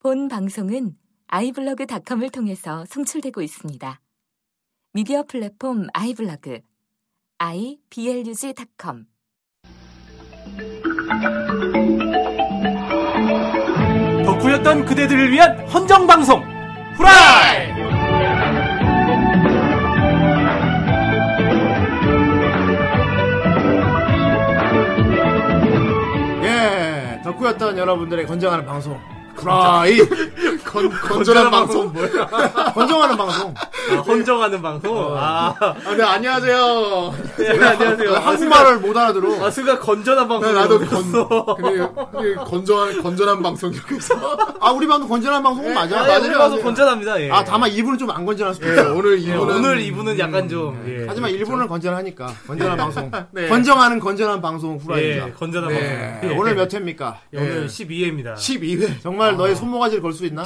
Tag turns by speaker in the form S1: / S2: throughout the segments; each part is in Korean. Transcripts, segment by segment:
S1: 본 방송은 아이블로그닷컴을 통해서 송출되고 있습니다. 미디어 플랫폼 아이블로그 iblog.com
S2: 덕후였던 그대들을 위한 헌정 방송 후라이.
S3: 예, 덕후였던 여러분들의 건장하는 방송. 아, 프라이! 건, 건전한
S2: 건전한 방송.
S3: 방송, 뭐야. 건정하는 방송.
S2: 아, 헌정하는 방송. 아,
S3: 아, 네, 안녕하세요.
S2: 네, 안녕하세요.
S3: 나 한국말을 못 알아들어.
S2: 아, 순간 건전한 방송.
S3: 네, 나도 건, 그래, 그래, 건전한, 건전한 방송 이렇게 해서. 아, 우리 방송 건전한 방송은 맞아.
S2: 아, 우리 방송 건전합니다. 예.
S3: 아, 다만 이분은 좀 안 건전할 수도 있어. 오늘
S2: 예,
S3: 이분은.
S2: 오늘 이분은 약간 좀 예.
S3: 하지만 일본은 건전하니까. 건전한 방송.
S2: 네.
S3: 건정하는 건전한 방송 후라이입니다.
S2: 예, 건전한
S3: 네.
S2: 방송. 예.
S3: 오늘 몇 회입니까?
S2: 예, 오늘 12회입니다.
S3: 12회. 정말 너의 손모가지를 걸 수 있나?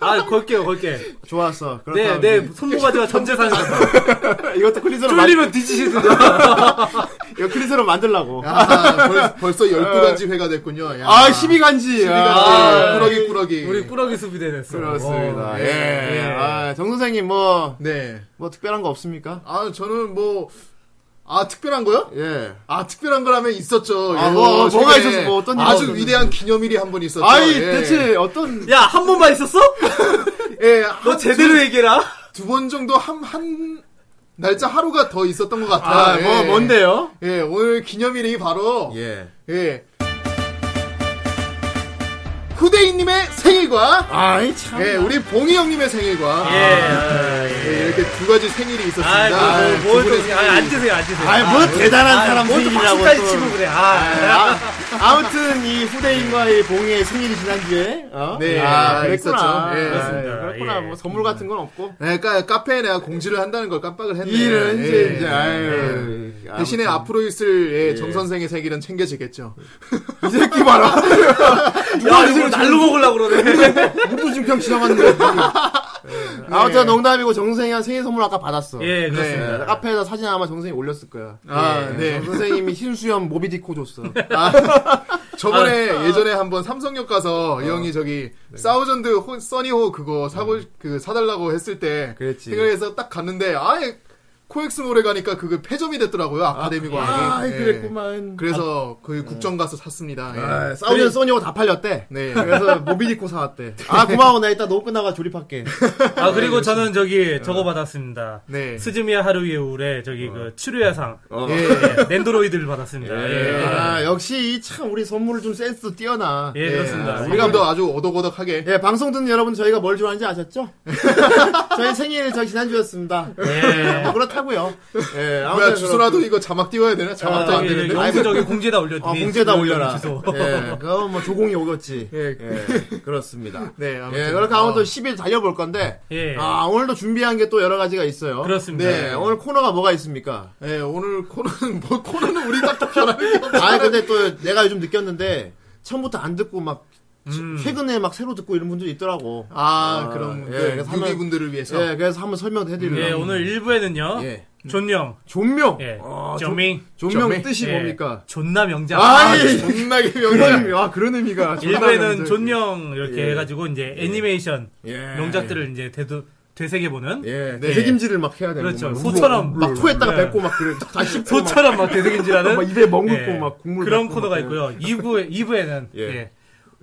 S2: 아, 걸게요, 걸게.
S3: 좋았어. 그렇다면
S2: 네, 네, 손모가지가 전재산이라서.
S3: 이것도 클리서로 만,
S2: 쫄리면 뒤지시든가.
S3: 이거 클리서로 만들라고. 아,
S4: 아, 벌, 써 12간지 회가 됐군요. 야.
S3: 12간지. 네.
S2: 아,
S4: 아, 꾸러기, 꾸러기.
S2: 우리 꾸러기 수비대 됐어.
S3: 그렇습니다.
S2: 어,
S3: 예. 아, 정 선생님 뭐,
S4: 네.
S3: 뭐 특별한 거 없습니까?
S4: 아, 저는 뭐, 아, 특별한 거요?
S3: 예.
S4: 아, 특별한 거라면 있었죠.
S3: 아,
S4: 예,
S3: 뭐,
S4: 어,
S3: 뭐가
S4: 최근에
S3: 있었어? 뭐 어떤 일이
S4: 아주
S3: 있었는데.
S4: 위대한 기념일이 한 번 있었죠.
S3: 아이,
S4: 예.
S3: 대체 어떤,
S2: 야, 한 번만 있었어?
S4: 예,
S3: 뭐
S2: 너 제대로 얘기해라.
S4: 두 번 정도 한, 한, 날짜 하루가 더 있었던 것 같아요.
S3: 아,
S4: 예.
S3: 뭐, 뭔데요?
S4: 예, 오늘 기념일이 바로,
S3: 예.
S4: 예. 후대인님의 생일과,
S3: 아이, 참.
S4: 예, 우리 봉희 형님의 생일과,
S2: 예. 아, 예.
S4: 예, 이렇게 두 가지 생일이 있었습니다.
S2: 아,
S4: 두
S2: 뭐, 뭐,
S4: 분의
S2: 뭐, 아, 앉으세요, 앉으세요.
S3: 아이, 뭐 대단한
S2: 아,
S3: 사람
S2: 뭐또
S3: 생일이라고
S2: 박수까지
S3: 또.
S2: 치고 그래. 아,
S3: 아, 아무튼 이 후대인과의 봉이의 생일이 지난주에 어?
S4: 네,
S3: 아,
S4: 아,
S3: 그랬구나
S4: 있었죠. 예,
S3: 아,
S2: 그렇습니다.
S3: 그랬구나
S2: 예.
S3: 뭐 선물 같은 건 없고
S4: 네, 까, 카페에 내가 공지를 한다는 걸 깜빡을 했네.
S3: 이 일은
S4: 예.
S3: 이제 이제
S4: 예.
S3: 아유
S4: 대신에
S3: 아무튼.
S4: 앞으로 있을 예, 정 선생의 생일은 챙겨지겠죠.
S3: 이 새끼 봐라
S2: 야, 이거 날로 먹으려고 그러네.
S3: 우리도 지금 평 지나갔는데 예. 아무튼 농담이고 정선생이한 생일 선물 아까 받았어
S2: 예, 그렇습니다.
S3: 네, 카페에다 사진 아마 정선생이 올렸을 거야
S4: 아,
S3: 예,
S4: 네.
S3: 정선생님이 흰수염 모비디코 줬어
S2: 네,
S4: 저번에
S3: 아.
S4: 예전에 한번 삼성역 가서 이
S3: 어.
S4: 형이 저기
S3: 네.
S4: 사우전드 호, 써니호 그거 사고 그 사달라고 했을 때
S3: 음. 그랬지.
S4: 생각해서 딱 갔는데 아예 코엑스몰에 가니까 그게 폐점이 됐더라고요 아카데미가.
S3: 아
S2: 예.
S3: 그랬구만
S4: 그래서 그 국정 가서 샀습니다. 예.
S3: 아, 싸우는 소니고 다 팔렸대
S4: 네.
S3: 그래서 모비디코 사왔대 아 고마워 나 이따 너무 끝나가 조립할게
S2: 아, 그리고 저는 저기 저거 받았습니다.
S4: 네.
S2: 스즈미야 하루의 우울에 저기 그 치료야상.
S3: 어.
S4: 예.
S2: 예, 랜드로이드를 받았습니다. 예.
S3: 아, 역시 이 참 우리 선물을 좀 센스 뛰어나.
S2: 예, 그렇습니다.
S4: 우리가 더 아주 오덕오덕하게
S3: 예, 방송 듣는 여러분 저희가 뭘 좋아하는지 아셨죠? 저희 생일 저 지난주였습니다.
S2: 네.
S3: 예, 뭐 그렇다고요. 예,
S4: 뭐야
S3: 아무튼
S4: 주소라도 이거 자막 띄워야 되나? 자막도
S2: 아,
S4: 안
S2: 예,
S4: 되는데.
S2: 영수 저기 공지에다 올려.
S3: 그렇- 어, 공지에다
S2: 주소,
S3: 올려라.
S2: 주소.
S3: 예, 그거 뭐 조공이 오겠지. 예, 그렇습니다.
S4: 네, 아무튼.
S3: 예, 그렇게 아무튼 10일 달려볼 건데,
S2: 예.
S3: 아, 오늘도 준비한 게 또 여러 가지가 있어요.
S2: 그렇습니다.
S3: 네, 오늘 코너가 뭐가 있습니까?
S4: 예, 오늘 코너는 뭐 코너는 우리 딱딱 변하는 게 없-
S3: 아, 근데 또 내가 요즘 느꼈는데, 처음부터 안 듣고 막,
S2: 음.
S3: 최근에 막 새로 듣고 이런 분들이 있더라고. 아,
S4: 아, 그럼
S3: 예,
S4: 그
S3: 그래서
S4: 누기
S3: 하면-
S4: 분들을 위해서
S3: 예, 그래서 한번 설명을 해드리려고.
S2: 예, 오늘 1부에는요.
S3: 예.
S2: 존영.
S3: 존명.
S2: 예.
S3: 아, 존-
S2: 조밍.
S3: 존명
S4: 존명.
S3: 뜻이
S2: 예.
S3: 뭡니까?
S2: 존나 명장.
S3: 아이, 예.
S4: 존나게
S3: 그런
S4: 명장.
S3: 의미, 아, 그런 의미가. 존명,
S2: 1부에는 존영 이렇게
S3: 예.
S2: 해가지고 이제 애니메이션
S3: 예.
S2: 네. 명작들을 이제 되도, 되새겨보는
S3: 예,
S2: 네.
S3: 되김질을 막 해야 되는
S2: 그렇죠.
S3: 거구나.
S2: 소처럼.
S3: 울고, 막 토했다가
S2: 네.
S3: 뱉고 막 그래. 다시
S2: 소처럼 막 되새긴지라는
S3: 막 입에 멍긋고
S2: 예.
S3: 막 국물
S2: 그런
S3: 막
S2: 코너가
S3: 막
S2: 있고요. 2부에 2부에는
S3: 예.
S2: 예.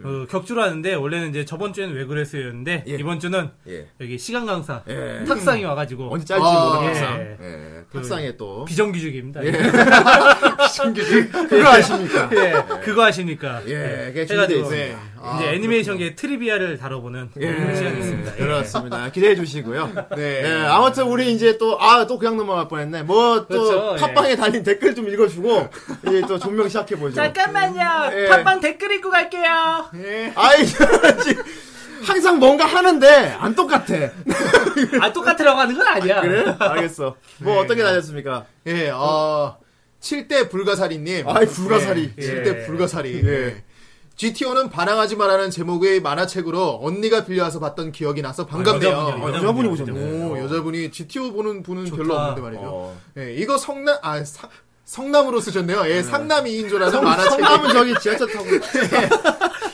S2: 어, 격주로 하는데 원래는 이제 저번 주에는 왜 그랬어였는데
S3: 예.
S2: 이번 주는
S3: 예.
S2: 여기 시간 강사
S3: 예.
S2: 탁상이 와가지고
S3: 언제 짤지
S4: 아,
S3: 모르는
S2: 예.
S3: 탁상. 예.
S2: 그
S3: 탁상에 또.
S2: 비정규직입니다. 예.
S3: 그거 아십니까?
S2: 그거 아십니까?
S3: 예, 그게
S2: 해가지고
S3: 준비돼
S2: 이제
S3: 있습니다. 아,
S2: 애니메이션계 트리비아를 다뤄보는
S3: 예.
S2: 그런 시간이 있습니다. 예.
S3: 그렇습니다. 기대해 주시고요.
S4: 네.
S3: 예, 아무튼 우리 이제 또, 아, 또 그냥 넘어갈 뻔 했네. 뭐, 또,
S2: 그렇죠, 예.
S3: 팟빵에 달린 댓글 좀 읽어주고, 이제 또 존명 시작해보죠.
S2: 잠깐만요.
S3: 예.
S2: 팟빵 댓글 읽고 갈게요.
S3: 아이, 지금 항상 뭔가 하는데, 안 똑같아.
S2: 아 똑같으라고 하는 건 아니야.
S3: 그래? 네, 알겠어. 뭐, 어떻게 다녔습니까?
S4: 예, 어 7대 불가사리님.
S3: 아이, 불가사리.
S2: 예.
S4: 7대 불가사리. 예. GTO는 반항하지 말라는 제목의 만화책으로 언니가 빌려와서 봤던 기억이 나서 반갑네요.
S2: 여자분이요,
S4: 어,
S3: 여자분이
S2: 여자분이요,
S3: 오셨네.
S4: 오, 여자분이 GTO 보는 분은 별로
S2: 좋다.
S4: 없는데 말이죠.
S3: 어.
S4: 예, 이거 성남, 아, 사- 성남으로 쓰셨네요. 예, 상남이인 줄 알았는데
S3: 성-
S4: 만화책.
S3: 네. 성남은 저기 지하철 타고.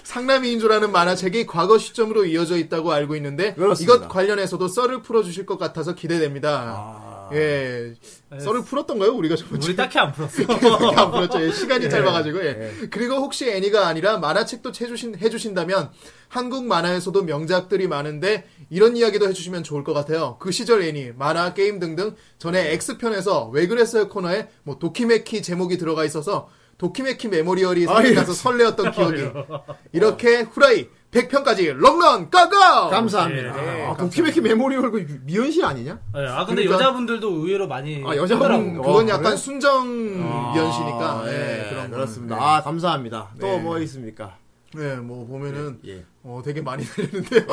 S4: 상남이인 줄 아는 만화책이 과거 시점으로 이어져 있다고 알고 있는데
S3: 그렇습니다.
S4: 이것 관련해서도 썰을 풀어주실 것 같아서 기대됩니다.
S3: 아.
S4: 예, 썰을 풀었던가요? 우리가 저번
S2: 네. 우리
S4: 주에
S2: 딱히 안 풀었어.
S4: 안 풀었죠. 예, 시간이 짧아가지고. 예. 그리고 혹시 애니가 아니라 만화책도 해주신, 해주신다면 한국 만화에서도 명작들이 많은데 이런 이야기도 해주시면 좋을 것 같아요. 그 시절 애니, 만화, 게임 등등
S3: 네.
S4: 전에 X편에서 왜 그랬어요 코너에 뭐 도키메키 제목이 들어가 있어서 도키메키 메모리얼이 생각나서 설레었던 기억이. 이렇게 후라이 100편까지 롱런 까고!
S3: 감사합니다.
S4: 예, 예,
S3: 아, 도키메키 메모리얼 그 미연 씨 아니냐?
S2: 예, 아 근데
S4: 그러니까-
S2: 여자분들도 의외로 많이
S3: 아, 여자분-
S2: 하더라고요.
S3: 어,
S4: 음, 그건 약간
S3: 그래?
S4: 순정 연시니까.
S3: 아,
S4: 예,
S3: 예,
S4: 그런
S3: 그렇습니다.
S4: 거는.
S3: 아, 감사합니다. 또 뭐 있습니까?
S4: 예, 뭐 보면은
S3: 예.
S4: 어, 되게 많이 들리는데요.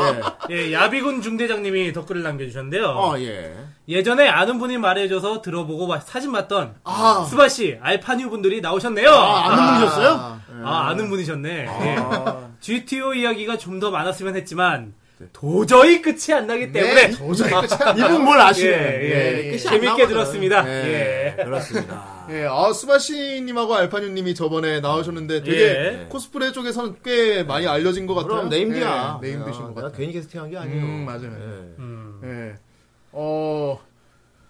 S3: 예.
S2: 예, 야비군 중대장님이 댓글을 남겨주셨는데요.
S3: 어, 예.
S2: 예전에 아는 분이 말해줘서 들어보고 마- 사진 봤던
S4: 아.
S2: 수바 씨, 알파뉴 분들이 나오셨네요.
S3: 아, 아는 분이셨어요?
S2: 아, 아는 분이셨네. 예. GTO 이야기가 좀 더 많았으면 했지만 도저히 끝이 안 나기
S3: 네.
S2: 때문에
S4: 네, 도저히 끝이 안 나.
S3: 이분 뭘 아시네.
S2: 예, 예,
S3: 끝이 안
S2: 재밌게
S3: 나오거든.
S2: 들었습니다.
S3: 예.
S2: 예.
S3: 그렇습니다.
S4: 예, 아, 수바씨님하고 알파뉴님이 저번에 나오셨는데 되게
S2: 예.
S4: 코스프레 쪽에서는 꽤 많이 알려진 것 같아요.
S3: 뭐 그럼 네임드야.
S4: 예, 네임드신
S3: 야,
S4: 것
S3: 내가
S4: 같아요.
S3: 괜히 캐스팅한 게 아니에요.
S4: 음, 맞아요.
S3: 예.
S2: 음.
S4: 예. 어,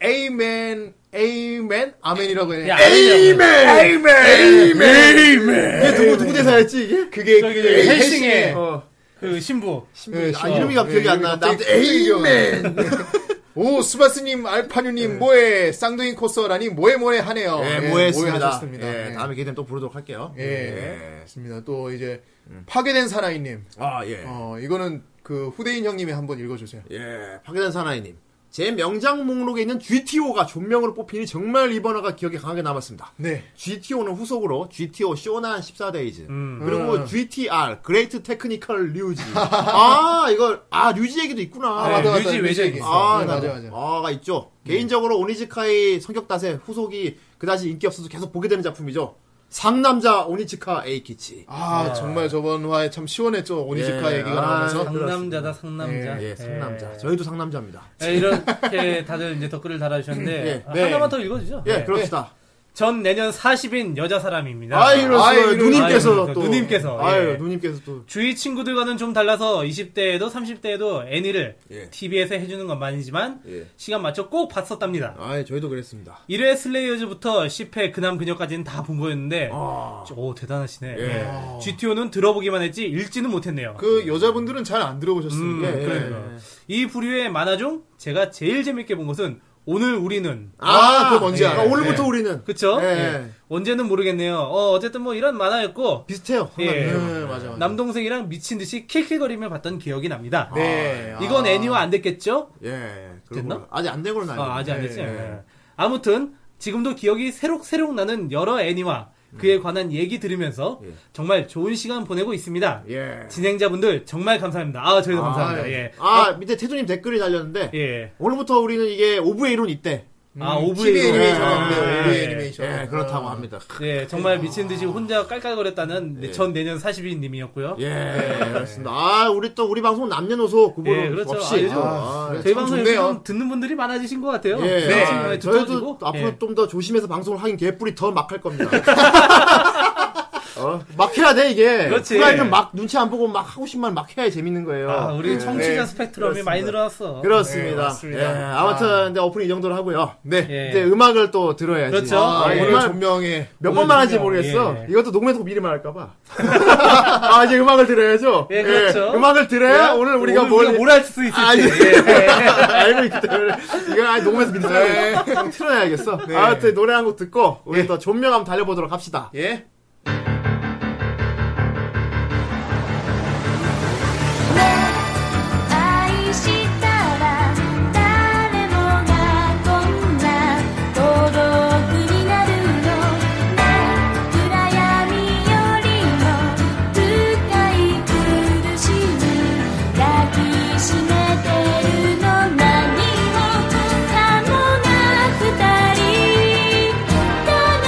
S4: 에이맨, 에이맨? 아멘이라고 해요.
S2: 야,
S4: 에이맨! 에이맨!
S3: 이게 누구 누구 대사였지 이게?
S4: 그게,
S2: 저기
S4: 그게
S2: 헬싱의
S4: 헬싱의-
S2: 그 신부.
S4: 예,
S3: 아,
S4: 신부.
S3: 이름이 갑자기
S4: 예,
S3: 안 나는데
S4: 갑자기
S3: 아무튼 에이맨.
S4: 오, 수바스님, 알파뉴님, 뭐해, 쌍둥이 코스라니, 뭐해, 뭐해 하네요.
S3: 예,
S4: 예,
S3: 네. 모했습니다.
S4: 모해하셨습니다.
S3: 예,
S4: 예.
S3: 다음에 기회 되면 또 부르도록 할게요.
S4: 예. 있습니다. 또 이제 파괴된 사나이님.
S3: 아, 음. 예.
S4: 어 이거는 그 후대인 형님이 한번 읽어주세요.
S3: 예. 파괴된 사나이님. 제 명장 목록에 있는 GTO가 존명으로 뽑히니 정말 이번 화가 기억에 강하게 남았습니다.
S4: 네.
S3: GTO는 후속으로 GTO 쇼난 14데이즈
S2: 음.
S3: 그리고
S4: 음.
S3: GTR 그레이트 테크니컬 류지 아 이걸 아 류지 얘기도 있구나
S2: 네,
S4: 맞아, 맞아.
S2: 뮤지
S4: 뮤지
S2: 외전
S4: 얘기.
S2: 있어.
S3: 아,
S4: 네,
S3: 나-
S4: 맞아, 맞아.
S3: 아가 있죠. 개인적으로 오니즈카의 성격 탓에 후속이 그다지 인기 없어서 계속 보게 되는 작품이죠. 상남자 오니즈카 에이키치.
S4: 아 정말 저번 화에 참 시원했죠 오니시카
S3: 예.
S4: 얘기가
S3: 아,
S4: 나오면서.
S2: 상남자다 상남자.
S3: 예, 상남자. 저희도 상남자입니다.
S2: 예, 이렇게 다들 이제 댓글을 달아주셨는데
S4: 네.
S2: 하나만 더 읽어주죠.
S3: 예,
S2: 네.
S3: 그렇습니다.
S2: 전 내년 40인 여자 사람입니다.
S3: 네. 아이, 이럴 수가.
S4: 아이,
S3: 누님께서
S2: 아이,
S3: 또.
S2: 누님께서,
S3: 아유,
S2: 예.
S3: 누님께서 또.
S2: 주위 친구들과는 좀 달라서 20대에도 30대에도 애니를
S3: 예.
S2: TV에서 해주는 것만이지만
S3: 예.
S2: 시간 맞춰 꼭 봤었답니다.
S3: 아이, 저희도 그랬습니다.
S2: 1회 슬레이어즈부터 10회 그남 그녀까지는 다 본 거였는데
S3: 아.
S2: 오 대단하시네.
S3: 예.
S2: GTO는 들어보기만 했지 읽지는 못했네요.
S4: 그 여자분들은 잘 안
S2: 음,
S4: 들어보셨으니까. 예.
S2: 그러니까. 이 부류의 만화 중 제가 제일 재밌게 본 것은 오늘 우리는
S4: 아, 그거 뭔지
S3: 예.
S4: 알아.
S3: 그러니까 오늘부터 우리는
S2: 그쵸?
S4: 네.
S3: 예.
S2: 예. 언제는 모르겠네요. 어, 어쨌든 뭐 이런 만화였고
S3: 비슷해요.
S2: 예.
S3: 상남자.
S4: 네, 맞아, 맞아.
S2: 남동생이랑 미친 듯이 킬킬거리며 봤던 기억이 납니다.
S4: 네. 아.
S2: 이건 애니화 안 됐겠죠?
S3: 예. 그리고
S2: 됐나?
S3: 아직 안 된 걸로 나요.
S2: 아, 아직 안 됐지.
S4: 예, 예.
S2: 예. 아무튼 지금도 기억이 새록새록 나는 여러 애니와
S4: 음.
S2: 그에 관한 얘기 들으면서
S4: 예.
S2: 정말 좋은 시간 보내고 있습니다.
S3: 예.
S2: 진행자분들 정말 감사합니다. 아, 저희도 감사합니다. 예.
S3: 아, 밑에 태도님 댓글이 달렸는데
S2: 예.
S3: 오늘부터 우리는 이게 오브의 이론 있대.
S2: 아, 오브의
S4: 음, TV 애니메이션
S3: 예.
S4: 나오는데요. 오브의
S2: 예.
S4: 애니메이션.
S3: 예, 그렇다고 합니다.
S2: 예, 정말 미친 듯이 혼자 깔깔거렸다는
S4: 예.
S2: 전 내년 40인 님이었고요.
S3: 예, 그렇습니다. 아, 우리 또 우리 방송 남녀노소 구분
S2: 예, 그렇죠.
S3: 없이.
S2: 알죠.
S3: 아,
S4: 그래,
S2: 저희
S4: 참
S2: 방송에
S4: 좋네요.
S2: 좀 듣는 분들이 많아지신 것 같아요.
S3: 예,
S2: 네.
S3: 아,
S2: 정말
S3: 저희도
S2: 두꺼워지고.
S3: 앞으로
S2: 예.
S3: 좀 더 조심해서 방송을 하긴 개뿔이 더 막 할 겁니다. 어, 막 해야 돼 이게.
S2: 그렇지.
S3: 후라이는 막 눈치 안 보고 막 하고 싶만 막 해야 재밌는 거예요.
S2: 아, 우리
S3: 예.
S2: 청취자
S4: 네.
S2: 스펙트럼이 많이 늘어났어.
S4: 네,
S3: 그렇습니다.
S4: 맞습니다.
S3: 예, 아무튼 근데 오프닝 이 정도로 하고요.
S4: 네.
S2: 예.
S3: 이제 음악을 또 들어야지.
S2: 그렇죠.
S3: 아,
S4: 아,
S2: 예.
S4: 오늘
S3: 정말
S4: 존명의
S3: 몇 번만 하는지
S2: 오늘 중요해요.
S3: 모르겠어.
S2: 예.
S3: 이것도 녹음해서 미리 말할까봐. 아, 이제 음악을 들어야죠.
S2: 예, 그렇죠.
S3: 음악을 들어야 오늘 우리가 뭘,
S2: 뭘할수 있을지.
S3: 아니.
S2: 예.
S3: 알고 있기 때문에. 이건 아예 녹음해서 미리 틀어야- 틀어놔야겠어. 아무튼 노래 한 곡 듣고, 우리 또 존명 한번 달려보도록 합시다.
S4: 예.
S5: 「愛したら誰もがこんな孤独になるの」「暗闇よりも深い苦しみ抱きしめてるの何もかもが二人輝くため」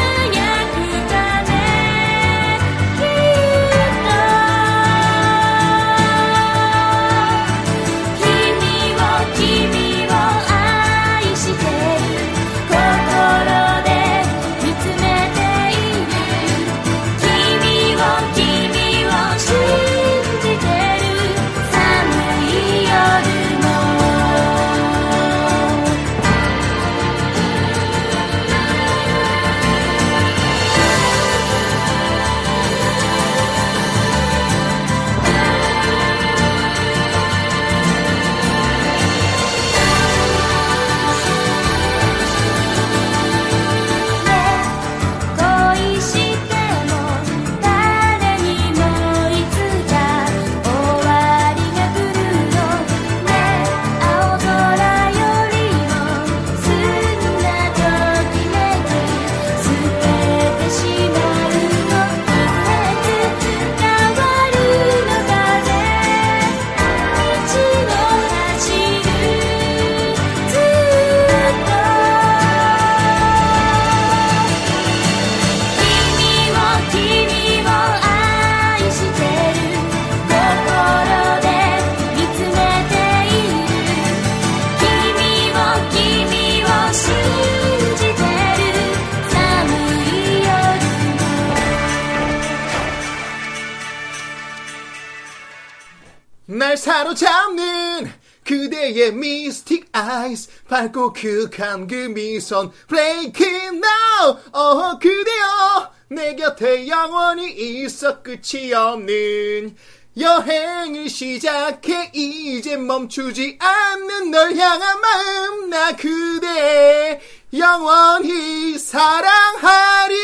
S4: 날 사로잡는 그대의 미스틱 아이스 밝고 극한 그 미선 브레이크 나우 어 그대여 내 곁에 영원히 있어 끝이 없는 여행을 시작해 이제 멈추지 않는 널 향한 마음 나 그대 영원히 사랑하리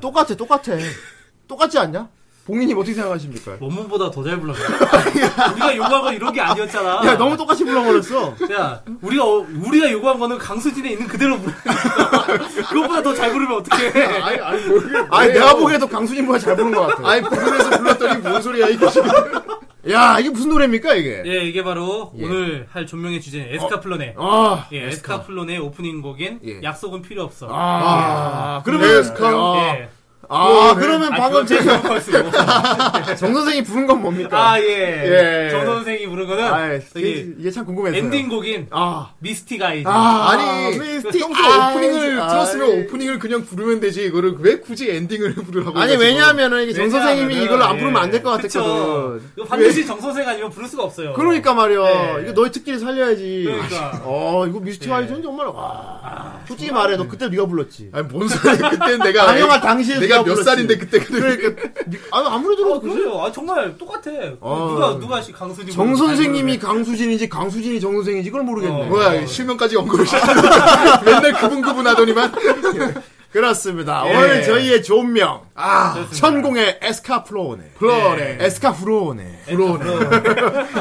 S3: 똑같아, 똑같아. 똑같지 않냐? 봉인님 어떻게 생각하십니까?
S2: 원문보다 더 잘 불렀어. 우리가 요구한 건 이런 게 아니었잖아.
S3: 야, 너무 똑같이 불러버렸어.
S2: 야, 우리가 어- 우리가 요구한 거는 강수진에 있는 그대로 부르는 거야. 그것보다 더 잘 부르면 어떡해.
S4: 아니 아니 모르겠
S3: 아니, 내가 보기에도 강수님보다 잘 부른 것 같아.
S4: 아니 부근에서 불렀더니 뭔 소리야 이거 지금
S3: 야, 이게 무슨 노래입니까, 이게?
S2: 예, 이게 바로 오늘 할 존명의 주제 에스카플론의
S3: 어. 아,
S2: 예, 에스카플론의 오프닝 곡인
S4: 예.
S2: 약속은 필요 없어.
S3: 아, 아, 그러면.
S4: 에스카.
S3: 아,
S2: 예.
S3: 아, 그러면 방금 제
S2: 걸쓰고.
S3: 정선생이 부른 건 뭡니까?
S2: 아, 예.
S3: 예.
S2: 정 선생이 부른 거는
S3: 아, 예.
S2: 저기
S3: 이게 참 궁금해서.
S2: 엔딩 곡인
S3: 아.
S2: 미스틱 아이즈.
S3: 아,
S4: 아니
S3: 미스틱
S4: 평소
S3: 아이즈,
S4: 오프닝을
S3: 아이. 예.
S4: 들었으면 오프닝을 그냥 부르면 되지 이거를 왜 굳이 엔딩을 부르라고
S3: 아니,
S4: 해가지고.
S3: 왜냐하면은 이게 정선생님이
S2: 그러니까 왜냐하면은,
S3: 이걸로 안
S2: 예.
S3: 부르면 안 될 것
S2: 그쵸.
S3: 같았거든.
S2: 이거 반드시 정 선생 아니면 부를 수가 없어요.
S3: 그러니까 말이야.
S2: 예.
S3: 이거 너의 특기를 살려야지.
S2: 그러니까.
S3: 어, 이거 미스틱 아이즈는 정말, 와. 솔직히 말해, 너 그때 네가 불렀지.
S4: 아니 뭔 소리야 그때 내가
S2: 예.
S3: 강영아 당시에
S4: 내가 몇
S3: 불렀지.
S4: 살인데 그때
S3: 그러니까 아니, 아무리
S2: 아,
S3: 들어도 그래.
S2: 그래요. 아, 정말 똑같아. 누가 누가 씨 강수진
S3: 어. 정
S2: 부르는지
S3: 선생님이 강수진인지 강수진이 정 선생인지 그걸 모르겠네.
S2: 어.
S4: 뭐야 실명까지 언급을 시작 맨날 그분그분 하더니만
S3: 예. 그렇습니다.
S2: 예.
S3: 오늘 저희의 존명
S4: 아
S3: 천공의 에스카플로네.
S4: 플로네.
S3: 에스카프로네. 아.
S4: 부러우네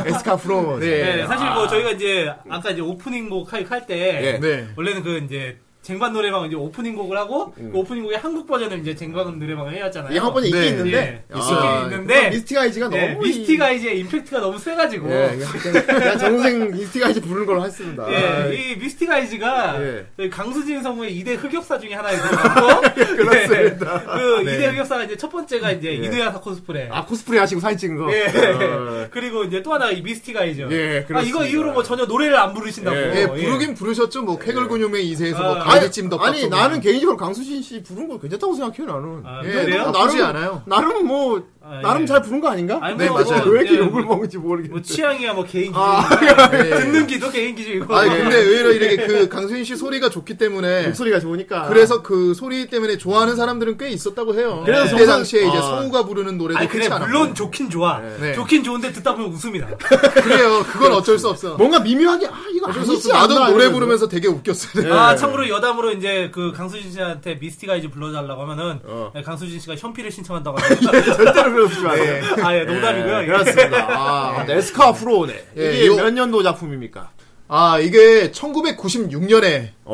S3: 에스카프로네. 예.
S4: 네.
S2: 네, 사실 뭐 저희가 이제 아까 이제 오프닝 곡할때
S4: 예.
S3: 네.
S2: 원래는 그 이제 쟁반 노래방 이제 오프닝 곡을 하고 그 오프닝 곡의 한국 버전을 이제 쟁반 노래방을 해야 하잖아요.
S3: 이게 음. 예, 한 번에 있긴
S4: 네.
S3: 있는데
S2: 예.
S3: 아,
S2: 있긴 있는데.
S3: 미스틱 아이즈가
S2: 네,
S3: 너무
S2: 미스티가 이제 임팩트가 너무 세가지고
S3: 예, 그냥 정생 미스틱 아이즈 부르는 걸로 했습니다.
S2: 예, 이 미스티가이즈가
S3: 예.
S2: 저희 강수진 성우의 2대 흑역사 중에 하나에 들어갔고 그렇습니다. 그 2대 흑역사가 이제 첫 번째가 이제 이누야사 코스프레.
S3: 아 코스프레 하시고 사진 찍은 거.
S2: 예.
S3: 어.
S2: 그리고 이제 또 하나 이 미스티가이죠.
S3: 예,
S2: 아,
S3: 그렇습니다.
S2: 이거 이후로 뭐 전혀 노래를 안 부르신다고.
S3: 예.
S4: 예, 부르긴 부르셨죠 뭐 쾌걸근육의 이세에서 뭐
S2: 아.
S4: 강아지찜 덮밥
S3: 아니
S4: 속으로.
S3: 나는 개인적으로 강수진 씨 부른 거 괜찮다고 생각해요 나는.
S2: 아,
S3: 예,
S2: 그래요?
S3: 너무
S4: 나쁘지
S3: 나름-
S4: 않아요.
S3: 나름 뭐
S2: 아,
S3: 나름
S2: 예.
S3: 잘 부른 거 아닌가? 어,
S2: 아니,
S4: 네,
S2: 뭐,
S4: 맞아요.
S2: 뭐,
S3: 왜 이렇게
S2: 예,
S3: 욕을
S2: 뭐,
S3: 먹는지 모르겠는데.
S2: 뭐 취향이야 뭐 개인 기준.
S4: 예.
S2: 듣는 기도 개인 기준이고.
S4: 아니 근데 의외로 이렇게 그 강수인 씨 소리가 좋기
S2: 예.
S4: 때문에
S3: 네. 음, 목소리가 좋으니까.
S4: 그래서 그 소리 때문에 좋아하는 사람들은 꽤 있었다고 해요. 네.
S3: 그래서
S4: 그때
S3: 저는-
S4: 당시에 이제
S3: 아.
S4: 성우가 부르는 노래도
S2: 아니,
S4: 그렇지
S2: 그래
S4: 않았고.
S2: 물론 좋긴 좋아.
S4: 네.
S2: 좋긴 좋은데 듣다 보면 웃음이 나.
S4: 그래요. 그건 어쩔 수 없어.
S3: 뭔가 미묘하게 아 이거
S4: 어쩔 수
S3: 아니지 네.
S4: 없어. 나도
S3: 않나
S4: 노래
S3: 이러면서.
S4: 부르면서 되게 웃겼어요.
S2: 아 참고로 여담으로 이제 그 강수진 씨한테 미스티가이즈 불러달라고 하면은 네, 강수진 씨가 현피를 신청한다고 하니까
S3: 절대로 그러지 마세요.
S4: 네.
S2: 아예 농담이고요. 예.
S3: 그렇습니다. 아, 에스카 프로네.
S4: 예,
S3: 이게
S4: 요-
S3: 몇 년도 작품입니까?
S4: 아 이게 1996년에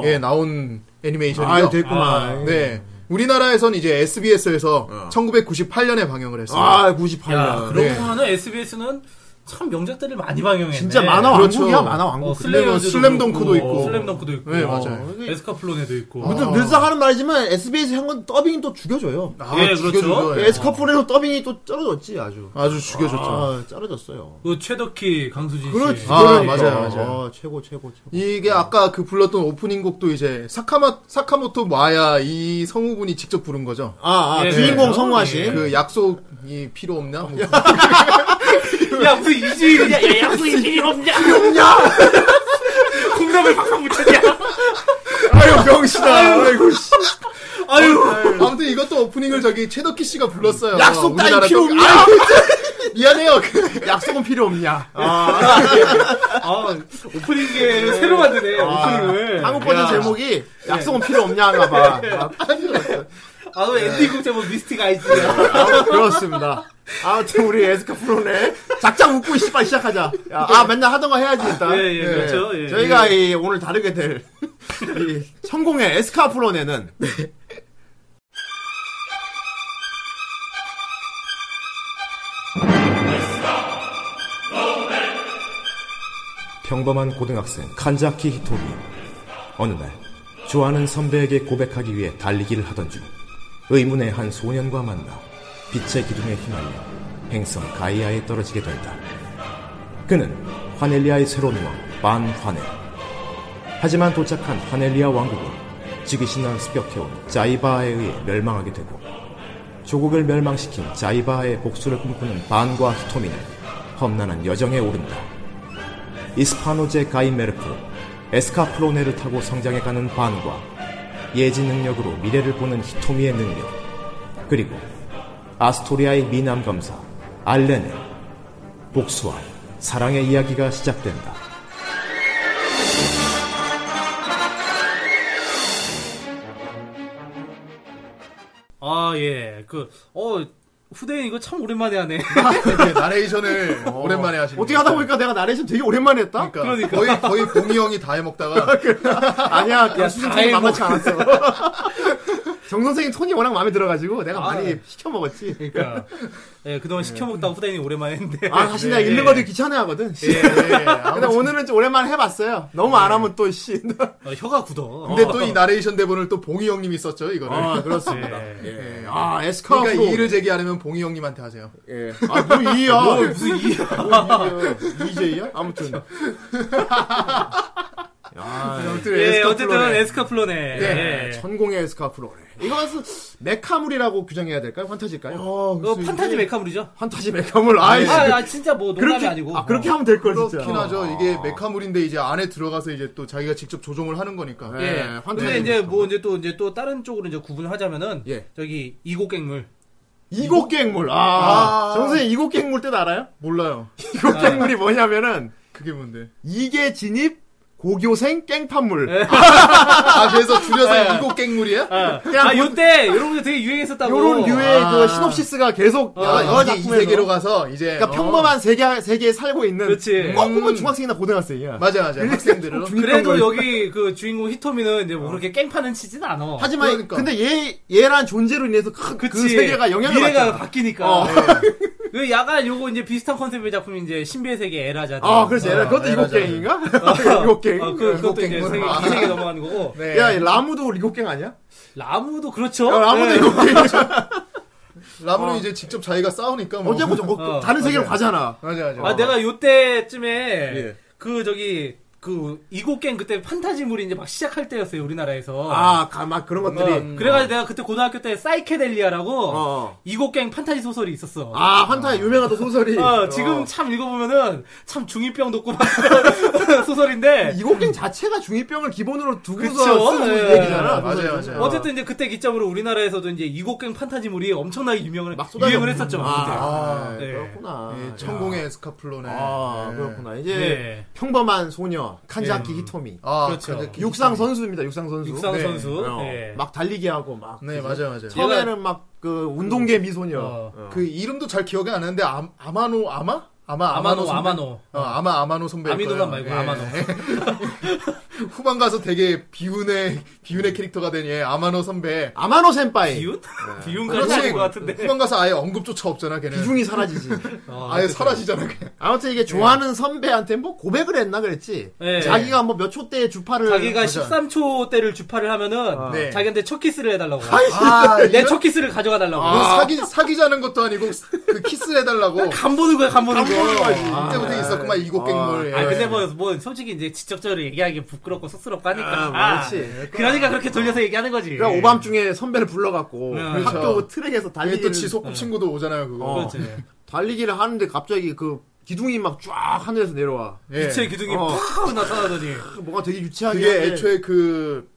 S4: 예, 나온 애니메이션이요.
S3: 어. 아유, 됐구만.
S4: 아, 네. 우리나라에선 이제 SBS에서
S3: 어.
S4: 1998년에 방영을 했어요.
S3: 아,
S2: 야
S3: 98년.
S2: 그러고
S4: 네.
S2: 보면은 SBS는 참 명작들을 많이 방영했네.
S3: 진짜 만화
S4: 그렇죠.
S3: 왕국이야, 만화 왕국.
S2: 어,
S4: 근데 뭐
S2: 슬레이어즈도
S4: 슬램덩크도
S2: 그렇고,
S4: 있고.
S2: 슬램덩크도 있고.
S4: 네,
S2: 어,
S4: 맞아요.
S2: 에스카플론에도 있고.
S3: 근데 늘상 하는 말이지만 SBS 한 건 더빙이 또 죽여줘요.
S4: 아,
S2: 예,
S4: 죽여준
S2: 그렇죠.
S4: 거예요.
S3: 에스카 프로에서 더빙이 또 쩔어졌지, 아주.
S4: 아주 죽여줬죠.
S3: 아, 쩔어졌어요.
S2: 그 최덕희, 강수진 씨.
S3: 그렇지.
S4: 아,
S3: 그러니까.
S4: 맞아요, 맞아요.
S3: 아, 최고, 최고, 최고.
S4: 이게 아까 그 불렀던 오프닝 곡도 이제 사카마 사카모토 마야 이 성우분이 직접 부른 거죠.
S3: 아, 아,
S2: 예,
S3: 주인공
S2: 그렇죠.
S3: 성우하신.
S2: 예.
S4: 그 약속이 필요 없나? 뭐.
S2: 야 무슨 이주일이냐? 야 약속이 필요 없냐? 필요 없냐? 공감을 박박 붙였냐?
S4: 아유 병신아. 아이고 씨.
S2: 아유.
S4: 아무튼 이것도 오프닝을 저기 최덕희 씨가 불렀어요.
S3: 약속 따위
S4: 우리나라
S3: 필요
S4: 덕-
S3: 없냐? 그
S4: 아이고, 진짜. 미안해요.
S3: 약속은 필요 없냐.
S2: 아 오프닝을 새로 만드네 오프닝을.
S3: 한국 버전 제목이
S4: 예.
S3: 약속은 필요 없냐인가 봐.
S2: 아너 엔딩곡 제목 미스틱 아이즈야.
S3: 아, 그렇습니다. 아무튼 우리 에스카 프로네 작작 웃고 씨발 시작하자. 야,
S4: 네.
S3: 아 맨날 하던 거 해야지 일단.
S2: 예, 예, 그렇죠. 예.
S3: 저희가 이 오늘 다루게 될 이, 성공의 에스카 프로네는
S6: 평범한 고등학생 칸자키 히토미 어느 날 좋아하는 선배에게 고백하기 위해 달리기를 하던 중 의문의 한 소년과 만나 빛의 기둥에 휘말려 행성 가이아에 떨어지게 된다. 그는 화넬리아의 새로운 왕 반화넬 하지만 도착한 화넬리아 왕국은 지기신을 습격해온 자이바에 의해 멸망하게 되고 조국을 멸망시킨 자이바의 복수를 꿈꾸는 반과 히토미는 험난한 여정에 오른다. 이스파노제 가인메르프, 에스카프로네를 타고 성장해가는 반과 예지 능력으로 미래를 보는 히토미의 능력, 그리고 아스토리아의 미남 검사 알렌의 복수와 사랑의 이야기가 시작된다.
S2: 아, 예. 그, 어, 후대인 이거 참 오랜만에 하네.
S4: 예, 나레이션을 오랜만에 하시는
S3: 어떻게 하다 보니까 내가 나레이션 되게 오랜만에 했다?
S4: 그러니까, 거의 거의 봉이 형이 다 해먹다가
S3: 아니야, 그 수준 되게
S2: 다행이고.
S3: 만만치 않았어. 정 선생님 톤이 워낙 마음에 들어가지고 내가
S2: 아,
S3: 많이
S2: 네.
S3: 시켜 먹었지.
S2: 그러니까. 예, 그동안 시켜먹다가 후대인이 오랜만에 했는데.
S3: 아, 사실 내가
S2: 예,
S3: 읽는
S2: 예.
S3: 것도 귀찮아 하거든. 근데 오늘은 좀 오랜만에 해봤어요. 너무 안 하면 또 씨.
S2: 어, 혀가 굳어.
S4: 근데 또 이 나레이션 대본을 또 봉이 형님이 썼죠 이거를.
S3: 그렇습니다.
S2: 예.
S4: 예.
S3: 아, 에스카프.
S4: 아, 그러니까 이 일을 제기하려면 봉이 형님한테 하세요.
S3: 예. 아, 뭐 이야. 뭐
S2: 무슨 이,
S3: EJ야? 아무튼.
S4: 아무튼
S2: 예,
S4: 에스카
S2: 어쨌든
S4: 플로네.
S2: 에스카플로네.
S3: 네.
S2: 예.
S3: 천공의 에스카프로. 이거는 메카물이라고 규정해야 될까요? 판타지일까요?
S4: 어,
S2: 그
S4: 그래서
S2: 판타지
S4: 이게
S2: 메카물이죠?
S3: 판타지 메카물. 아이, 예.
S2: 아, 아, 진짜 뭐 농담이
S3: 그렇게
S2: 아니고.
S3: 아, 그렇게 하면 될 걸 진짜.
S4: 그렇긴 하죠. 이게 메카물인데 이제 안에 들어가서 이제 또 자기가 직접 조종을 하는 거니까.
S2: 예.
S3: 예,
S2: 근데
S3: 판타지
S2: 이제 뭐 이제 또 이제 또 다른 쪽으로 이제 구분을 하자면은
S3: 예.
S2: 저기 이곡갱물.
S3: 이곡갱물. 아,
S4: 아.
S3: 정선생 이곡갱물 뜻 알아요?
S4: 몰라요.
S3: 이곡갱물이 뭐냐면은
S4: 그게 뭔데?
S3: 이계 진입 고교생 깽판물.
S2: 네.
S4: 아 그래서 줄여서 이곡 갱물이야?
S3: 그냥
S2: 아,
S3: 뭐-
S2: 요때 여러분들 되게 유행했었다고.
S3: 요런 류의
S4: 아.
S3: 그 시놉시스가 계속
S2: 어.
S4: 아,
S3: 여러
S4: 이게 이
S3: 작품에서
S4: 세계로 가서 이제 어,
S3: 그러니까 평범한 세계 세계에 살고 있는
S2: 그렇지.
S3: 꼭 보면
S4: 음.
S3: 중학생이나 고등등학생이야.
S4: 어, 맞아 맞아 학생들은
S2: 그래도 여기 그 주인공 히토미는 이제 뭐 그렇게 깽판은 치진 않아.
S3: 어. 하지만
S4: 그러니까.
S3: 근데 얘 얘란 존재로 인해서 그, 그
S2: 그치.
S3: 세계가 네. 영향을
S2: 미래가
S3: 받잖아.
S2: 바뀌니까. 그 약간 요거 이제 비슷한 컨셉의 작품이 이제 신비의 세계 에라자들.
S3: 아, 그렇지. 얘
S4: 어,
S2: 네,
S3: 그것도
S4: 예, 맞아.
S3: 이곡갱인가? 이곡갱.
S2: 어, 그, 그것도
S4: 이곡갱
S2: 이제
S4: 뭐.
S2: 세계, 이 세계 넘어가는 거고.
S4: 네.
S3: 야, 이 라무도 이곡갱 아니야?
S2: 라무도 그렇죠.
S3: 야, 라무도 이곡갱.
S4: 라브는 이제 직접 자기가 싸우니까 뭐.
S3: 언제 보죠? 뭐,
S2: 어,
S3: 다른 세계로
S4: 맞아요.
S3: 가잖아.
S4: 맞아 네. 맞아.
S2: 아, 내가 요때쯤에
S4: 예.
S2: 그 저기 그 이곡갱 그때 판타지물이 이제 막 시작할 때였어요 우리나라에서.
S3: 아, 가- 막 그런
S2: 어,
S3: 것들이.
S2: 그래가지고 내가 그때 고등학교 때 사이케델리아라고
S3: 어.
S2: 이곡갱 판타지 소설이 있었어.
S3: 아, 환타의 유명한 또 소설이.
S2: 어, 지금
S3: 어.
S2: 참 읽어보면은 참 중이병 돋고 소설인데
S3: 이곡갱 자체가 중2병을 기본으로
S2: 그쵸?
S3: 두고서 쓰는
S2: 예.
S3: 얘기잖아. 그
S4: 맞아요, 맞아요.
S2: 어쨌든 이제 그때 기점으로 우리나라에서도 이제 이곡갱 판타지물이 엄청나게 유명을
S3: 막 쏟아져
S2: 유행을
S3: 오르는
S2: 했었죠.
S3: 아, 아,
S2: 그때. 예.
S3: 그렇구나.
S4: 예,
S3: 야.
S4: 천공의 에스카플로네.
S3: 아, 그렇구나. 이제
S2: 예.
S3: 평범한 소녀 칸자키
S2: 네.
S3: 히토미.
S4: 아
S2: 그렇죠.
S4: 그렇죠.
S3: 육상 선수입니다. 육상 선수.
S2: 육상
S4: 네.
S2: 선수.
S3: 어,
S2: 예.
S3: 막 달리기 하고 막.
S4: 네 맞아 맞아.
S3: 처음에는 막 그 운동계 미소녀.
S2: 어.
S3: 어.
S4: 그 이름도 잘 기억이 안 나는데 아, 아마노 아마? 아마
S2: 아마노
S4: 아마노 선배?
S2: 아마노.
S4: 어, 아마 아마노 선배 예.
S2: 아미노란 말고 아마노.
S4: 후반 가서 되게 비운의 비운의 캐릭터가 된 얘 아마노 선배
S3: 아마노 센파이.
S2: 비운?
S3: 네.
S2: 비운까지 아닌 것 같은데.
S4: 후반 가서 아예 언급조차 없잖아 걔는
S3: 비중이 사라지지.
S2: 어,
S4: 아예
S2: 어쨌든.
S4: 사라지잖아 그냥
S3: 아무튼 이게 좋아하는 선배한테 뭐 고백을 했나 그랬지.
S4: 네.
S2: 예.
S3: 자기가 뭐 몇 초 때 주파를
S2: 자기가
S3: 하자.
S2: 13초 때를 주파를 하면은
S3: 아.
S4: 네.
S2: 자기한테 첫 키스를 해달라고.
S4: 아,
S2: 내 첫 키스를 가져가 달라고.
S3: 아.
S4: 이거 사기 사귀자는 것도 아니고 그 키스 해달라고
S2: 간 보는 거야, 간 보는 거.
S4: 아, 그때부터 있었구만 이곡갱물 예.
S2: 아 근데 뭐, 뭐 솔직히 이제 직접적으로 얘기하기 부끄럽고 쑥스럽고 하니까.
S3: 네. 아, 그렇지.
S2: 그러니까 그렇게 돌려서 얘기하는 거지.
S3: 그러니까 오밤중에 선배를 불러갖고
S2: 네.
S3: 학교 트랙에서
S4: 이게
S3: 달리기를
S4: 예. 그렇죠. 또 지속급 친구도 오잖아요 그거 예.
S3: 어.
S2: 그렇지.
S3: 달리기를 하는데 갑자기 그 기둥이 막 쫙 하늘에서 내려와.
S4: 예.
S2: 빛의 기둥이
S3: 어.
S2: 팍 나타나더니.
S3: 그 뭔가 되게 유치하게.
S4: 그게
S2: 예.
S3: 하는데
S4: 애초에 그,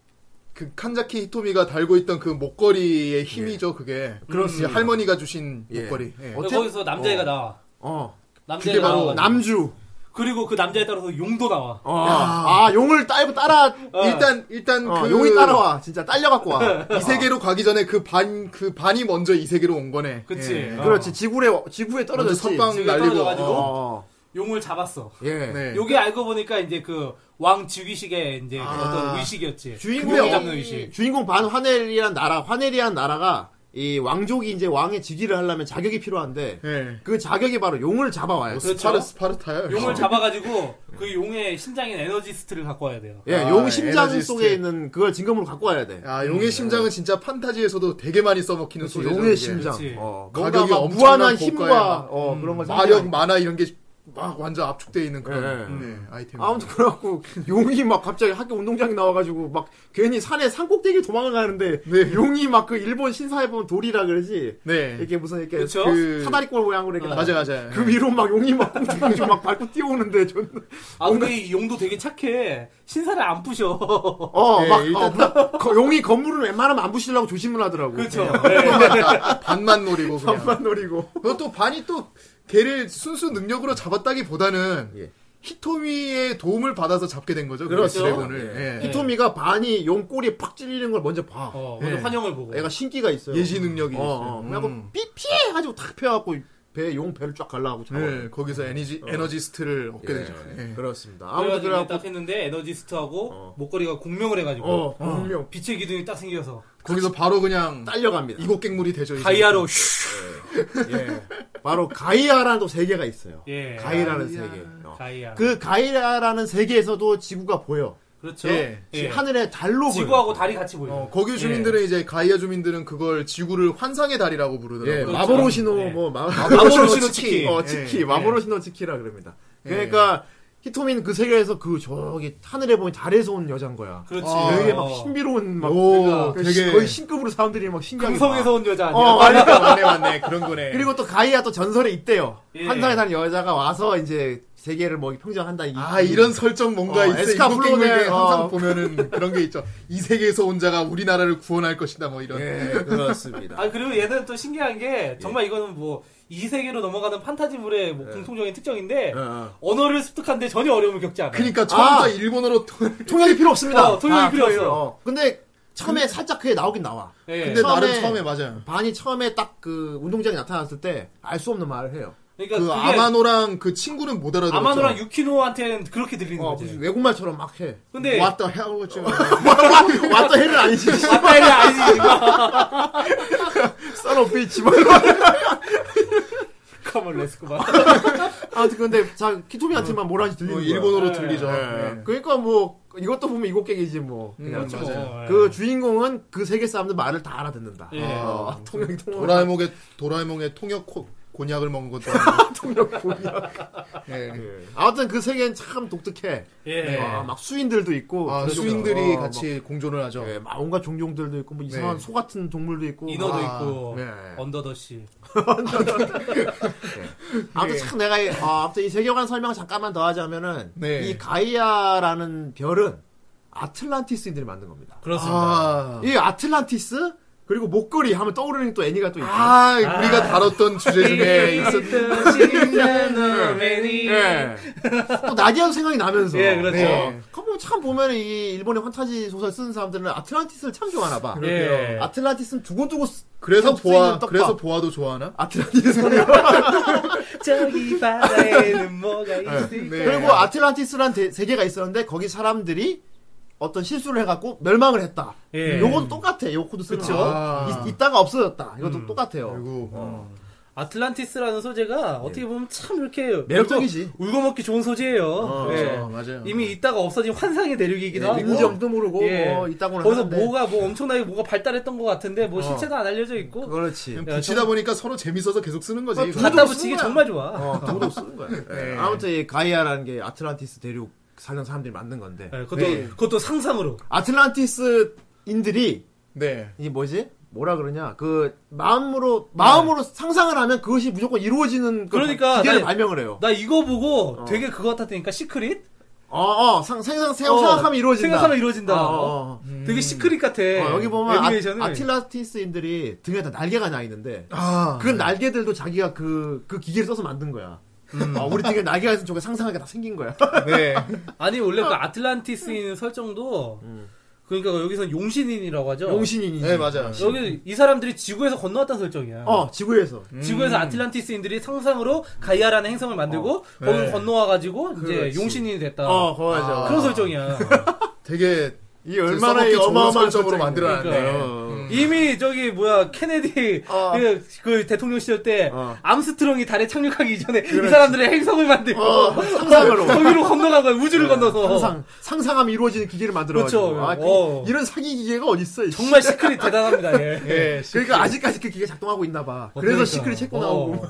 S4: 그 칸자키 히토미가 달고 있던 그 목걸이의 힘이죠,
S2: 음.
S4: 그게. 그렇습니다. 할머니가 주신
S3: 예.
S4: 목걸이. 예.
S3: 어째-
S2: 거기서 남자애가 나와.
S3: 어.
S2: 남자애가
S4: 그게 바로
S2: 나와.
S3: 남주.
S2: 그리고 그 남자에 따라서 용도 나와.
S3: 어. 아, 용을 딸고 따라.
S4: 일단, 일단
S3: 어,
S4: 그. 어.
S3: 용이 따라와. 진짜 딸려갖고 와.
S4: 이 세계로 가기 전에 그 반, 그 반이 먼저 이 세계로 온 거네.
S2: 그치.
S4: 예.
S2: 어.
S3: 그렇지. 지구에, 지구에
S4: 먼저
S3: 떨어졌지.
S4: 선빵
S2: 지구에
S4: 날리고.
S2: 떨어져가지고.
S4: 어.
S3: 어.
S2: 용을 잡았어.
S3: 예.
S4: 네.
S2: 요게 알고 보니까 이제 그 왕 즉위식의 이제 어떤 의식이었지. 그거 잡는
S3: 아. 주인공이,
S2: 의식.
S3: 주인공 반 화넬이란 나라, 화넬이란 나라가 이 왕족이 이제 왕의 즉위를 하려면 자격이 필요한데
S4: 예.
S3: 그 자격이 바로 용을 잡아와요.
S2: 그렇죠.
S4: 스파르,
S3: 네.
S4: 스파르타요. 예.
S2: 용을 잡아가지고 그 용의 심장인 에너지스트를 갖고 와야 돼요.
S3: 예,
S4: 아,
S3: 용 심장
S4: 에너지스트.
S3: 속에 있는 그걸 진검으로 갖고 와야 돼.
S4: 아, 용의 심장은 진짜 판타지에서도 되게 많이 써먹히는
S3: 그렇지,
S4: 소리죠.
S3: 용의
S4: 그게.
S3: 심장.
S2: 그렇지.
S3: 어,
S4: 가격이
S3: 뭔가 막
S4: 엄청난
S3: 무한한
S4: 고가의
S3: 힘과
S4: 막
S3: 어, 그런 걸
S4: 마력, 만화 이런 게 막 완전 압축돼 있는 그런
S3: 예.
S4: 네, 아이템.
S3: 아무튼 그래갖고 용이 막 갑자기 학교 운동장에 나와가지고 막 괜히 산에 산꼭대기 도망가는데
S4: 네.
S3: 용이 막 그 일본 신사에 보면 돌이라 그러지
S4: 네. 어,
S3: 이렇게 무슨 이렇게
S2: 그쵸?
S3: 그 사다리꼴 모양으로 이렇게
S4: 맞아 맞아.
S3: 그 위로 막 용이 막 꽁충꽁충 막 밟고 뛰어오는데 저는
S2: 아 근데 이 용도 되게 착해. 신사를 안 부셔.
S4: 예,
S3: 어막
S4: 일단
S3: 용이 건물을 웬만하면 안 부시려고 조심을 하더라고
S2: 그렇죠.
S4: 반만 노리고 그냥.
S3: 만 노리고
S4: 그것도 반이 또 걔를 순수 능력으로 잡았다기보다는
S6: 예.
S4: 히토미의 도움을 받아서 잡게 된 거죠.
S2: 그렇죠.
S4: 그 드래곤을. 예.
S3: 히토미가 반이 용 꼬리에 팍 찔리는 걸 먼저 봐
S2: 어,
S4: 예.
S2: 먼저 환영을 보고.
S3: 네. 애가 신기가 있어요
S4: 예시 능력이
S3: 어, 어.
S4: 있어요.
S3: 그래갖고
S4: 음.
S3: 삐 피해 가지고 탁 펴갖고 배 용 배를 쫙 갈라하고 잡아
S4: 예, 거기서 에너지 에너지스트를 얻게 되죠. 예.
S3: 그렇습니다 아무튼
S2: 그래가지고 이제
S3: 그래갖고
S2: 딱 했는데 에너지스트하고 목걸이가 공명을 해가지고
S3: 어 분명
S2: 빛의 기둥이 딱 생겨서
S4: 거기서 바로 그냥
S3: 딸려갑니다
S4: 이곡갱물이 되죠. 이제.
S2: 다이아로
S3: 어.
S2: 슈.
S3: 바로 가이아라는 또 세계가 있어요
S2: 예.
S3: 가이라는
S4: 가이아.
S3: 세계 어.
S2: 가이아. 그,
S3: 그 가이라라는 세계에서도 지구가 보여
S2: 렇죠
S4: 예.
S3: 하늘에 달로
S2: 지구하고
S3: 보여
S2: 달이 같이 예. 보이죠.
S4: 어, 거기 주민들은 이제 가이아 주민들은 그걸 지구를 환상의 달이라고 부르더라고요.
S3: 예,
S2: 그렇죠.
S3: 마보로시노
S2: 예.
S3: 뭐 마,
S2: 마보로시노 치키.
S3: 어 치키
S4: 예.
S3: 마보로시노 치키라 그럽니다 그러니까 히토민 그 세계에서 그 저기 하늘에 보면 달에서 온 여잔 거야
S2: 그렇지.
S4: 아,
S3: 되게 막
S2: 어.
S3: 신비로운 막
S4: 오,
S3: 그
S4: 되게-
S3: 거의 신급으로 사람들이 막 신기하게
S2: 금성에서
S3: 봐.
S2: 온 여자 아니야?
S3: 어,
S4: 맞네, 맞네, 맞네. 그런 거네.
S3: 그리고 또 가이아 또 전설에 있대요.
S2: 예.
S3: 환상에 사는 여자가 와서 이제 세계를 뭐 평정한다. 이-
S4: 아 이런 설정 뭔가
S3: 어,
S4: 있어.
S3: 에스카
S4: 이곡갱물에
S3: 플로네,
S4: 항상
S3: 어.
S4: 보면은 그런 게 있죠. 이 세계에서 온 자가 우리나라를 구원할 것이다. 뭐 이런.
S3: 예, 그렇습니다.
S2: 아 그리고 얘는 또 신기한
S4: 예.
S2: 게 정말 이거는 뭐 이 세계로 넘어가는 판타지물의 뭐 공통적인 특징인데 언어를 습득하는데 전혀 어려움을 겪지 않아. 요
S4: 예, 그러니까 처음부터
S3: 아.
S4: 일본어로 통-
S3: 통역이 필요 없습니다.
S2: 어, 통역이 필요 없어요.
S3: 어. 근데 처음에 살짝 그게 나오긴 나와.
S2: 예.
S3: 처음에-
S4: 근데 나름 처음에 맞아요.
S3: 반이 처음에 딱 그 운동장에 나타났을 때 알 수 없는 말을 해요.
S2: 그러니까
S4: 그
S2: 그게
S4: 아마노랑 그 친구는 못 알아들었죠.
S2: 아마노랑 유키노한테는 그렇게
S4: 음,
S2: 들리는
S4: 네.
S3: 어,
S2: 거지.
S3: 무슨 외국말처럼 막 해.
S2: 근데
S4: 왔다 하고 좀
S3: 어. 왔다 해는 아니지.
S2: 아빠는 아니지. 이거.
S3: 썰어 비치.
S2: 가만 레스코만.
S3: 아무튼 근데 자 키토미한테만 뭐라는지 들리는
S4: 뭐
S3: 거야.
S4: 일본어로
S2: 예.
S4: 들리죠.
S3: 예.
S4: 예.
S3: 그러니까 뭐 이것도 보면 이곡객이지 뭐. 그냥
S4: 음,
S3: 저-
S2: 맞아요. 예.
S3: 그 주인공은 그 세계 사람들 말을 다 알아듣는다.
S2: 예.
S3: 어, 통역이 통역.
S4: 도라에몽의 도라에몽의 통역 코- 곤약을 먹은 것도 아니고.
S3: 통역 보이야.
S4: 예.
S3: 아무튼 그 세계는 참 독특해.
S2: 예.
S4: 네.
S3: 아, 막 수인들도 있고
S4: 아,
S3: 그쪽에서
S4: 수인들이
S3: 어,
S4: 같이 공존을 하죠.
S3: 막, 예, 막 온갖 종종들도 있고 뭐 이상한
S4: 네.
S3: 소 같은 동물도 있고.
S2: 인어도
S3: 아,
S2: 있고
S3: 네.
S2: 언더더시.
S3: 아무튼 참 내가 이- 아, 아무튼 이 세계관 설명 잠깐만 더 하자면은
S4: 네.
S3: 이 가이아라는 별은 아틀란티스인들이 만든 겁니다.
S2: 그렇습니다.
S4: 아,
S3: 이 아틀란티스 그리고 목걸이 하면 떠오르는 또 애니가 또 있죠.
S4: 아, 우리가 다뤘던 주제 그 중에 네. 있었.
S2: 예.
S3: 예. 또 나디아도 생각이 나면서.
S2: 예, 그렇죠.
S3: 네. 그럼 참 보면 이 일본의 환타지 소설 쓰는 사람들은 아틀란티스를 참 좋아하나 봐.
S2: 예.
S3: 아틀란티스는 두고두고 쓰-
S4: 그래서
S3: 참 쓰이는
S4: 보아
S3: 떡밥. 어.
S4: 그래서 보아도 좋아하나?
S3: 아틀란티스
S2: 저기 바다에는 뭐가 있을까?
S4: 네.
S3: 그리고 아틀란티스란 대- 세계가 있었는데 거기 사람들이 어떤 실수를 해갖고 멸망을 했다.
S2: 예.
S3: 요건 똑같아. 요 코드 쓰는
S2: 그쵸. 음.
S3: 거.
S4: 아.
S3: 있- 있다가 없어졌다. 이것도 똑같아요.
S4: 그리고
S2: 아틀란티스라는 소재가 어떻게 보면 참 이렇게
S3: 네. 매력적이지. 어,
S2: 울고, 울고 먹기 좋은 소재예요. 예.
S4: 그렇죠. 맞아요.
S3: 네.
S2: 이미 있다가 없어진 환상의 대륙이기도 하고
S3: 인정도 모르고
S2: 예.
S3: 어, 네, 있다고는
S2: 거기서
S3: 하는데. 어.
S2: 뭐가 뭐 엄청나게 뭐가 발달했던 것 같은데 뭐 실체도 안 알려져 있고
S3: 그렇지.
S4: 그냥 붙이다 보니까 서로 재밌어서 계속 쓰는 거지.
S2: 갖다 붙이기 정말 좋아.
S3: 어, 누구도 쓰는 거야. 예. 아무튼 이 가이아라는 게 아틀란티스 대륙 사는 사람들이 만든 건데
S2: 예, 그것도
S3: 네.
S2: 그것도 상상으로.
S3: 아틀란티스인들이
S4: 네.
S3: 이 뭐지? 뭐라 그러냐? 그 마음으로 마음으로 상상을 하면 그것이 무조건 이루어지는 걸
S2: 네. 그러니까
S3: 기계를
S2: 나-
S3: 발명을 해요.
S2: 나 이거 보고
S3: 어.
S2: 되게 그거 같았다니까 시크릿?
S3: 어어 상 생각 생각
S2: 어,
S3: 생각하면 이루어진다.
S2: 생각하면 이루어진다.
S3: 어, 어, 어.
S2: 되게 시크릿 같아.
S3: 어, 여기 보면
S2: 애니메이션을.
S3: 아, 아틀란티스인들이 등에다 날개가 나 있는데
S4: 아,
S3: 그 날개들도 자기가 그, 그 기계를 써서 만든 거야. 어, 우리 등에 날개가 있으면 저게 상상하게 다 생긴 거야.
S4: 네.
S2: 아니 원래 그 아틀란티스인 설정도 그러니까 여기선 용신인이라고 하죠.
S3: 용신인이지.
S4: 네, 맞아요.
S2: 여기 이 사람들이 지구에서 건너왔다는 설정이야.
S3: 어, 음. 지구에서.
S2: 지구에서 아틀란티스인들이 상상으로 가이아라는 행성을 만들고 거기
S4: 네.
S2: 를 건너와가지고
S4: 그렇지.
S2: 이제 용신인이 됐다.
S3: 어, 그거 맞아.
S2: 그런 설정이야.
S4: 되게
S3: 이
S4: 그
S3: 얼마나 이 어마어마한
S4: 네, 어마어마한
S3: 설정이야.
S4: 점으로 만들어놨네.
S2: 음. 이미 저기 뭐야 케네디
S3: 어.
S2: 그, 그 대통령 시절 때
S3: 어.
S2: 암스트롱이 달에 착륙하기 이전에 이 사람들의 행성을 만들고
S3: 어, 상상으로. 네.
S2: 거기로 건너간 거야 우주를 건너서
S3: 상상, 상상하면 이루어지는 기계를 만들어가지고.
S2: 그렇죠.
S3: 아, 그-
S2: 어.
S3: 이런 사기 기계가 어딨어. 이 씨.
S2: 정말 시크릿 대단합니다. 예.
S4: 예.
S3: 그러니까 아직까지 그 기계 작동하고 있나 봐.
S2: 어,
S3: 그래서
S2: 그러니까.
S3: 시크릿 책고
S2: 어.
S3: 나오고.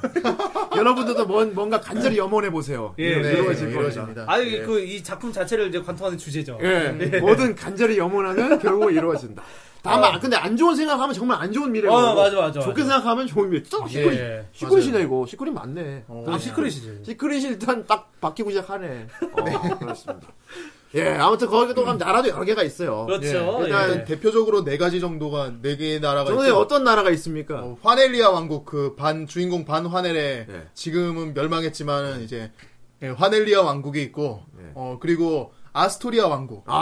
S3: 여러분들도 뭔, 뭔가 간절히 염원해 보세요.
S2: 예,
S3: 네,
S2: 네,
S3: 이루어질 겁니다.
S4: 이루어집니다.
S2: 아니 그 이 작품 자체를 이제 관통하는 주제죠.
S3: 예,
S2: 네.
S3: 뭐든 간절히 염원하면 결국 이루어진다. 다만 근데 안 좋은 생각하면 정말 안 좋은 미래고.
S2: 어, 맞아, 맞아,
S3: 좋게
S2: 맞아.
S3: 생각하면 좋은 미래. 또
S2: 예,
S3: 시크릿,
S2: 예.
S3: 시크릿이 이거. 시크릿 맞네.
S2: 아 시크릿이지.
S3: 시크릿이 일단 딱 바뀌고 시작하네. 어, 그렇습니다. 예, 아무튼 거기 또 가면 나라도 여러 개가 있어요.
S2: 그렇죠.
S4: 일단
S2: 예.
S4: 그러니까 대표적으로 네 가지 정도가 네 개의 나라가
S3: 저는
S4: 있죠.
S3: 어떤 나라가 있습니까?
S4: 어, 화넬리아 왕국 그 반 주인공 반 화넬의
S3: 예.
S4: 지금은 멸망했지만은 이제 예, 화넬리아 왕국이 있고
S3: 예.
S4: 어 그리고 아스토리아 왕국
S2: 아,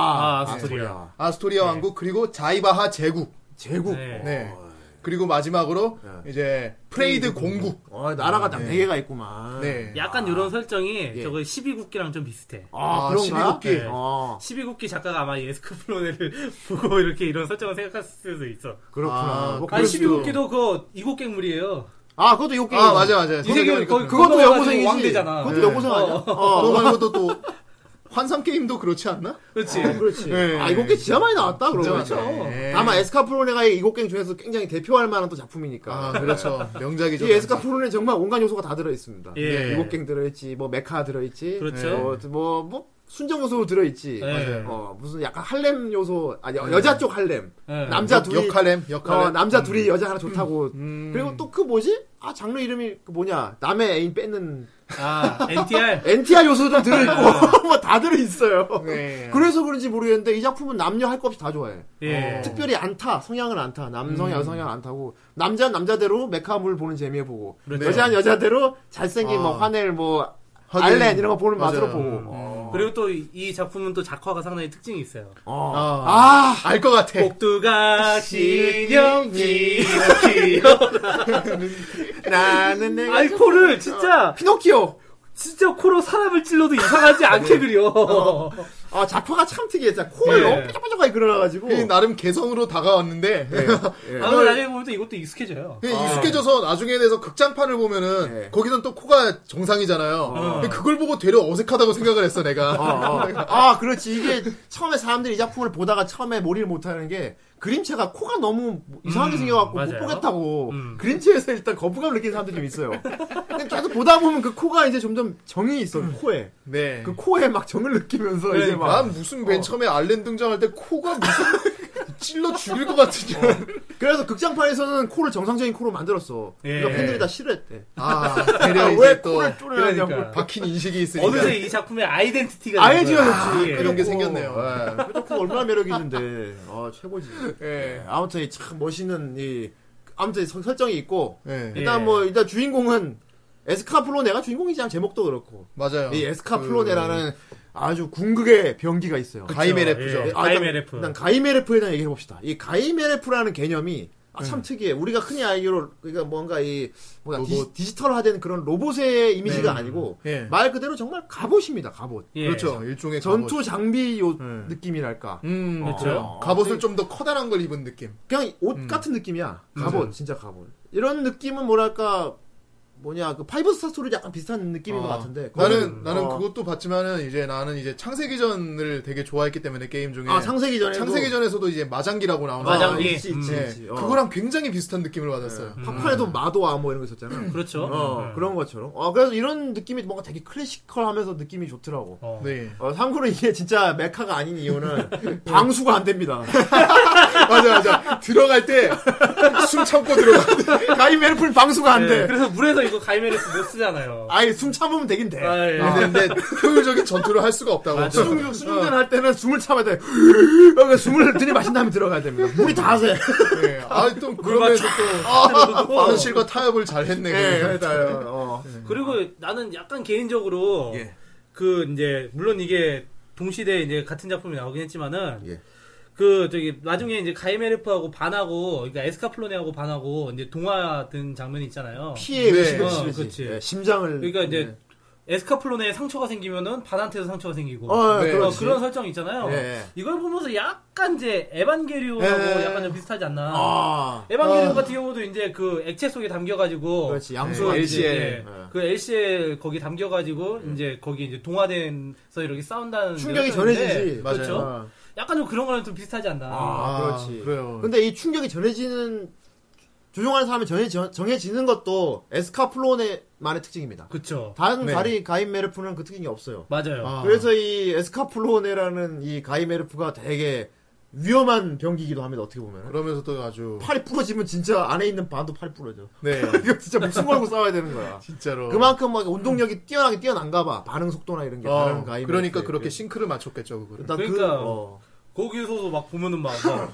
S3: 아,
S2: 아스토리아.
S4: 아스토리아 왕국 그리고 자이바하 제국
S3: 제국.
S2: 네.
S4: 네 그리고 마지막으로 이제 프레이드 공국
S3: 어, 나라가 딱 네 개가 있구만.
S4: 네
S2: 약간 이런 설정이
S3: 아. 예.
S2: 저거 12국기랑 좀 비슷해.
S3: 아,
S4: 아,
S3: 그런가?
S4: 12국기.
S3: 네. 어,
S2: 12국기 작가가 아마 예스크프로네를 보고 이렇게 이런 설정을 생각했을 수도 있어.
S3: 그렇구나.
S4: 아,
S3: 뭐
S2: 아니
S3: 그럴 수도.
S2: 12국기도 그 이국 갱물이에요.
S3: 아, 그것도 욕기. 음.
S4: 아 맞아 맞아
S2: 이세계는 거의
S4: 그,
S3: 그것도
S2: 넘어가지고
S3: 여고생이지.
S2: 왕대잖아.
S3: 그것도
S4: 네.
S3: 여고생 아니야?
S4: 그거
S3: 어,
S4: 말고도 또 환상 게임도 그렇지 않나?
S2: 그렇지.
S3: 그렇지.
S4: 네.
S3: 아, 이곡갱 진짜 많이 나왔다, 그러면.
S4: 진짜 많네. 네.
S3: 아마 에스카프로네가 이곡갱 중에서 굉장히 대표할 만한 또 작품이니까.
S4: 아 그렇죠 명작이죠
S3: 이 에스카프로네 정말 온갖 요소가 다 들어있습니다.
S2: 예.
S3: 이곡갱 들어있지, 뭐 메카 들어있지,
S2: 그렇죠.
S3: 뭐, 뭐, 뭐 순정 요소 들어있지,
S2: 예.
S3: 어, 무슨 약간 할렘 요소, 아니 여- 여자 쪽 할렘,
S2: 예.
S3: 남자 둘이
S4: 역할렘
S3: 어,
S4: 역할렘
S3: 남자 둘이 여자 하나 좋다고. 그리고 또 그 뭐지? 아 장르 이름이 그 뭐냐? 남의 애인 뺏는
S2: 아, NTR.
S3: NTR 요소도 들어있고 뭐 다 들어있어요.
S4: 네.
S3: 그래서 그런지 모르겠는데 이 작품은 남녀 할 것 없이 다 좋아해.
S2: 예.
S3: 특별히 안 타. 성향은 안 타. 남성,
S4: 음.
S3: 여성향은 안 타고. 남자는 남자대로 메카물 보는 재미에 보고.
S2: 그렇죠.
S3: 여자는 여자대로 잘생긴
S4: 아.
S3: 뭐 화낼 뭐
S4: 하긴.
S3: 알렌 이런 거 보는 맛으로
S4: 맞아요.
S3: 보고.
S2: 음. 그리고 또 이 작품은 또 작화가 상당히 특징이 있어요.
S4: 아, 알 것 같아.
S3: 네.
S2: 꼭두가 신영이
S3: 나는 내가
S2: 아이 코를
S3: 어.
S2: 진짜
S3: 피노키오.
S2: 진짜 코로 사람을 찔러도 이상하지 않게 그려.
S3: 아 작화가 참 특이해. 진짜
S4: 예.
S3: 코를
S2: 네.
S3: 너무 삐죽삐죽하게 그려놔가지고.
S4: 그게 나름 개성으로 다가왔는데
S3: 네.
S2: 아, 근데 나중에 보면 또 이것도 익숙해져요.
S4: 그게
S3: 아.
S4: 익숙해져서 나중에 대해서 극장판을 보면은
S3: 예.
S4: 거기선 또 코가 정상이잖아요. 근데 그걸 보고 되려 어색하다고 생각을 했어 내가.
S3: 어, 어. 아, 그렇지. 이게 처음에 사람들이 이 작품을 보다가 처음에 몰입을 못하는 게 그림체가 코가 너무 이상하게
S2: 음,
S3: 생겨갖고 못
S2: 맞아요.
S3: 보겠다고
S2: 음.
S3: 그림체에서 일단 거부감을 느끼는 사람들이 좀 있어요. 근데 계속 보다 보면 그 코가 이제 점점 정이 있어,
S2: 음.
S3: 코에.
S4: 네.
S3: 그 코에 막 정을 느끼면서
S2: 네,
S3: 이제 막.
S2: 그러니까.
S3: 어.
S4: 난 무슨 맨 처음에 알렌 등장할 때 코가 무슨 찔러 죽일 것 같은
S3: 어.
S4: 줄. 알았는데.
S3: 그래서 극장판에서는 코를 정상적인 코로 만들었어.
S2: 예.
S3: 그러니까 팬들이 다 싫어했대.
S4: 아
S3: 아,
S4: 되려
S3: 왜
S4: 이제 또
S3: 코를 쪼려냐고.
S2: 그러니까.
S4: 박힌 인식이 있으니까
S2: 어느새 이 작품의 아이덴티티가
S3: 아이디어였지.
S2: 예.
S4: 그런 게 생겼네요.
S3: 예. 뾰족코 얼마나 매력 있는데. 아, 최고지.
S4: 예.
S3: 예, 아무튼 이참 멋있는 이 아무튼 서- 설정이 있고
S4: 예.
S3: 일단
S2: 예.
S3: 뭐 일단 주인공은 에스카플로네가 주인공이지만 제목도 그렇고
S4: 맞아요.
S3: 이 에스카플로네라는 아주 궁극의 병기가 있어요.
S4: 그 가이메레프죠.
S2: 예.
S3: 아,
S4: 아,
S3: 일단-
S2: 가이메레프.
S3: 일단 가이메레프에 대한 얘기해 봅시다. 이 가이메레프라는 개념이 아, 참 특이해. 우리가 흔히 알기로 그러니까 뭔가 이 뭔가
S4: 음. 로봇.
S3: 디지, 털화된 그런 로봇의 이미지가
S4: 네.
S3: 아니고
S4: 예.
S3: 말 그대로 정말 갑옷입니다. 갑옷.
S2: 예.
S4: 그렇죠. 일종의
S3: 전투
S4: 갑옷.
S3: 장비 요
S4: 네.
S3: 느낌이랄까.
S4: 음
S2: 그렇죠.
S4: 그래요.
S3: 어.
S4: 갑옷을 좀 더 커다란 걸 입은 느낌.
S3: 그냥 옷 같은 느낌이야. 갑옷, 진짜 갑옷. 이런 느낌은 뭐랄까, 뭐냐, 그 파이브 스타 스토리 약간 비슷한 느낌인 것
S4: 아,
S3: 같은데.
S4: 나는 나는
S3: 어.
S4: 그것도 봤지만은 이제 나는 이제 창세기전을 되게 좋아했기 때문에 게임 중에
S3: 아, 창세기 전에.
S4: 예. 창세기전에서도 이제 마장기라고 나오는
S2: 마장기.
S4: 거.
S3: 있지, 있지,
S4: 예,
S3: 있지. 어.
S4: 그거랑 굉장히 비슷한 느낌을 받았어요.
S3: 팝판에도 마도아 뭐 이런 거 있었잖아.
S2: 그렇죠.
S3: 어,
S2: 음.
S3: 그런 것처럼. 어, 그래서 이런 느낌이 뭔가 되게 클래시컬 하면서 느낌이 좋더라고.
S2: 어.
S4: 네.
S3: 어, 참고로 이게 진짜 메카가 아닌 이유는 방수가 안 됩니다.
S4: 맞아 맞아. 들어갈 때 숨 참고 들어가.
S3: 가이메르풀 방수가 안
S2: 예.
S4: 네.
S3: 돼.
S2: 그래서 물에서 이거 가이메레프 못 쓰잖아요.
S3: 아예 숨 참으면 되긴
S4: 네.
S3: 돼.
S2: 아, 예.
S4: 근데 효율적인 전투를 할 수가 없다고.
S3: 아,
S4: 아,
S3: 수중, 수중전 할 때는 숨을 참아야 돼. 그러니까 숨을 들이마신 다음에 들어가야 됩니다.
S2: 네.
S3: 물이 다 새.
S4: 예. 아또 그러면서 또 아, 바느실과 타협을 잘 했네.
S3: 예,
S4: 그러면.
S3: 어. 그러니까요. 어.
S2: 그리고 나는 약간 개인적으로
S3: 예.
S2: 그 이제 물론 이게 동시대에 이제 같은 작품이 나오긴 했지만은
S3: 예.
S2: 그 저기 나중에 이제 가이메르프하고 반하고 그러니까 에스카플로네하고 반하고 이제 동화 든 장면이 있잖아요.
S3: 피해
S4: 네.
S3: 의식을 네.
S2: 어,
S3: 치르지.
S2: 그치.
S3: 예, 심장을.
S2: 그러니까 이제 에스카플론에 상처가 생기면은 반한테도 상처가 생기고
S3: 어,
S4: 네.
S2: 어,
S3: 그렇지.
S2: 그런 설정 있잖아요.
S3: 예.
S2: 이걸 보면서 약간 이제 에반게리온하고
S4: 예.
S2: 약간 좀 비슷하지 않나.
S3: 네. 아,
S2: 에반게리온 같은 경우도 이제 그 액체 속에 담겨가지고
S3: 그렇지.
S2: 그
S3: 양수
S2: 이제,
S4: 네, LCL.
S2: 예, 그 LCL 거기 담겨가지고 이제 거기 이제 동화된서 이렇게 싸운다는
S3: 충격이
S2: 설정인데
S3: 전해지지.
S4: 네, 맞아요.
S2: 그렇죠.
S3: 어.
S2: 약간 좀 그런 거랑 좀 비슷하지 않나.
S3: 아, 그렇지.
S4: 그래요.
S3: 근데 이 충격이 전해지는 조종하는 사람이 정해지, 정해지는 것도 에스카플론의만의 특징입니다.
S2: 그쵸.
S3: 다른
S4: 네.
S3: 가리 가인 메르프는 그 특징이 없어요.
S2: 맞아요.
S4: 아.
S3: 그래서 이 에스카플로네라는 이 가이 메르프가 되게 위험한 병기이기도 합니다. 어떻게 보면
S4: 그러면서도 아주
S3: 팔이 부러지면 진짜 안에 있는 반도 팔이 부러져.
S4: 네
S3: 이거 진짜 목숨 걸고 싸워야 되는 거야.
S4: 진짜로
S3: 그만큼 막 운동력이 뛰어나게 뛰어난가봐. 반응 속도나 이런 게 다른
S4: 어,
S3: 가이.
S4: 그러니까
S3: 메르프에
S4: 그렇게
S3: 비해.
S4: 싱크를 맞췄겠죠 그거를
S3: 일단
S2: 그러니까.
S3: 그 어.
S2: 거기서도 막 보면은 막, 막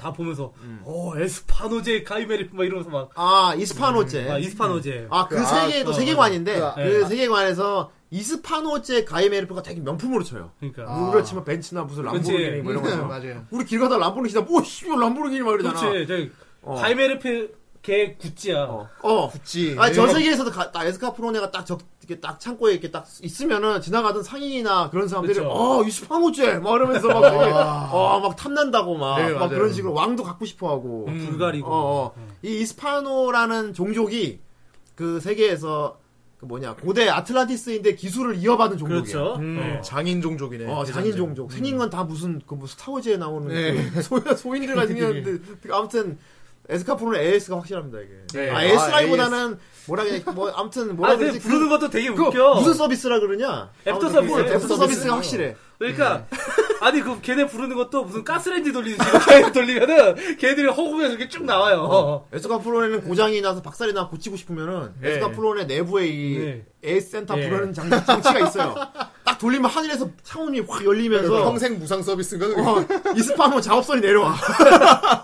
S2: 다 보면서
S3: 음.
S2: 어 에스파노제 가이메리프 막 이러면서 막
S3: 아 이스파노제.
S2: 아, 이스파노제.
S3: 아, 그
S4: 그, 아,
S3: 세계도
S2: 어,
S3: 세계관인데,
S4: 그, 아,
S3: 그
S2: 예.
S3: 세계관에서 이스파노제 가이메르프가 되게 명품으로 쳐요.
S2: 그러니까
S4: 아.
S3: 우리로 치면 벤츠나 무슨
S2: 그치.
S3: 람보르기니 뭐 이런
S4: 네,
S3: 거.
S4: 맞아요
S3: 우리 길 가다 람보르기니다 뭐, 씨, 람보르기니 막 이러잖아.
S2: 그렇지. 저기
S3: 어.
S2: 가이메리프 걔 굿즈야.
S3: 어. 어.
S4: 굳이
S3: 아, 저 세계에서도 가, 딱 에스카프로네가 딱 적, 이렇게 딱 창고에 이렇게 딱 있으면은 지나가던 상인이나 그런 사람들이,
S2: 그쵸. 아.
S3: 어, 이스파노제! 막 이러면서 막, 되게, 어, 막 탐난다고 막,
S4: 네,
S3: 막
S4: 맞아요.
S3: 그런 식으로 왕도 갖고 싶어 하고.
S2: 음. 불가리고. 음.
S3: 어, 어. 이 이스파노라는 종족이 그 세계에서 그 뭐냐 고대 아틀란티스인데 기술을 이어받은 종족이에요.
S2: 그렇죠. 어.
S4: 장인 종족이네 그
S3: 어, 장인
S2: 음.
S3: 종족. 생긴 건 다 무슨 그뭐 스타워즈에 나오는
S4: 네.
S3: 그 소, 소인들과
S2: 네.
S3: 생겼는데 아무튼 에스카프로는 AS가 확실합니다 이게.
S4: 네.
S3: 아,
S4: 아,
S3: AS라기보다는 뭐라 그래 뭐 아무튼 뭐라
S2: 아, 근데
S3: 그러지
S2: 부르는
S3: 그,
S2: 것도 되게
S3: 그
S2: 웃겨.
S3: 무슨 서비스라 그러냐?
S2: 애프터
S3: 아무튼
S2: 서비스.
S3: 그게 애프터
S2: 애프터
S3: 서비스가 확실해.
S2: 그러니까 아니 그 걔네 부르는 것도 무슨 가스레인지 돌리듯이 이렇게 돌리면은 걔들이 허공에서 이렇게 쭉 나와요.
S3: 어. 에스카프로네는 고장이 나서 박살이 나 고치고 싶으면은
S4: 네.
S3: 에스카프로네 내부에 이
S2: 네.
S3: 에이스 센터
S2: 네.
S3: 부르는 장, 장치가 있어요. 딱 돌리면 하늘에서 창문이 확 열리면서
S2: 그렇죠.
S4: 평생 무상 서비스인가 그게?
S3: 어, 이스파노 작업선이 내려와.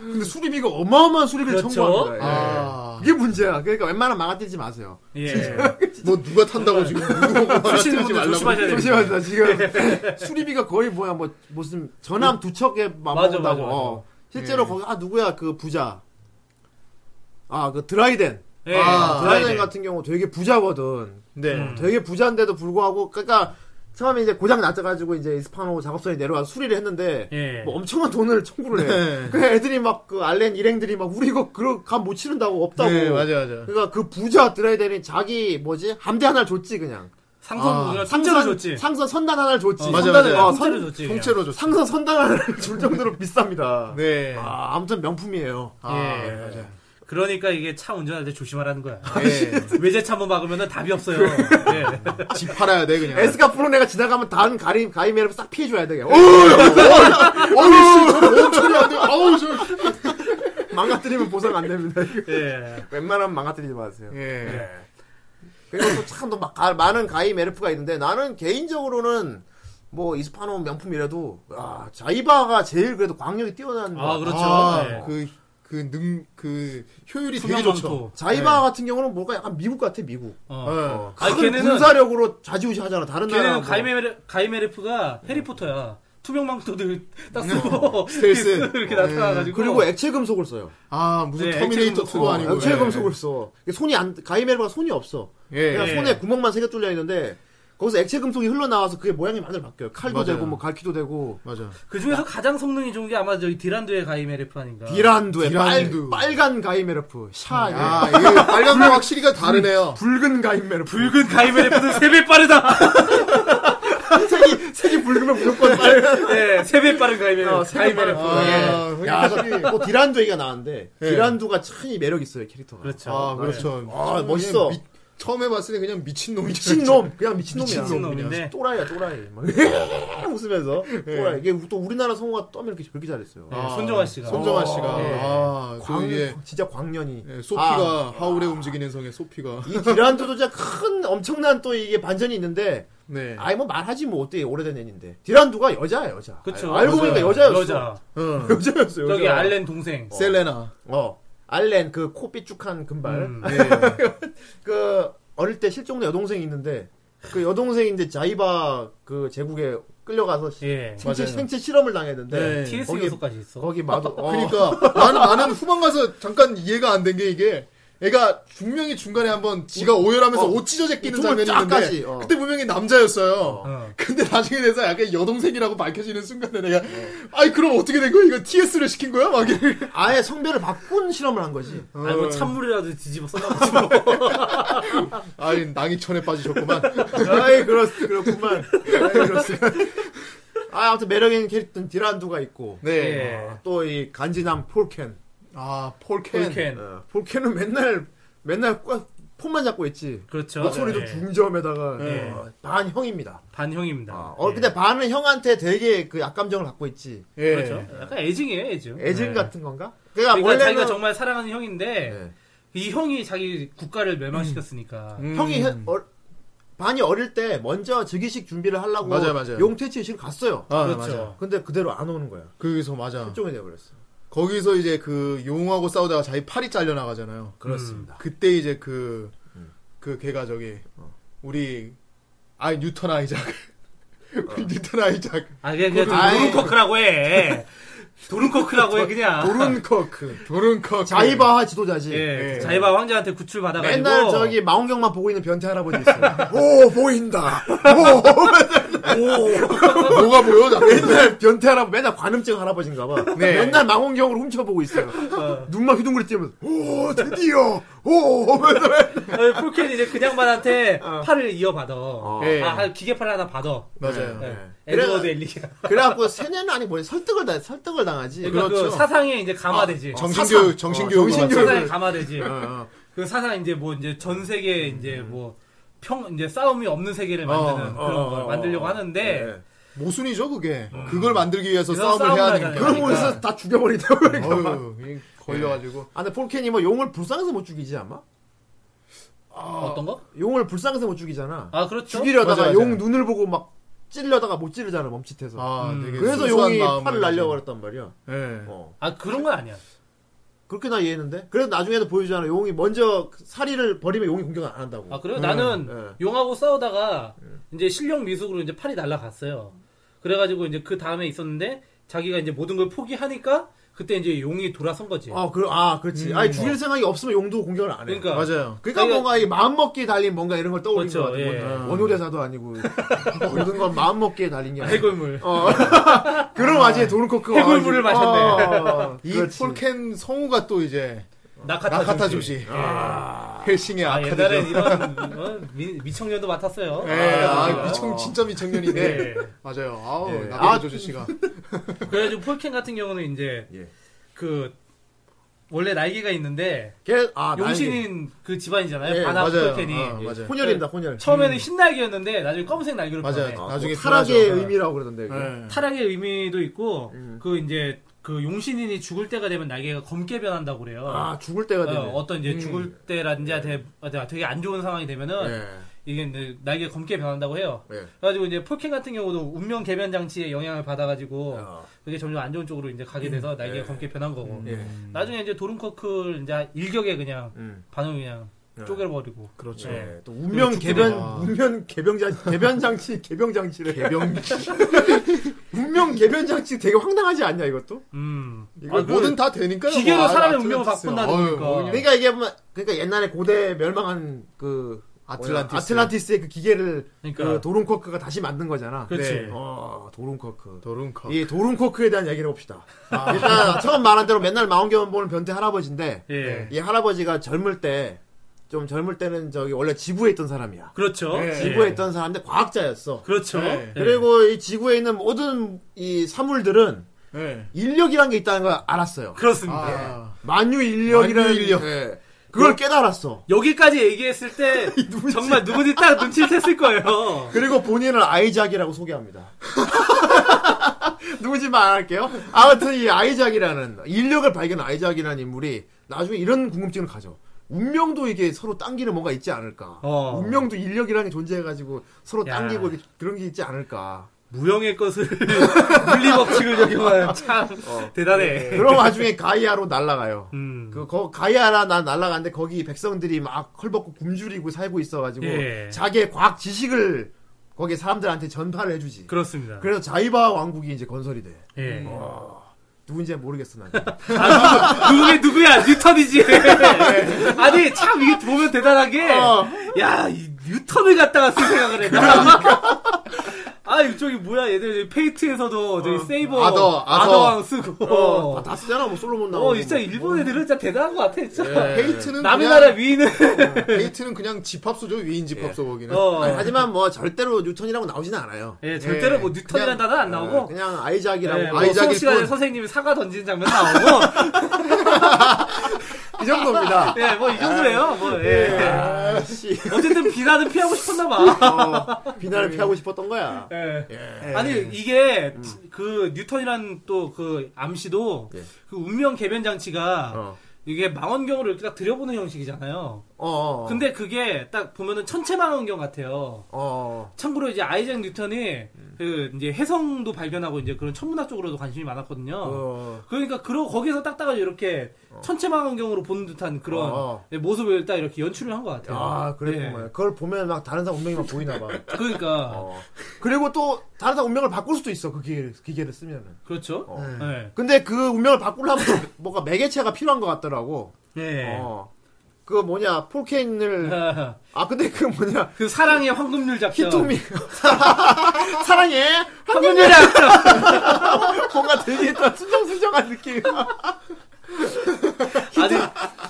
S3: 근데 수리비가 어마어마한 수리비를
S2: 그렇죠.
S3: 청구합니다. 예.
S4: 아,
S3: 그게 문제야. 그러니까 웬만하면 망가뜨리지 마세요.
S2: 예.
S4: 뭐 누가 탄다고 지금 누구
S2: 주시는 분들 조심하셔야 돼요.
S3: 잠시만요.
S2: 네.
S3: 지금 수리비가 거의 뭐야 뭐 무슨 전함 두 척에
S2: 맞아, 맞아,
S3: 맞먹는다고.
S2: 맞아. 예.
S3: 어. 실제로 거기 아 누구야 그 부자. 아 그 드라이덴.
S2: 예.
S4: 아,
S3: 드라이덴
S2: 드라이덴.
S3: 같은 경우 되게 부자거든.
S4: 네
S3: 되게 부자인데도 불구하고 그러니까 처음에 이제 고장 나져가지고 이제 이스파노 작업선에 내려와서 수리를 했는데
S2: 예.
S3: 뭐 엄청난 돈을 청구를 해요.
S4: 네.
S3: 그 애들이 막 그 알렌 일행들이 막 우리 이거 그감못 치른다고 없다고.
S4: 네, 맞아 맞아
S3: 그러니까 그 부자 드라이덴이 자기 뭐지 함대 하나를 줬지 그냥.
S2: 상선
S4: 아,
S2: 그냥 통째로 줬지.
S3: 상선 선단 하나를 줬지.
S2: 어,
S4: 맞아,
S2: 선단을
S4: 맞아.
S3: 어,
S2: 통째로
S3: 선-
S2: 줬지.
S4: 통째로 줬어
S3: 상선 선단 하나를 줄 정도로 비쌉니다.
S4: 네
S3: 아, 아무튼 명품이에요.
S4: 아,
S2: 예.
S4: 네, 맞아요.
S2: 그러니까 이게 차 운전할 때 조심하라는 거야.
S4: 예.
S2: 외제차 한번 막으면 답이 없어요. 예.
S4: 집 팔아야 돼 그냥
S3: 에스카 프로네가 지나가면 다른 가리 가이메를 싹 피해줘야 돼. 어,
S4: 네. 어! 어우 저
S3: 망가뜨리면 보상 안 됩니다.
S2: 예.
S3: 웬만하면 망가뜨리지 마세요.
S4: 예.
S3: 그리고 또 참 또 막 많은 가이 메르프가 있는데 나는 개인적으로는 뭐 이스파노 명품이라도 아, 자이바가 제일 그래도 광력이 뛰어난
S2: 아,
S3: 것
S2: 그렇죠.
S4: 아,
S2: 예.
S4: 그, 그 능, 그, 효율이 되게
S2: 투명
S4: 좋죠.
S2: 망토.
S3: 같아. 자이바 같은 경우는 뭔가 약간 미국 같아 미국.
S2: 어.
S4: 어.
S2: 네. 아니,
S3: 큰
S2: 걔네는-
S3: 군사력으로 좌지우지하잖아 다른 나라.
S2: 걔는 가이메르, 가이메르프가 해리포터야. 투명 망토들 딱 쓰고
S4: 스텔스.
S2: 이렇게
S4: 어, 예.
S2: 나타나가지고
S3: 그리고 액체 금속을 써요.
S4: 아, 무슨
S2: 네,
S4: 터미네이터
S2: 액체
S4: 2가 아니고.
S3: 액체
S4: 예.
S3: 금속을 써. 이게 손이 안 가이메르프가 손이 없어.
S4: 예.
S3: 그냥
S2: 예.
S3: 손에 구멍만 세개 뚫려 있는데 거기서 액체 금속이 흘러나와서 그게 모양이 많이 바뀌어요. 칼도
S4: 맞아요.
S3: 되고 뭐 갈퀴도 되고.
S4: 맞아.
S2: 그 중에서 가장 성능이 좋은 게 아마 저기 디란드의 가이메르프 아닌가.
S3: 디란두의
S4: 디란두.
S3: 빨, 빨간 가이메르프 샤 이게.
S4: 아, 이게 빨간 거 확실히가 다르네요.
S3: 붉은 가인매를
S2: 붉은 가이메르프는 3배 빠르다!
S3: 색이 색이 붉으면 무조건 빨.
S2: 네, 3배 빠른 가이메르프.
S3: 어, 색이
S2: 가이메르프.
S3: 빨라.
S2: 예.
S4: 예.
S3: 야, 또 디란도 얘기가 나왔는데
S4: 예.
S3: 디란도가 참이 매력 있어요 캐릭터가.
S2: 그렇죠.
S4: 아, 그렇죠.
S3: 아,
S4: 처음에
S3: 멋있어.
S4: 미- 처음에 봤을 때 그냥 미친놈이
S3: 미친 놈, 그냥 미친 놈이야. 예.
S4: 미친
S2: 놈인데.
S3: 또라이야, 또라이. 막 웃으면서 또라이. 이게 또 우리나라 성우가 떠면 이렇게 그렇게 잘했어요.
S2: 예, 손정아 씨가.
S4: 손정아 씨가.
S3: 네.
S2: 예.
S4: 아, 그
S3: 광,
S4: 예.
S3: 진짜 광년이. 아,
S4: 예, 소피가, 하울의 움직이는 성의 소피가.
S3: 이 디란도도 진짜 큰 엄청난 또 이게 반전이 있는데
S4: 네.
S3: 아이 뭐 말하지 뭐 어때 오래된 애인데 디란도가 여자야 여자.
S2: 그쵸.
S3: 아, 알고 보니까
S2: 여자.
S3: 여자였어.
S2: 여자.
S4: 어.
S3: 여자였어. 여자.
S2: 저기 알렌 동생.
S4: 셀레나.
S3: 어. 알렌 그 코 삐죽한 금발.
S2: 음.
S4: 네.
S3: 그 어릴 때 실종된 여동생이 있는데 그 여동생인데 자이바 그 제국에 끌려가서 시-
S2: 예.
S3: 생체,
S4: 맞아요.
S3: 생체 실험을 당했는데
S4: 네.
S2: TS
S3: 거기-
S2: 요소까지 있어.
S3: 거기 마도 어,
S4: 그러니까 나는 나는 후반 가서 잠깐 이해가 안 된 게 이게 애가 분명히 중간에 한번 지가 오열하면서
S3: 어.
S4: 옷 찢어져 끼는
S3: 이쪽을
S4: 장면이 있는데
S3: 쫙까지, 어.
S4: 그때 분명히 남자였어요.
S2: 어.
S4: 근데 나중에 돼서 약간 여동생이라고 밝혀지는 순간에 내가
S3: 네.
S4: 아이 그럼 어떻게 된 거야? 이거 TS를 시킨 거야? 막 이래.
S3: 아예 성별을 바꾼 실험을 한 거지. 어.
S2: 아니, 뭐 찬물이라도 뒤집어 써놔가지고.
S4: 아이 낭이천에 빠지셨구만.
S3: 아이 그렇 그렇구만. 아이 그렇습니다. 아 아무튼 매력 있는 캐릭터는 디란두가 있고
S4: 네.
S2: 예.
S3: 또 이 간지남 폴켄
S4: 아, 폴켄.
S2: 볼켄.
S3: 어, 볼케는 맨날 맨날 꽉 폰만 잡고 있지.
S2: 그렇죠.
S3: 뭐 목소리도
S2: 네.
S3: 중저음에다가
S2: 네.
S3: 어, 반 형입니다.
S2: 반형입니다.
S3: 아, 어
S2: 예.
S3: 근데 반은 형한테 되게 그 약감정을 갖고 있지.
S4: 예.
S2: 그렇죠. 약간 애증이에요, 애증.
S3: 애증
S2: 네.
S3: 같은 건가? 그러니까,
S2: 그러니까
S3: 원래는
S2: 자기가 정말 사랑하는 형인데
S3: 네.
S2: 이 형이 자기 국가를 멸망시켰으니까.
S4: 음.
S3: 형이 해- 어- 반이 어릴 때 먼저 즉위식 준비를 하려고
S4: 맞아요, 맞아요.
S3: 용퇴치식 갔어요.
S4: 아,
S2: 그렇죠.
S4: 맞아.
S3: 근데 그대로 안 오는 거야.
S4: 거기서 맞아.
S3: 쪽이 돼버렸어.
S4: 거기서 이제 그 용하고 싸우다가 자기 팔이 잘려 나가잖아요.
S3: 그렇습니다.
S4: 그때 이제 그, 그 걔가 저기, 우리, 아이, 뉴턴 아이작. 뉴턴 아이작.
S2: 아 그냥, 그냥
S3: 아이.
S2: 도룬코크라고 해. 도룬코크라고 해 그냥.
S4: 도룬커크. 도룬커크.
S3: 자이바하 지도자지.
S2: 아. 예.
S4: 예.
S2: 자이바 황제한테 구출 받아가지고.
S3: 맨날 저기 망원경만 보고 있는 변태 할아버지 있어. 오 보인다. 오.
S4: 뭐가 보여?
S3: 오. 맨날 변태 할아버지, 맨날 관음증 할아버지인가봐. 맨날 망원경으로 훔쳐보고 있어요. 눈만 휘둥그레 뜨면서 오 드디어 오.
S2: 어, 폴켄 이제 그냥만한테 팔을 이어받아.
S4: 예.
S2: 아, 한 기계팔 하나 받아.
S4: 맞아요.
S2: 예.
S3: 예.
S2: 에드워드
S3: 그래-
S2: 엘리가.
S3: 그래갖고 세뇌는 아니 뭐 설득을 당 설득을 당하지.
S2: 그러니까 그 사상에 이제 감화되지.
S4: 정신교육, 정신교육.
S3: 어, 그렇죠. 아, 정신교육.
S2: 사상에 감화되지.
S3: 어.
S2: 그 사상 이제 뭐 이제 전 세계 이제 뭐 평 이제 싸움이 없는 세계를 만드는
S3: 어,
S2: 그런
S3: 어,
S2: 걸
S3: 어,
S2: 만들려고
S3: 어.
S2: 하는데
S3: 예.
S4: 모순이죠, 그게. 그걸 만들기 위해서
S2: 그래서
S4: 싸움을 해야
S2: 싸움을
S4: 하니까.
S2: 하잖아요.
S3: 그런 곳에서 다 죽여버리다 보니까.
S4: 어휴, 이 걸려가지고.
S3: 아, 근데 폴켄이 뭐 용을 불쌍해서 못 죽이지 아마?
S2: 어떤 거?
S3: 용을 불쌍해서 못 죽이잖아.
S2: 아 그렇죠.
S3: 죽이려다가
S4: 맞아, 맞아.
S3: 용 눈을 보고 막 찌르려다가 못 찌르잖아 멈칫해서.
S4: 아,
S2: 음.
S4: 되게
S3: 그래서
S4: 순수한
S3: 용이
S4: 마음을
S3: 팔을 날려버렸단 말이야.
S4: 가지고. 예.
S3: 어.
S2: 아 그런 건 아니야.
S3: 그렇게 나 이해했는데. 그래서 나중에도 보여주잖아. 용이 먼저 사리를 버리면 용이 공격을 안 한다고.
S2: 아 그래요? 나는
S3: 음.
S4: 예.
S2: 용하고 싸우다가 이제 실력 미숙으로 이제 팔이 날라갔어요. 그래가지고 이제 그 다음에 있었는데 자기가 이제 모든 걸 포기하니까 그때 이제 용이 돌아선 거지.
S3: 아, 그, 아, 그렇지. 아니, 죽일 생각이 없으면 용도 공격을 안 해.
S2: 음. 그러니까
S4: 맞아요.
S3: 그러니까
S2: 자기가-
S3: 뭔가 이 마음먹기에 달린 뭔가 이런 걸 떠올린
S2: 그렇죠,
S3: 것 같은
S2: 예.
S3: 거야. 원효대사도 아니고. 뭐 이런 건 마음먹기에 달린 게 아니고.
S2: 해골물.
S3: 어. 그런 와중에
S2: 아.
S3: 도르코크가. 어,
S2: 해골물을 마셨네.
S4: 이
S3: 그렇지.
S4: 폴켄 성우가 또 이제
S2: 나카타,
S4: 나카타
S2: 조시.
S4: 어, 조시. 헬싱의
S2: 아,
S4: 아카드.
S2: 옛날엔 이런 어, 미, 미청년도 맡았어요.
S4: 예,
S2: 아,
S4: 아, 미청 진짜 미청년이네.
S2: 예.
S4: 맞아요. 아우
S3: 예.
S4: 나카
S3: 아,
S4: 조조 씨가
S2: 그래가지고 폴켄 같은 경우는 이제
S3: 예.
S2: 그 원래 날개가 있는데
S3: 걔, 아, 나에게.
S2: 용신인 그 집안이잖아요.
S3: 예,
S2: 바나
S4: 맞아요.
S2: 폴켄이
S4: 아, 맞아요.
S3: 혼혈입니다, 혼혈.
S2: 네. 처음에는 흰날개였는데 나중에 검은색 날개로
S4: 맞아요.
S2: 변해.
S3: 아,
S4: 나중에
S3: 뭐 타락의
S2: 어.
S4: 변하죠.
S3: 의미라고 그러던데. 이게.
S4: 예.
S2: 타락의 의미도 있고
S3: 음.
S2: 그 이제 그 용신인이 죽을 때가 되면 날개가 검게 변한다고 그래요.
S3: 아, 죽을 때가 되네. 음. 네.
S2: 어, 떤 이제 죽을 때라든지 대- 아, 되게 안 좋은 상황이 되면은
S3: 예.
S2: 이게 이제 날개 가 검게 변한다고 해요.
S3: 예.
S2: 그래가지고 이제 폴켄 같은 경우도 운명 개변 장치의 영향을 받아가지고
S3: 어. 음.
S2: 그게 점점 안 좋은 쪽으로 이제 가게 돼서 날개가 검게 변한 거고
S3: 예.
S2: 나중에 이제 도룬커클 이제 일격에 그냥
S3: 음.
S2: 반응 그냥 쪼개버리고
S3: 그렇죠.
S2: 예.
S3: 또 운명 개변 운명 개병장 개변 장치 개병 장치래. 개병 운명 개변 장치 되게 황당하지 않냐 이것도?
S2: 음.
S4: 이거
S2: 아, 그
S4: 뭐든 다 되니까요.
S2: 기계로
S4: 뭐, 아,
S2: 사람의
S4: 아틀란티스.
S2: 운명을 바꾼다는
S4: 어휴,
S2: 거니까.
S4: 뭐 그냥
S3: 그러니까 이게 보면 그러니까 옛날에 고대 멸망한 그
S4: 아틀란티스.
S3: 아틀란티스의 그 기계를
S2: 그러니까.
S3: 그 도룬코크가 다시 만든 거잖아.
S2: 그렇지.
S4: 네.
S3: 어, 도룬코크.
S4: 도룬커.
S3: 이 도룬코크에 대한 얘기를 해봅시다. 일단 처음 말한 대로 맨날 망원경 보는 변태 할아버지인데 네.
S2: 예.
S3: 이 할아버지가 젊을 때 좀 젊을 때는 저기 원래 지구에 있던 사람이야.
S2: 그렇죠.
S4: 예.
S3: 지구에 있던 사람인데 과학자였어.
S2: 그렇죠.
S4: 예.
S2: 예.
S3: 네. 그리고 이 지구에 있는 모든 이 사물들은
S4: 예.
S3: 인력이라는 게 있다는 걸 알았어요.
S2: 그렇습니다.
S4: 아,
S3: 만유 인력이라는
S4: 만유 인력.
S3: 예. 그걸 깨달았어.
S2: 여기까지 얘기했을 때 정말 누구든지 딱 눈치를 챘을 거예요.
S3: 그리고 본인을 아이작이라고 소개합니다. 누구지 말 안 할게요. 아무튼 이 아이작이라는 인력을 발견한 아이작이라는 인물이 나중에 이런 궁금증을 가져. 운명도 이게 서로 당기는 뭔가 있지 않을까.
S2: 어.
S3: 운명도 인력이라는 게 존재해가지고 서로
S2: 야.
S3: 당기고 이렇게 그런 게 있지 않을까.
S2: 무형의 것을 물리 법칙을
S4: 어.
S2: 적용하는 참
S4: 예,
S2: 대단해.
S3: 그런 와중에 가이아로 날아가요.
S2: 음.
S3: 그, 거, 가이아라 난 날라갔는데 거기 백성들이 막 헐벗고 굶주리고 살고 있어가지고
S2: 예.
S3: 자기의 과학 지식을 거기 사람들한테 전파를 해주지. 그,
S2: 그렇습니다.
S3: 래서 자이바 왕국이 이제 건설이 돼.
S2: 예.
S4: 뭐.
S3: 누군지 모르겠어 난. 그
S2: 아, 누구, 그게 누구야? 뉴턴이지.
S4: 예,
S2: 아니, 참, 이게 보면
S4: 어. 그러니까.
S2: 대단한 게, 야, 이 뉴턴을 갖다가 쓸 생각을 했나? 아, 이쪽이 뭐야, 얘들 저기 페이트에서도 저기 세이버,
S4: 어. 아더, 아더.
S2: 아더왕 쓰고.
S3: 어,
S2: 어,
S3: 다 쓰잖아 뭐 솔로몬 나오고
S2: 어, 진짜 일본 애들은 진짜 대단한 것 같아, 진짜.
S4: 페이트는
S2: 예. 남의
S4: 예. 그냥-
S2: 나라 위인은.
S4: 페이트는 그냥 집합소죠 위인 집합소 거기는.
S2: 어.
S3: 아니, 뭐. 하지만 뭐 절대로 뉴턴이라고 나오진 않아요
S2: 예, 절대로 뭐 뉴턴이란
S4: 그냥-
S2: 단어 안 나오고.
S3: 그냥
S2: 예,
S3: 아이작이라고
S2: 뭐
S4: 아이작일
S2: 수업 시간에
S4: 뿐.
S2: 선생님이 사과 던지는 장면 나오고.
S4: 이 정도입니다.
S2: 예, 뭐 이 정도예요. 뭐, 예.
S3: 아씨
S2: 어쨌든 비난은 피하고 싶었나 봐.
S3: 어, 비난을
S4: 예.
S3: 피하고 싶었던 거야
S2: 예. 아니 이게
S3: 음.
S2: 그 뉴턴이란 또 그 암시도 그 운명 개변 장치가
S3: 예. 어.
S2: 이게 망원경으로 이렇게 딱 들여보는 형식이잖아요.
S3: 어, 어.
S2: 근데 그게 딱 보면은 천체 망원경 같아요.
S3: 어.
S2: 참고로 이제 아이작 뉴턴이
S3: 음.
S2: 그 이제 해성도 발견하고 이제 그런 천문학 쪽으로도 관심이 많았거든요.
S3: 어.
S2: 그러니까 그러 거기서 딱딱하게 이렇게 천체 망원경으로 보는 듯한 그런 예,
S3: 어. 모습을
S2: 모습을 딱 이렇게 연출을 한 것 같아요.
S3: 아, 그랬구만.
S2: 예.
S3: 그걸 보면 막 다른 사람 운명이 막 보이나 봐.
S2: 그러니까
S3: 어. 그리고 또 다른 사람 운명을 바꿀 수도 있어. 그 기계를, 기계를 쓰면은.
S2: 그렇죠.
S3: 어.
S2: 예.
S3: 근데 그 운명을 바꾸려면 뭔가 매개체가 필요한 것 같더라고.
S2: 예.
S3: 어. 그 뭐냐, 폴케인을. 아, 근데 그 뭐냐,
S2: 그 사랑의 황금률 작전.
S3: 히토미. 사랑해!
S2: 황금률 작전.
S3: 뭔가 되게 일단 순정순정한 느낌.
S2: 아니,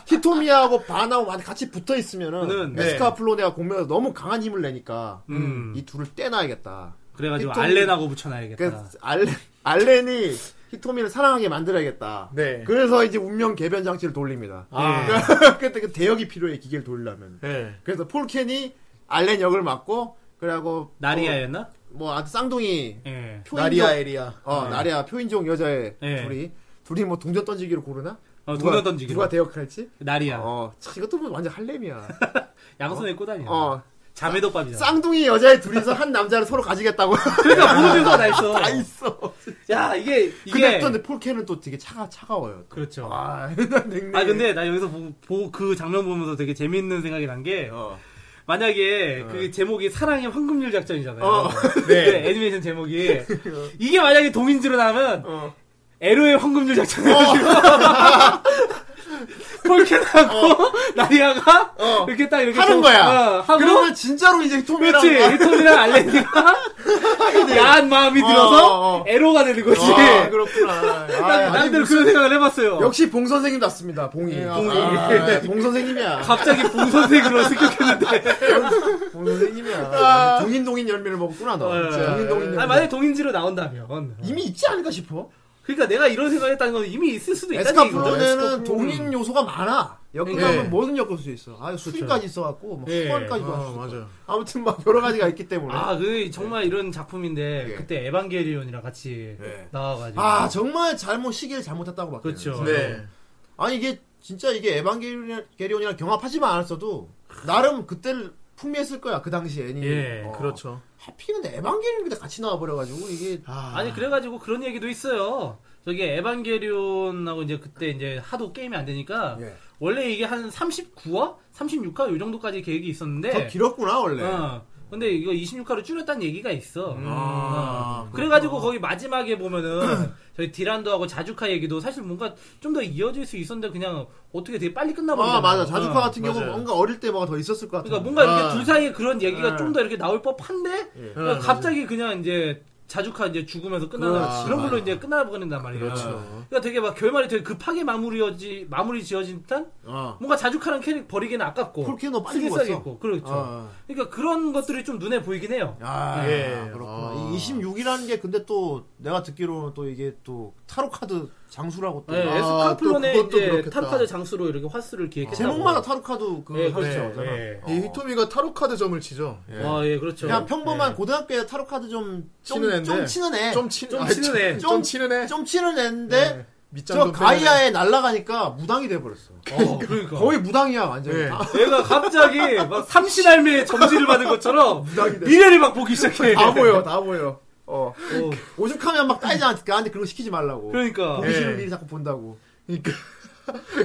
S3: 히토미하고 바나하고 같이 붙어 있으면은
S2: 네.
S3: 에스카플로네가 공명에서 너무 강한 힘을 내니까
S2: 음.
S3: 이 둘을 떼놔야겠다.
S2: 그래가지고
S3: 히토미-
S2: 알렌하고 붙여놔야겠다.
S3: 그러니까 알렌 알렌이 히토미를 사랑하게 만들어야겠다.
S4: 네.
S3: 그래서 이제 운명 개변 장치를 돌립니다.
S4: 아.
S2: 예.
S3: 그때 그 대역이 필요해 기계를 돌리려면.
S4: 네.
S3: 그래서 폴켄이 알렌 역을 맡고 그래갖고
S2: 나리아였나?
S3: 뭐 아주 쌍둥이
S2: 예.
S3: 표인종
S4: 나리아 에리아.
S3: 어 나리아 표인종 여자의
S2: 네.
S3: 둘이 둘이 뭐 동전 던지기로 고르나?
S2: 어,
S3: 누가-
S2: 동전 던지기로.
S3: 누가 대역할지?
S2: 나리아.
S3: 어, 참, 이것도 뭐 완전 할렘이야.
S2: 양손에 꼬다니야
S3: 어,
S2: 자매덮밥이잖아.
S3: 쌍둥이 여자애 둘이서 한 남자를 서로 가지겠다고.
S2: 그러니까 보는 뷰가 다 있어.
S3: 다 있어.
S2: 야, 이게,
S3: 근데
S2: 이게.
S3: 또 근데 폴케는 또 되게 차가 차가워요.
S2: 그렇죠. 아,
S3: 아, 냉랭.
S2: 근데 나 여기서 보, 보- 그 장면 보면서 되게 재밌는 생각이 난 게, 어,
S3: 어.
S2: 만약에 그 제목이 사랑의 황금률 작전이잖아요.
S3: 어.
S2: 네. 애니메이션 제목이. 이게 만약에 동인지로 나오면,
S3: 어.
S2: 에로의 황금률 작전이가지고 폴켓하고 나리아가
S3: 어.
S2: 이렇게 딱 이렇게
S3: 하는
S2: 저-
S3: 거야.
S2: 어, 하고
S3: 그러면 진짜로 이제 토미랑 아,
S2: 그렇지 히톤이랑 알렌이가 야한 마음이
S3: 어,
S2: 들어서
S3: 어, 어.
S2: 에로가 되는 거지.
S3: 아, 그렇구나. 아, 아니,
S2: 남들 그런 생각을 해봤어요.
S3: 역시 봉 선생님 같습니다. 봉이. 봉이. 네. 봉 선생님이야.
S2: 갑자기 봉 선생으로 승격했는데.
S3: 봉 선생님이야. 아, 동인 동인 열매를 먹었구나 너. 동인 동인 열매.
S2: 아니, 만약에 동인지로 나온다면.
S3: 이미 있지 않을까 싶어.
S2: 그러니까 내가 이런 생각을 했다는 건 이미 있을 수도 있다는 얘기거든.
S3: 에스카프로네는 네. 동인 요소가 많아. 엮으면
S4: 예.
S3: 뭐든 엮을 수 있어. 아, 수인까지 있어갖고, 뭐,
S4: 예.
S3: 후원까지도
S4: 아,
S3: 할수 있어.
S4: 맞아요.
S3: 아무튼 막 여러 가지가 있기 때문에.
S2: 아, 그 정말 이런 작품인데 그때 에반게리온이랑 같이
S3: 예.
S2: 나와가지고.
S3: 아 정말 잘못 시기를 잘못했다고 봤거든요.
S2: 그렇죠.
S4: 네.
S3: 아니 이게 진짜 이게 에반게리온이랑 경합하지만 않았어도 나름 그때를 풍미했을 거야 그 당시 애니.
S2: 예,
S4: 그렇죠.
S3: 하필이면 에반게리온 그때 같이 나와버려가지고 이게
S2: 아니 그래가지고 그런 얘기도 있어요. 저기 에반게리온하고 이제 그때 이제 하도 게임이 안 되니까
S3: 예.
S2: 원래 이게 한 39화, 36화 요 정도까지 계획이 있었는데.
S3: 더 길었구나 원래.
S2: 어, 근데 이거 26화로 줄였다는 얘기가 있어.
S3: 아,
S2: 어. 그래가지고 거기 마지막에 보면은 저희 디란도하고 자주카 얘기도 사실 뭔가 좀 더 이어질 수 있었는데 그냥 어떻게 되게 빨리 끝나버리잖아.
S3: 아 맞아 자주카
S2: 어.
S3: 같은 경우
S4: 맞아요.
S3: 뭔가 어릴 때 뭐가 더 있었을 것 같아. 예.
S2: 그러니까 뭔가 이렇게
S4: 아.
S2: 둘 사이에 그런 얘기가 좀 더 이렇게 나올 법한데 그냥
S4: 아,
S2: 갑자기 그냥 이제 자주카 이제 죽으면서 끝나는
S3: 아,
S4: 그렇지.
S2: 그런 걸로 이제 끝나버린단 말이에요.
S4: 그렇죠.
S2: 그러니까 되게 막 결말이 되게 급하게 마무리어지 마무리 지어진 듯한
S3: 어.
S2: 뭔가 자주카랑 캐릭 버리기는 아깝고
S3: 폴키는 너무 빨리
S2: 특이성이
S3: 죽었어.
S2: 있고 그렇죠.
S3: 어.
S2: 그러니까 그런 것들이 좀 눈에 보이긴 해요.
S3: 아,
S4: 예.
S3: 그렇구나.
S4: 아.
S3: 이 26이라는 게 근데 또 내가 듣기로는 또 이게 또 타로 카드 장수라고 또
S2: 네,
S4: 아,
S2: 에스카플론의
S4: 또 그것도
S2: 이제
S4: 그렇겠다.
S2: 타르카드 장수로 이렇게 화수를 기획했다고.
S3: 아, 제목마다 타로 카드 그
S2: 예,
S3: 할수
S2: 그렇죠.
S3: 있잖아.
S2: 예.
S4: 이 히토미가 타로 카드 점을 치죠.
S2: 아, 예, 그렇죠.
S3: 그냥 평범한 고등학교에 타로 카드 좀 좀
S4: 치는 애인데.
S3: 좀 치는 애.
S4: 좀 치는
S2: 좀
S4: 아,
S2: 치는 애.
S4: 좀 치는 애.
S3: 좀 치는 애인데
S4: 네. 밑장도
S3: 저 가이아에 날라가니까 무당이 돼 버렸어.
S2: 어, 그러니까.
S3: 거의 무당이야 완전. 히
S4: 네.
S3: 아,
S2: 얘가 갑자기 막 삼신할매의 점지를 받은 것처럼 미래를 막 보기 시작해.
S4: 아,
S3: 다 보여, 다 보여. 어.
S2: 어,
S3: 오죽하면 막 따이지 않을까. 나한테 그런 거 시키지 말라고.
S2: 그러니까.
S3: 보기 싫은
S4: 예.
S3: 미리 자꾸 본다고.
S4: 그러니까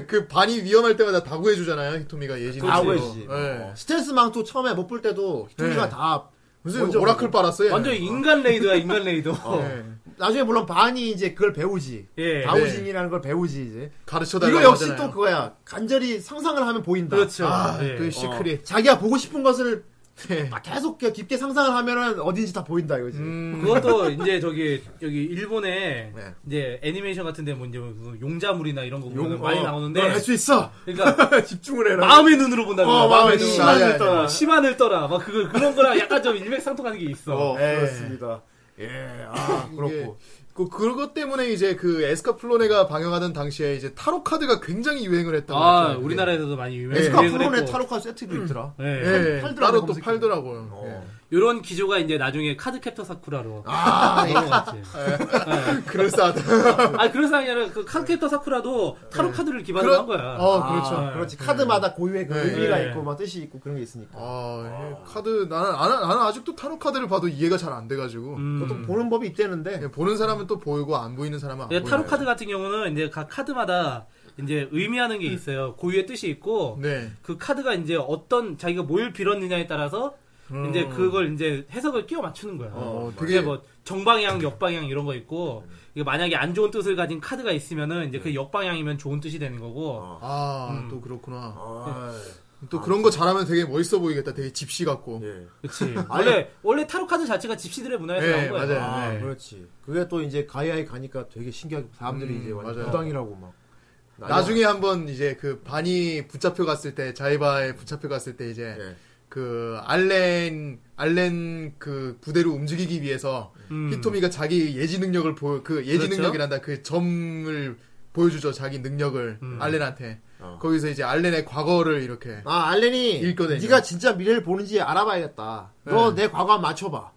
S4: 그 반이 위험할 때마다 다구해 주잖아요. 히토미가 예진.
S3: 다
S2: 그렇지.
S3: 보여주지.
S4: 예.
S3: 스트레스 망토 처음에 못 볼 때도 히토미가
S4: 네.
S3: 다
S4: 무슨
S3: 먼저
S4: 오라클 빨았어요.
S2: 완전
S4: 얘는.
S2: 인간 레이더야, 인간 레이더.
S4: 예.
S3: 나중에 물론 반이 이제 그걸 배우지.
S4: 네.
S2: 예.
S3: 아, 다우진이라는 걸 배우지 이제.
S4: 가르쳐 달라고
S3: 이거 역시
S4: 하잖아요.
S3: 또 그거야. 간절히 상상을 하면 보인다.
S2: 그렇죠.
S4: 아,
S2: 예.
S4: 그 시크릿.
S3: 자기가 보고 싶은 것을
S4: 네.
S3: 막 계속 그냥 깊게 상상을 하면은 어딘지 다 보인다 이거지.
S4: 음,
S2: 그것도 이제 저기 여기 일본에
S3: 네.
S2: 이제 애니메이션 같은데 뭐 이제 뭐 용자물이나 이런 거 보면
S3: 용-
S2: 많이
S3: 어,
S2: 나오는데
S3: 넌 할수 있어.
S2: 그러니까
S3: 집중을 해라.
S2: 마음의 눈으로 본다는 거야.
S3: 어, 마음의 눈.
S4: 눈으로. 아, 예,
S3: 시간을
S4: 예.
S3: 떠나.
S2: 심한을 떠라. 막 그거 그런 거랑 약간 좀 일맥상통하는 게 있어.
S3: 어,
S4: 예.
S3: 그렇습니다. 예, 아,
S4: 이게
S3: 그렇고.
S4: 그 그것 때문에 이제 그 에스카플로네가 방영하던 당시에 이제 타로 카드가 굉장히 유행을 했다고
S2: 아,
S4: 그랬잖아요.
S2: 우리나라에서도 많이 유명-
S4: 네.
S3: 에스카
S2: 유행을
S3: 프론의
S2: 했고.
S3: 타로카 세트도
S4: 음.
S3: 있더라.
S2: 예.
S4: 예,
S3: 팔더라고요,
S4: 따로 또
S3: 검색해보면.
S4: 팔더라고요.
S3: 어.
S2: 이런 기조가 이제 나중에 카드캡터 사쿠라로
S3: 아,
S2: 넘어갔지.
S4: 예. 그럴싸하다.
S2: 아 그래서 아니라 그 카드캡터 사쿠라도 타로 카드를 기반으로
S4: 그런-
S2: 한 거야.
S4: 어,
S3: 아,
S4: 그렇죠.
S3: 그렇지. 카드마다 고유의 그
S4: 네.
S3: 의미가
S2: 네.
S3: 있고, 막 뜻이 있고, 그런 게 있으니까.
S4: 아, 예. 카드 나는 나는, 나는 아직도 타로 카드를 봐도 이해가 잘 안 돼가지고
S2: 음.
S3: 보통 보는 법이 있대는데.
S4: 예, 보는 사람은 또 보이고 안 보이는 사람은 안
S2: 이제
S4: 보여요.
S2: 타로 예, 카드 같은 경우는 이제 각 카드마다 이제 의미하는 게 있어요. 고유의 뜻이 있고
S4: 네.
S2: 그 카드가 이제 어떤 자기가 뭘 빌었느냐에 따라서 이제 그걸 이제 해석을 끼워 맞추는 거야.
S4: 음. 어,
S2: 그게
S4: 되게
S2: 뭐 정방향, 역방향 이런 거 있고 이게 만약에 안 좋은 뜻을 가진 카드가 있으면은 이제
S4: 네.
S2: 그 역방향이면 좋은 뜻이 되는 거고.
S4: 아,
S2: 음.
S4: 또 그렇구나.
S3: 아,
S4: 또 그런 거 잘하면 되게 멋있어 보이겠다. 되게 집시 같고.
S3: 예.
S2: 그렇지. 원래 원래 타로 카드 자체가 집시들의 문화에서
S4: 예,
S2: 나온 거야.
S4: 맞아요.
S3: 아,
S4: 네.
S3: 그렇지. 그게 또 이제 가이아에 가니까 되게 신기하게 사람들이
S4: 음,
S3: 이제 완전
S4: 맞아요.
S3: 부당이라고 막.
S4: 나중에 한번 이제 그 반이 붙잡혀 갔을 때 자이바에 붙잡혀 갔을 때 이제
S3: 예.
S4: 그 알렌 알렌 그 부대로 움직이기 위해서
S2: 음.
S4: 히토미가 자기 예지 능력을 보여 그 예지
S2: 그렇죠.
S4: 능력이란다 그 점을 보여주죠 자기 능력을 알렌한테
S3: 어.
S4: 거기서 이제 알렌의 과거를 이렇게
S3: 아, 알렌이
S4: 읽거든요.
S3: 네가 진짜 미래를 보는지 알아봐야겠다. 너 내 과거 한번 맞춰봐.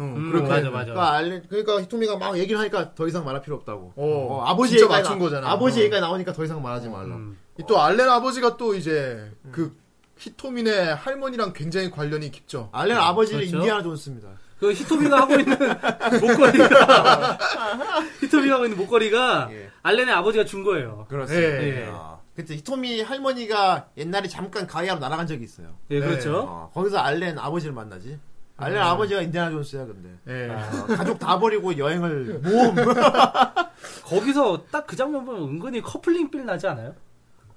S4: 응,
S2: 음,
S4: 그렇게
S2: 맞아,
S4: 하는.
S2: 맞아.
S3: 그러니까 알렌 그러니까 히토미가 막 얘기를 하니까 더 이상 말할 필요 없다고.
S4: 어,
S3: 아버지
S4: 진짜
S3: 얘기가
S4: 맞춘 거잖아.
S3: 아버지
S4: 어.
S3: 얘기가 나오니까 더 이상 말하지 말라.
S2: 음.
S4: 이또 알렌 아버지가 또 이제
S3: 음.
S4: 그 히토민의 할머니랑 굉장히 관련이 깊죠.
S3: 알렌 아버지를
S2: 그렇죠.
S3: 인디아나 존스입니다.
S2: 그 히토미가 하고 있는 목걸이가 히토미가 하고 있는 목걸이가
S3: 예.
S2: 알렌의 아버지가 준 거예요.
S4: 그렇습니다.
S2: 예.
S3: 아, 그때 히토미 할머니가 옛날에 잠깐 가이아로 날아간 적이 있어요.
S2: 예,
S4: 네.
S2: 그렇죠.
S3: 어, 거기서 알렌 아버지를 만나지. 알렌
S4: 음.
S3: 아버지가 인디아나 존스야 근데.
S4: 예.
S3: 어, 가족 다 버리고 여행을 모험.
S2: 거기서 딱 그 장면 보면 은근히 커플링 빌 나지 않아요?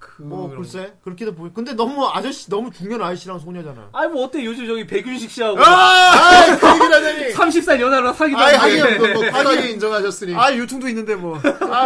S4: 그,
S3: 뭐
S2: 음.
S3: 글쎄 그렇게도 보이. 근데 너무 아저씨 너무 중년 아저씨랑 소녀잖아.
S2: 아니 뭐 어때 요즘 저기 백윤식 씨하고
S3: 아, 그 얘기를 하자니.
S2: 30살 연하로 사귀다
S3: 아이,
S2: 보니
S3: 하긴 뭐, 뭐,
S4: 과하게 인정하셨으니.
S3: 아 유통도 있는데 뭐.
S4: 아,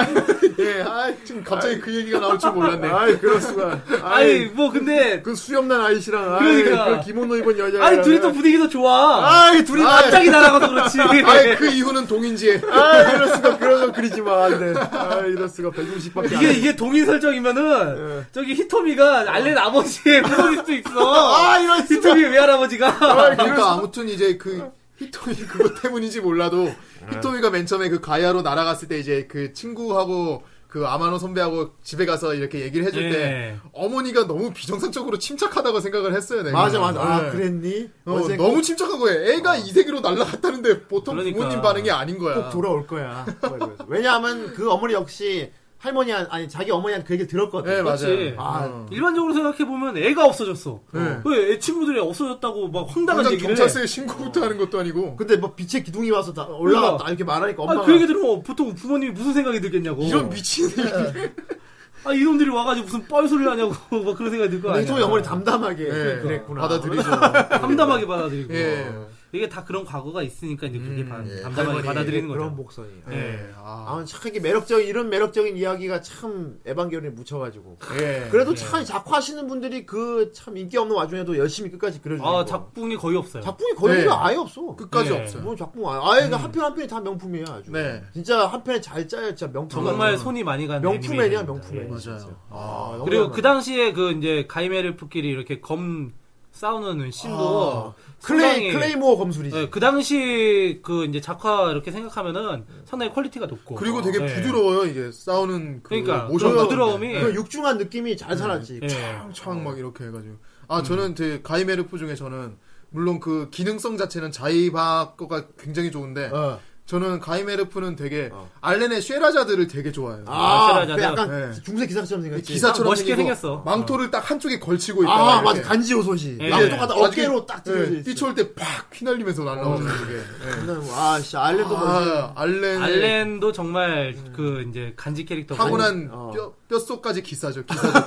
S4: 예, 아, 지금 갑자기 그 얘기가 나올 줄 몰랐네.
S3: 아이 그럴 수가.
S2: 아니 뭐 근데
S3: 그 수염난 아저씨랑 아이,
S2: 그러니까.
S3: 그 기모노 입은 여자.
S2: 아니 둘이 또 분위기 도 좋아
S3: 아이 둘이 아,
S2: 갑자기 날아가서 그렇지
S4: 아예 그 이후는 동인지에.
S3: 아 이럴 수가 그런 건 그리지 마. 안돼. 아 이럴 수가 160밖에 안
S2: 이게
S3: 돼.
S2: 이게 동인 설정이면은
S3: 예.
S2: 저기 히토미가 알렌 아버지의 무덤일 수도 있어
S3: 아 이럴 수가.
S2: 히토미의 외할아버지가
S4: 그러니까 아무튼 이제 그 히토미 그것 때문인지 몰라도 히토미가 맨 처음에 그 가야로 날아갔을 때 이제 그 친구하고 그 아마노 선배하고 집에 가서 이렇게 얘기를 해줄
S2: 예.
S4: 때 어머니가 너무 비정상적으로 침착하다고 생각을 했어요 내가.
S3: 맞아 맞아.
S4: 예.
S3: 아 그랬니?
S4: 어,
S3: 어제
S4: 너무 침착한 거예요. 애가 이 세계로 날아갔다는데 보통
S2: 그러니까.
S4: 부모님 반응이 아닌 거야.
S3: 꼭 돌아올 거야. 뭐 왜냐하면 그 어머니 역시 할머니한 아니 자기 어머니한테 그 얘기를 들었거든.
S4: 예,
S2: 그렇지.
S4: 맞아요.
S3: 아,
S4: 어.
S2: 일반적으로 생각해보면 애가 없어졌어
S3: 예.
S4: 네.
S2: 왜애 친구들이 없어졌다고 막 황당한
S4: 당장
S2: 얘기를 해 그,
S4: 경찰서에 신고부터 하는 것도 아니고
S3: 근데 뭐 빛의 기둥이 와서 다 올라갔다
S4: 그러니까.
S3: 이렇게 말하니까 엄마가
S2: 아, 그 얘기 들으면 보통 부모님이 무슨 생각이 들겠냐고.
S4: 이런 미친
S2: 아, 이놈들이 와가지고 무슨 뻘소리 하냐고, 막 그런 생각이 들 거 아니야.
S3: 근데 네, 또 영원히 담담하게
S4: 예,
S3: 그랬구나.
S4: 받아들이죠.
S2: 담담하게 받아들이고.
S4: 예.
S2: 이게 다 그런 과거가 있으니까 이제 그게
S4: 음,
S2: 바-
S4: 예.
S2: 담담하게 받아들이는 거죠.
S3: 그런 목선이에요.
S4: 예. 아,
S3: 아, 참 이게 매력적인 이런 매력적인 이야기가 참 에반게리온에 묻혀가지고.
S4: 예.
S2: 네.
S3: 그래도 참 작화하시는 분들이 그 참 인기 없는 와중에도 열심히 끝까지 그려주고.
S2: 아, 작품이 거의 없어요.
S3: 작품이 거의
S4: 네.
S3: 아예 없어.
S4: 끝까지
S2: 예.
S4: 없어요.
S3: 뭐 작품 아예 아예 한 편 한 편이 다 명품이에요 아주.
S4: 네.
S3: 진짜 한 편에 잘 짜야 진짜 명품.
S2: 정말 손이 많이 가는
S3: 명품 애니야
S2: 애니메이션입니다.
S3: 명품 애니.
S2: 예.
S3: 맞아요.
S2: 그리고 그 당시에 그 이제 가이메르프끼리 이렇게 검 싸우는 씬도
S3: 아, 클레이
S2: 상당히-
S3: 클레이모어 검술이지.
S2: 예, 그 당시 그 이제 작화 이렇게 생각하면은 상당히 퀄리티가 높고
S4: 그리고 되게
S2: 예.
S4: 부드러워요 이게 싸우는 그
S2: 그러니까
S4: 모션
S2: 그
S4: 같은
S2: 부드러움이
S3: 그 육중한 느낌이 잘 살았지.
S2: 예.
S4: 창막 이렇게 해가지고
S2: 음.
S4: 아 저는 그 가이메르프 중에 저는 물론 그 기능성 자체는 자이바 거가 굉장히 좋은데
S3: 어.
S4: 저는 가이메르프는 되게
S3: 어.
S4: 알렌의 쉐라자들을 되게 좋아해요.
S3: 아,
S2: 마세라자다.
S3: 그 약간
S4: 네.
S3: 중세 기사처럼
S4: 그
S3: 생겼지.
S4: 기사처럼
S2: 멋있게
S4: 생기고
S2: 생겼어.
S4: 망토를 딱 한쪽에 걸치고 있다.
S3: 아, 맞아. 간지 요소시.
S2: 예.
S3: 나도 가다
S4: 예.
S3: 어깨로 딱 들어져 있어.
S4: 뛰쳐올 때 팍 휘날리면서 날라오는 그게. 예.
S3: 그냥, 아, 씨, 알레도 아,
S4: 아, 알렌의
S2: 알렌도 정말 그 이제 간지 캐릭터
S4: 타고난
S3: 어.
S4: 뼈, 뼛속까지 기사죠. 기사죠.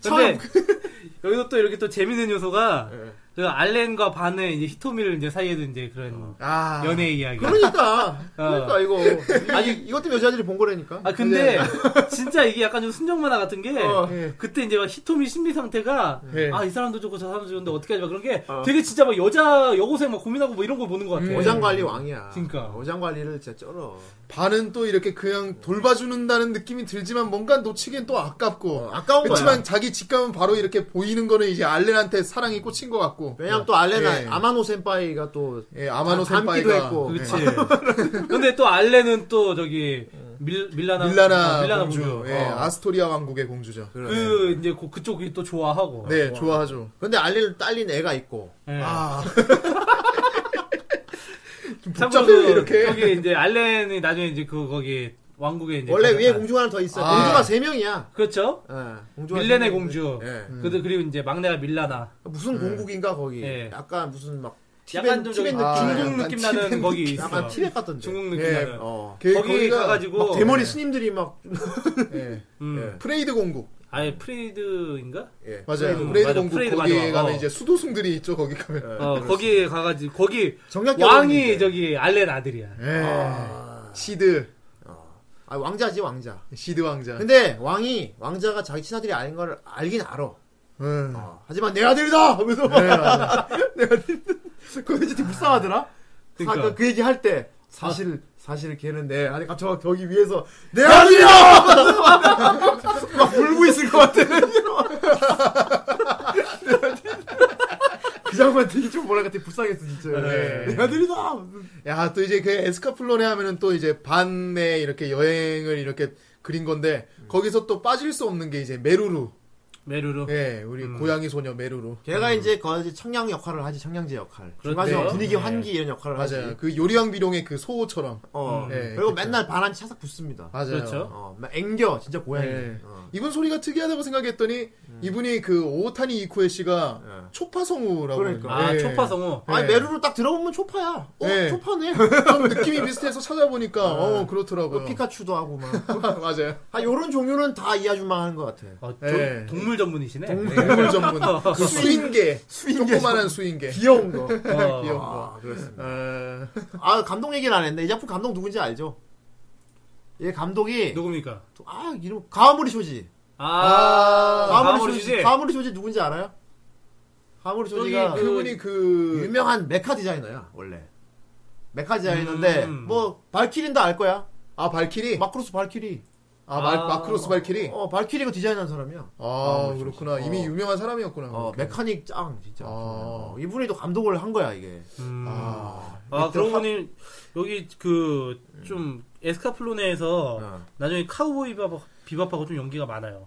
S4: 기사. 네.
S2: 근데 여기서 또 이렇게 또 재밌는 요소가 그 알렌과 반의 이제 히토미를 이제 사이에도 이제 그런
S4: 아.
S2: 연애 이야기.
S3: 그러니까 그러니까 이거 아니 이것 때문에 여자들이 본 거라니까. 네.
S2: 아 근데
S4: 네.
S2: 네. 진짜 이게 약간 좀 순정 만화 같은 게
S3: 어.
S4: 예.
S2: 그때 이제 막 히토미 심리 상태가
S4: 예.
S2: 아 이 사람도 좋고 저 사람도 좋은데 어떻게 하지 막 그런 게 되게 진짜 막 여자 여고생 막 고민하고 뭐 이런 거 보는 것 같아.
S3: 어장 관리 왕이야.
S2: 그러니까.
S3: 어장 관리를 진짜 쩔어.
S4: 반은 또 이렇게 그냥 돌봐주는다는 느낌이 들지만 뭔가 놓치기엔 또 아깝고.
S3: 어, 아까운
S4: 그렇지만
S3: 거야.
S4: 자기 직감은 바로 이렇게 보이는 거는 이제 알렌한테 사랑이 꽂힌 것 같고.
S3: 왜냐면 또 알레나
S4: 예.
S3: 아마노 센파이가 또
S4: 예, 아마노
S3: 네. 담- 담기도
S4: 센파이가
S3: 했고.
S2: 그렇지.
S3: 네.
S2: 근데 또 알렌은 또 저기 밀, 밀라나
S4: 밀라나,
S2: 아, 밀라나
S4: 공주,
S2: 공주.
S4: 예,
S2: 어.
S4: 아스토리아 왕국의 공주죠.
S2: 그 이제 그, 그쪽이 또 좋아하고.
S4: 네, 좋아하죠.
S3: 근데 알레를 딸린 애가 있고.
S2: 예.
S4: 아,
S2: 참고로
S4: 복잡해요, 이렇게.
S2: 거기 이제 알렌이 나중에 이제 그 거기 왕국에 이제
S3: 원래
S2: 가장
S3: 위에
S2: 나-
S3: 공주가 하나 더 있어.
S4: 아.
S3: 공주가 세 명이야.
S2: 그렇죠.
S3: 예, 공주가 세
S2: 밀레네
S3: 명인데.
S2: 공주.
S3: 예.
S2: 그들 그리고 이제 막내가 밀라나.
S3: 무슨 공국인가 거기.
S2: 예.
S3: 약간 무슨 막
S2: 약간
S3: 티벳
S2: 좀
S3: 티벳
S2: 저기
S3: 느낌.
S4: 아,
S2: 중국
S4: 약간
S2: 느낌 나는
S4: 티벳
S2: 거기
S4: 느낌.
S2: 있어.
S3: 약간 티벳 같던데.
S2: 중국 느낌
S4: 예.
S2: 나는.
S3: 어.
S4: 그-
S2: 거기
S4: 거기가
S2: 가가지고
S3: 막 대머리 스님들이 막
S4: 예.
S2: 음.
S3: 예.
S4: 프레이드 공국.
S2: 아예 프레이드인가?
S3: 예.
S4: 맞아요.
S2: 프레이드,
S4: 프레이드,
S2: 맞아,
S4: 공국
S2: 프레이드
S4: 거기에
S2: 맞아.
S4: 가면
S2: 어.
S4: 이제 수도승들이 있죠, 거기 가면.
S2: 어 거기에 가가지고 거기
S3: 정략
S2: 왕이 저기 알렌 아들이야.
S4: 예. 시드,
S3: 아, 왕자지 왕자.
S4: 시드 왕자.
S3: 네. 근데 왕이 왕자가 자기 친아들이 아닌 걸 알긴 알아.
S4: 음.
S3: 어, 하지만 내 아들이다 하면서
S4: 네, 맞아.
S3: 그거 진짜 불쌍하더라.
S2: 그러니까.
S3: 아까 아. 그 얘기 할 때 사실 사실 걔는 내 아니 저 저기 위에서 내 아들이야 막 울고 있을 것 같아. 그 장면 되게 좀 뭐랄까 되게 불쌍했어 진짜.
S4: 네.
S3: 내 아들이다.
S4: 야, 또 이제 그 에스카플론에 하면은 또 이제 반에 이렇게 여행을 이렇게 그린 건데, 거기서 또 빠질 수 없는 게 이제 메루루.
S2: 메루루.
S4: 예, 우리
S3: 음.
S4: 고양이 소녀 메루루.
S3: 걔가 이제 거의 청량 역할을 하지 청량제 역할.
S2: 그렇죠.
S3: 중간중간 분위기 환기 이런 역할을
S4: 맞아요.
S3: 하지.
S4: 그 요리왕 비룡의 그 소처럼.
S3: 어.
S4: 예,
S3: 그리고
S4: 그렇죠.
S3: 맨날 반한 차삭 붙습니다.
S4: 맞아요.
S2: 그렇죠.
S3: 어, 막 앵겨 진짜 고양이.
S4: 예.
S3: 어.
S4: 이분 소리가 특이하다고 생각했더니 이분이 그 오타니 이쿠에 씨가
S3: 음. 예.
S4: 초파성우라고
S3: 그러니까.
S2: 아
S4: 그러는데, 예.
S2: 초파성우.
S3: 아니
S4: 예.
S3: 메루로 딱 들어보면 초파야. 어
S4: 예.
S3: 초파네.
S4: 좀 느낌이 비슷해서 찾아보니까 어
S3: 그
S4: 그렇더라고요.
S3: 피카츄도 하고 막.
S4: 맞아요.
S3: 아 요런 종류는 다 이 아줌마 하는 것 같아.
S2: 어, 저-
S4: 예.
S2: 동물 전문이시네.
S4: 동물 전문 그 수인계, 조그만한 수인계.
S3: 귀여운 거.
S2: 어.
S4: 귀여운 거.
S3: 아 그렇습니다.
S4: 어,
S3: 아 감독 얘기는 안 했네. 이 작품 감독 누군지 알죠? 얘 감독이
S2: 누굽니까?
S3: 아 이름 가와무리 쇼지.
S2: 아,
S3: 가와무리
S2: 가오리
S3: 쇼지.
S2: 쇼지.
S3: 가와무리 쇼지 누군지 알아요? 가와무리
S2: 저기
S3: 쇼지가
S2: 그-
S4: 아, 그분이 그
S3: 유명한 메카 디자이너야 원래. 메카 디자이너인데
S2: 음.
S3: 뭐 발키린다 알 거야.
S4: 아, 발키리?
S3: 마크로스 발키리.
S4: 아, 말-
S2: 아.
S4: 마크로스 발키리?
S3: 어 발키리가 디자인한 사람이야.
S4: 아, 그렇구나. 이미
S3: 어.
S4: 유명한 사람이었구나.
S3: 어
S4: 그렇게.
S3: 메카닉 짱 진짜.
S4: 아.
S3: 어, 이분이 또 감독을 한 거야 이게.
S2: 음.
S4: 아,
S2: 아, 그러고 보니 여기 그 좀 에스카플로네에서
S3: 어.
S2: 나중에 카우보이 비밥, 비밥하고 좀 연기가 많아요.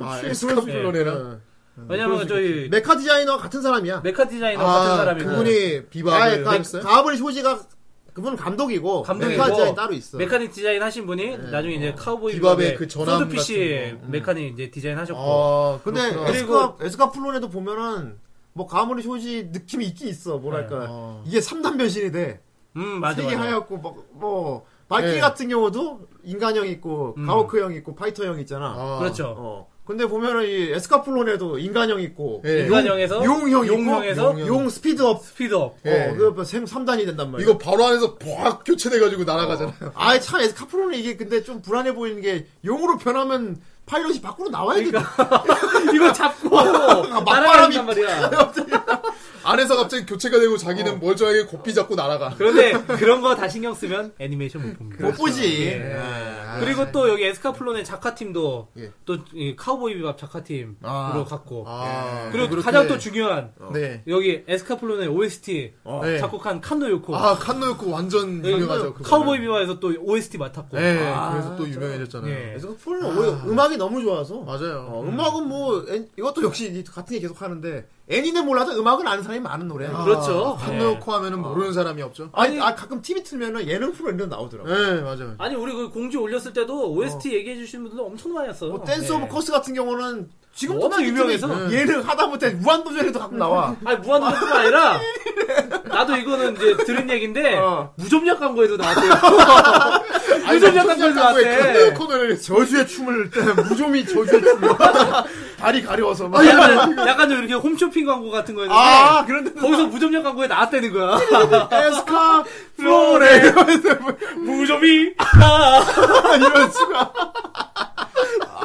S4: 아,
S3: 그럴 수
S4: 에스카플로네랑.
S3: 어.
S4: 음.
S2: 왜냐면 저희
S3: 메카 디자이너 같은 사람이야.
S2: 메카 디자이너 같은
S4: 네. 아,
S2: 사람이고
S4: 그분이
S3: 아예
S4: 비바를
S3: 가,
S4: 했어요?
S3: 가브리 쇼지가 그분은 감독이고
S2: 감독이고
S3: 메카 디자인 따로 있어.
S2: 메카닉 디자인 하신 분이 나중에 이제 카우보이
S4: 네. 비밥의
S2: 비밥의
S4: 그 전함
S2: 소드피시
S4: 같은 거.
S2: 메카닉 이제 디자인 하셨고
S4: 아,
S3: 근데
S4: 그렇구나.
S3: 에스카 에스카 플론에도 보면은 뭐 가브리 쇼지 느낌이 있긴 있어. 뭐랄까
S4: 어.
S3: 이게 3단 변신이 돼.
S2: 음 맞아
S3: 색이
S2: 맞아
S3: 하얗고 막뭐 발키
S4: 네.
S3: 같은 경우도 인간형 있고
S2: 음.
S3: 가오크형 있고 파이터형 있잖아.
S4: 아.
S2: 그렇죠
S3: 어. 근데 보면은 이 에스카플론에도 인간형 있고
S4: 예.
S2: 인간형에서
S3: 용형
S2: 용형에서
S3: 있고, 용 스피드업
S2: 스피드업
S4: 예.
S3: 어, 그 3단이 된단 말이야.
S4: 이거 바로 안에서 팍 교체돼가지고 날아가잖아요.
S3: 아이 참 에스카프론은 이게 근데 좀 불안해 보이는 게 용으로 변하면 파일럿이 밖으로 나와야 겠다
S2: 그러니까. 이거 그
S4: 아,
S2: 잡고
S3: 막바람이
S2: 날아간단 말이야
S4: 안에서 갑자기 교체가 되고 자기는 멀쩡하게 고삐 잡고 날아가.
S2: 그런데 그런 거 다 신경 쓰면 애니메이션 못 봅니다
S4: 그렇죠.
S3: 못 보지.
S2: 예.
S3: 예.
S2: 그리고 또 여기 에스카플론의 작가팀도
S4: 예.
S2: 또이 카우보이 비밥 작가팀으로
S4: 아.
S2: 갔고
S4: 아,
S2: 예. 그리고
S4: 그렇게-
S2: 가장 또 중요한
S4: 네.
S2: 여기 에스카플론의 OST
S4: 네.
S2: 작곡한 칸노 요코
S4: 아, 칸노였고 완전
S2: 예,
S4: 유명하죠. 그거는.
S2: 어. 카우보이 비바에서 또 OST 맡았고
S4: 네,
S3: 아,
S4: 그래서 또 유명해졌잖아요.
S2: 예.
S3: 에스카프론은 오히려 음악이 너무 좋아서.
S4: 맞아요.
S3: 어, 음악은 뭐 애- 이것도 역시 이- 같은 얘기 계속 하는데 애니는 몰라도 음악은 아는 사람이 많은 노래야.
S4: 아,
S2: 그렇죠.
S4: 칸노였고 하면은 모르는 사람이 없죠.
S3: 네. 어.
S2: 아니-
S3: 아니, 아, 가끔 TV 틀면은 예능 프로 이런 데 나오더라고.
S4: 네, 맞아요.
S2: 아니 우리 그 공지 올렸을 때도 OST 얘기해 주신 분들 엄청 많았어요. 예.
S3: 뭐 댄스 오브 코스 같은 경우는 지금
S2: 네. 워낙 유명해서.
S3: 음.
S2: 음.
S3: 예능 하다 못해 무한도전에도 가끔 나와.
S2: 아니 무한도전뿐만 아니라 나도 이거는 이제 들은 얘기인데
S3: 어.
S2: 무좀약 광고에도 나왔대요. 무좀약 광고에도
S4: 칸노였고
S2: 나왔대.
S4: 칸노였고 노래를 했죠.
S3: 저주의 춤을 때 무좀이 저주의 춤.
S4: 발이 가려워서
S2: 아,
S4: 막.
S2: 약간, 약간 좀 이렇게 홈쇼핑 광고 같은 거였는데
S4: 아, 그런데
S2: 거기서 무점력 광고에 나왔다는 거야.
S4: 에스카
S2: 플로레 무점이
S4: 이런 수가.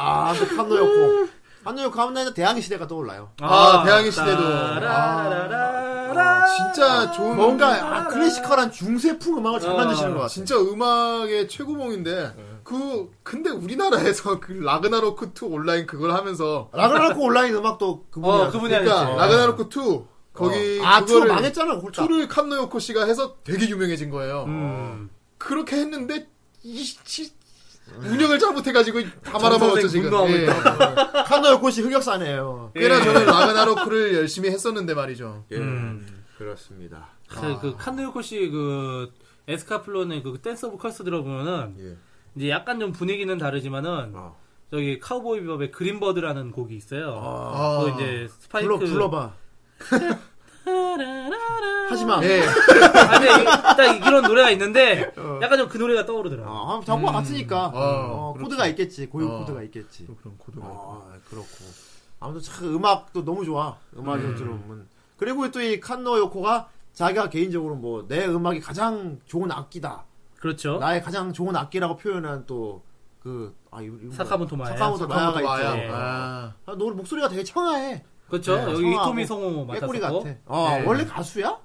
S3: 아, 그 칸노였고. 칸노였고 하면 나 대항해 시대가 떠올라요.
S4: 아, 대항해 시대도. 아,
S2: 따라라라라.
S4: 진짜 좋은
S3: 뭔가 아, 클래시컬한 중세풍 음악을 잘 만드시는 것 같아요.
S4: 진짜 음악의 최고봉인데 그 근데 우리나라에서 그 라그나로크 2 온라인 그걸 하면서
S3: 라그나로크 온라인 음악도 그분이
S2: 어,
S3: 하셨어요.
S2: 그분이
S4: 그러니까
S2: 하셨지.
S4: 라그나로크 2 거기
S3: 아, 투
S4: 그거를
S3: 망했잖아, 홀짝.
S4: 2를 칸노요코 씨가 해서 되게 유명해진 거예요.
S2: 음.
S4: 그렇게 했는데 이 씨, 운영을 잘못해가지고 다 말아먹었죠
S2: 선생
S4: 지금.
S2: 분노하고
S4: 예.
S3: 칸노 코시 흑역사네요.
S2: 예.
S4: 꽤나 저는 라그나로크를 열심히 했었는데 말이죠.
S3: 예.
S2: 음.
S3: 그렇습니다.
S2: 그, 그 칸노요코 씨그 에스카플론의 그 댄스 오브 컬스 들어보면은
S3: 예.
S2: 이제 약간 좀 분위기는 다르지만은
S3: 어.
S2: 저기 카우보이 비밥의 그린버드라는 곡이 있어요.
S3: 아,
S2: 그
S4: 아,
S2: 이제 스파이크
S3: 불러, 불러봐. 하지 마.
S2: 네.
S4: 예.
S2: 아니 딱 이런 노래가 있는데 약간 좀 그 노래가 떠오르더라고. 요
S3: 어, 한번 정보가 같으니까.
S2: 음. 아,
S3: 어,
S4: 그렇죠.
S3: 코드가 있겠지. 고유
S4: 어.
S3: 코드가 있겠지.
S4: 그럼 고도가
S3: 아, 그렇고. 아무튼 참그 음악도 너무 좋아. 음악을 들어보면. 그리고 또 이 칸노 요코가 자기가 개인적으로 뭐 내 음악이 가장 좋은 악기다.
S2: 그렇죠.
S3: 나의 가장 좋은 악기라고 표현한 또 그 아, 이거 뭐야?
S2: 사카모토 마야.
S3: 사카모토 마야가
S4: 사카모토
S3: 있죠.
S4: 마야. 아.
S3: 아, 노래 목소리가 되게 청아해.
S2: 그렇죠.
S3: 네,
S2: 여기
S3: 성우하고
S2: 이토미 성우
S3: 빼꼬리
S2: 맡았었고.
S3: 같아. 어,
S4: 네.
S3: 원래 가수야?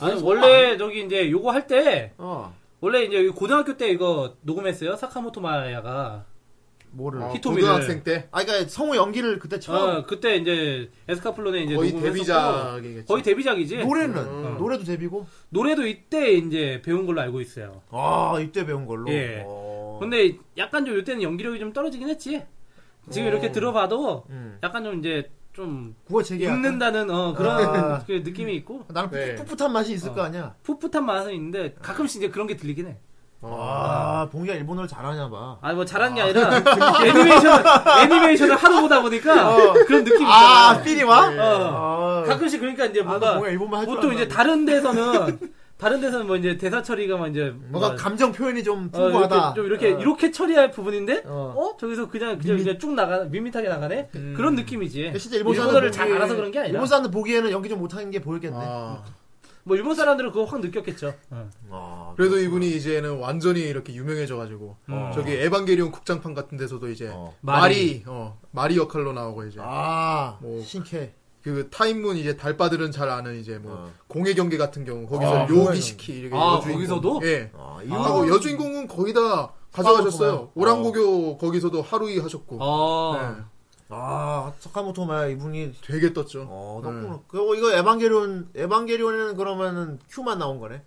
S2: 아니 원래 저기 이제 요거 할 때
S3: 어.
S2: 원래 이제 고등학교 때 이거 녹음했어요. 사카모토 마야가.
S3: 뭐를.
S4: 아,
S3: 아,
S2: 히토미를.
S4: 고등학생 때
S3: 그러니까 성우 연기를 그때 처음
S2: 어, 그때 이제 에스카플론에 이제
S4: 거의
S2: 녹음했었고.
S4: 데뷔작이겠죠.
S2: 거의 데뷔작이지.
S3: 노래는 노래도 데뷔고.
S2: 노래도 이때 이제 배운 걸로 알고 있어요.
S3: 아, 이때 배운 걸로.
S2: 예.
S3: 어.
S2: 근데 약간 좀 이때는 연기력이 좀 떨어지긴 했지. 지금 이렇게 들어봐도
S3: 음.
S2: 약간 좀 이제 좀
S3: 구어 제기
S2: 읽는다는 어, 그런
S3: 아.
S2: 그 느낌이 있고
S3: 나는
S4: 네.
S3: 풋풋한 맛이 있을 거 아니야.
S2: 풋풋한 맛은 있는데 가끔씩 이제 그런 게 들리긴 해.
S3: 아, 봉이가 일본어를 잘하냐 봐.
S2: 아니 뭐 잘하는 게 아니라 애니메이션 애니메이션을 하도 보다 보니까 그런 느낌이 있잖아.
S3: 아, 필이 와?
S2: 어.
S3: 아,
S2: 가끔씩 그러니까 이제
S3: 뭔가,
S2: 뭔가
S3: 일본말 할줄
S2: 보통 이제 다른 데서는 다른 데서는 뭐 이제 대사 처리가 막 이제
S3: 뭔가
S2: 뭐,
S3: 감정 표현이 좀
S2: 어, 이렇게
S3: 풍부하다.
S2: 좀 이렇게 이렇게 처리할 부분인데
S3: 어.
S2: 어, 저기서 그냥 그냥 이제 쭉 나가 밋밋하게 나가네 그런 느낌이지.
S3: 근데 진짜 일본
S2: 그러니까 일본어를
S3: 사람들
S2: 잘
S3: 보기-
S2: 알아서 그런 게 아니라
S3: 일본 사람들 보기에는 연기 좀 못하는 게 보였겠네.
S4: 아.
S2: 뭐 일본 사람들은 그거 확 느꼈겠죠. 어.
S3: 아,
S4: 그래도 이분이 이제는 완전히 이렇게 유명해져가지고
S2: 음. 어.
S4: 저기 에반게리온 국장판 같은 데서도 이제
S3: 어.
S4: 마리 어, 마리 역할로 나오고 이제
S3: 아,
S4: 뭐.
S3: 신캐.
S4: 그 타임문 이제 달바들은 잘 아는 이제 뭐
S3: 어.
S4: 공예 경계 같은 경우 거기서
S3: 아,
S4: 요기시키 이렇게
S2: 아,
S4: 여주인공.
S2: 거기서도?
S4: 예
S3: 아,
S4: 하고 여주인공은 거의 다 가져가셨어요
S3: 사카모토마요. 어.
S4: 오랑고교 거기서 하루이 하셨고
S2: 어.
S4: 네,
S3: 아, 사카모토 마야 이분이
S4: 되게 떴죠
S3: 어,
S4: 네.
S3: 덕분. 그리고 이거 에반게리온 에반게리온에는 그러면은 큐만 나온 거네.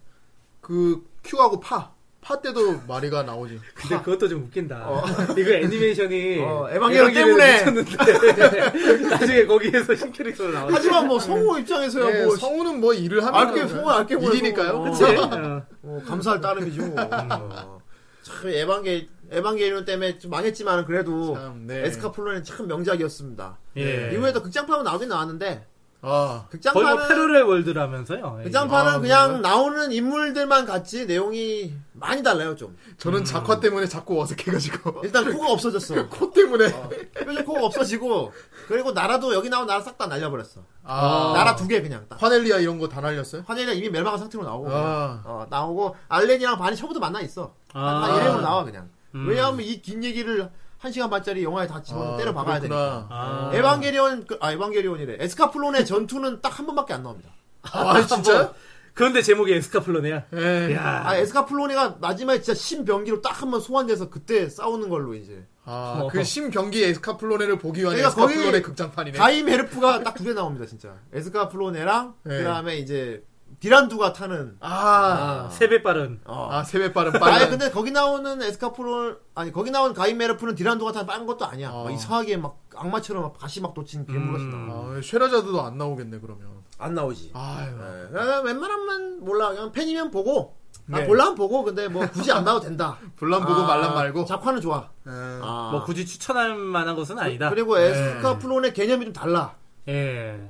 S4: 그 큐하고 파 파 때도 마리가 나오지
S2: 근데 그것도 좀 웃긴다. 이거 애니메이션이
S3: 어, 에반게리온 때문에.
S2: 붙였는데 나중에 거기에서 신캐릭터로 나왔어.
S3: 하지만 뭐 성우 입장에서야
S2: 네,
S4: 예,
S3: 뭐
S4: 성우는 뭐 일을 하면
S3: 알게 성우 알게 보여서
S4: 일이니까요.
S3: 뭐.
S2: 그치? 어.
S3: 어, 감사할 따름이죠.
S2: 음.
S3: 어. 참 에반게 에반게리온 때문에 좀 망했지만 그래도
S4: 참, 네.
S3: 어. 에스카폴로는 참 명작이었습니다.
S2: 예.
S3: 이후에도 극장판은 나오긴 나왔는데
S4: 아
S2: 거의 뭐
S3: 극장판은
S2: 패러렐 월드라면서요. 이게.
S3: 극장판은
S4: 아,
S3: 그냥 나오는 인물들만 같지 내용이 많이 달라요 좀.
S4: 저는 작화 때문에 자꾸 어색해가지고
S3: 일단 코가 없어졌어.
S4: 코 때문에
S3: 표정 코가 없어지고 그리고 나라도 여기 나온 나라 싹 다 날려버렸어.
S4: 아,
S3: 나라 두 개 그냥 딱.
S4: 화넬리아 이런 거 다 날렸어요?
S3: 환희는 이미 멸망한 상태로 나오고
S4: 아.
S3: 그냥. 어, 나오고 알렌이랑 반이 처음부터 만나 있어.
S2: 아.
S3: 다 일행으로 나와 그냥.
S2: 음.
S3: 왜냐하면 이 긴 얘기를 한 시간 반짜리 영화에 다 집어
S4: 아,
S3: 때려 박아야 되니까.
S4: 그렇구나.
S2: 아.
S3: 에반게리온 그- 아 에반게리온이래. 에스카플론의 전투는 딱 한 번밖에 안 나옵니다.
S4: 아 진짜?
S2: 그런데 제목이 에스카플로네야.
S4: 예.
S2: 야.
S3: 아 에스카플론이가 마지막에 진짜 신병기로 딱 한 번 소환돼서 그때 싸우는 걸로 이제
S4: 아, 그 신경기 에스카플로네를 보기 위한
S3: 그러니까 거의
S4: 에스카플로네 극장판이네.
S3: 가이 메르프가 딱 두 개 나옵니다 진짜. 에스카플론이랑
S4: 네.
S3: 그다음에 이제 디란두가 타는
S4: 아,
S2: 세배 빠른.
S3: 어.
S4: 아, 세배 빠른
S3: 아니
S4: 빠른.
S3: 근데 거기 나오는 에스카프론 아니 거기 나온 가이메르프는 디란도 같은 빠른 것도 아니야.
S4: 어.
S3: 막 이상하게 막 악마처럼 막 가시 막 돋친 괴물같이 나와.
S4: 아, 쉐라자드도 안 나오겠네 그러면.
S3: 안 나오지.
S4: 아유.
S3: 예, 그냥 웬만하면 몰라. 그냥 팬이면 보고. 아,
S4: 네.
S3: 볼라면 보고 근데 뭐 굳이 안 봐도 된다.
S4: 불란 보고
S3: 아,
S4: 말란 말고.
S3: 작화는 좋아.
S4: 예.
S3: 아.
S2: 뭐 굳이 추천할 만한 것은 아니다.
S3: 그리고
S4: 네.
S3: 에스카프론의 개념이 좀 달라.
S2: 예.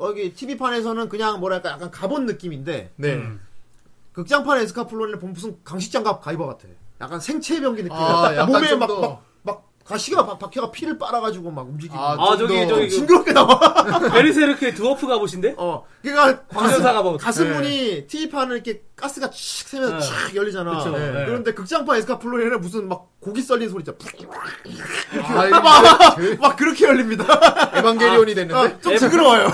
S3: 여기 TV판에서는 어, 그냥 뭐랄까 약간 가본 느낌인데
S4: 네.
S3: 극장판 에스카플론은 보면 무슨 강식장갑 가이버 같아. 약간 생체 병기 느낌.
S4: 아, 약간
S3: 몸에
S4: 좀
S3: 막,
S4: 더-
S3: 막, 막 가시가 바, 바퀴가 피를 빨아가지고 막 움직이고 어,
S4: 아,
S2: 아, 저기,
S4: 좀 더-
S2: 저기, 그
S3: 징그럽게 나와.
S2: 베르세르크의 드워프 가보신데?
S3: 어, 그러니까 가슴,
S2: 광전사가 뭐-
S3: 가슴문이 T판을 이렇게 가스가 칙 새면
S2: 네.
S3: 칙 열리잖아.
S2: 그쵸.
S3: 네.
S2: 네.
S3: 그런데 극장판 에스카플로리는 무슨 막 고기 썰린 소리 있잖아.
S4: 아, 이거
S3: 푹! 막 그렇게 열립니다.
S4: 에반게리온이 됐는데.
S3: 아, 좀 징그러워요.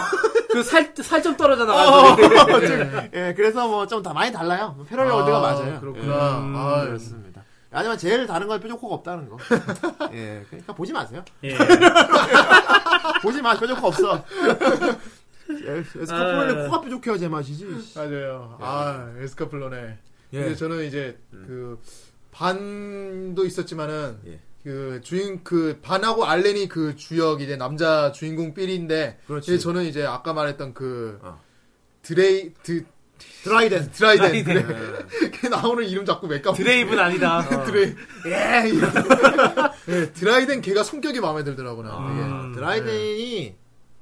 S2: 그 살, 살 좀 떨어져
S3: 어,
S2: 나가지고.
S3: 좀, 예, 그래서 뭐 좀 다 많이 달라요. 패러리 월드가 맞아요. 예.
S4: 그렇구나. 아,
S3: 렇습니다 하지만 제일 다른 건 뾰족코가 없다는 거. 예, 그러니까 보지 마세요.
S2: 예.
S3: 보지 마, 뾰족코 없어. 예, 에스카플로리는
S2: 아.
S3: 코가 뾰족해야 제맛이지.
S4: 맞아요. 아, 에스카플로네.
S6: 예.
S4: 근데 저는 이제 그 반도 있었지만은
S6: 예.
S4: 그 주인 그 반하고 알렌이 그 주역 이제 남자 주인공 삘인데
S3: 그렇지.
S4: 이제 저는 이제 아까 말했던 그
S3: 어.
S4: 드레이 드
S3: 드라이덴.
S4: 드라이덴 그래. 걔 나오는 이름 자꾸 왜 까먹?
S2: 드레이브는 아니다.
S4: 드레이 예 이런. 예, 드라이덴 걔가 성격이 마음에 들더라고요. 예. 되게.
S2: 음.
S3: 예, 드라이덴이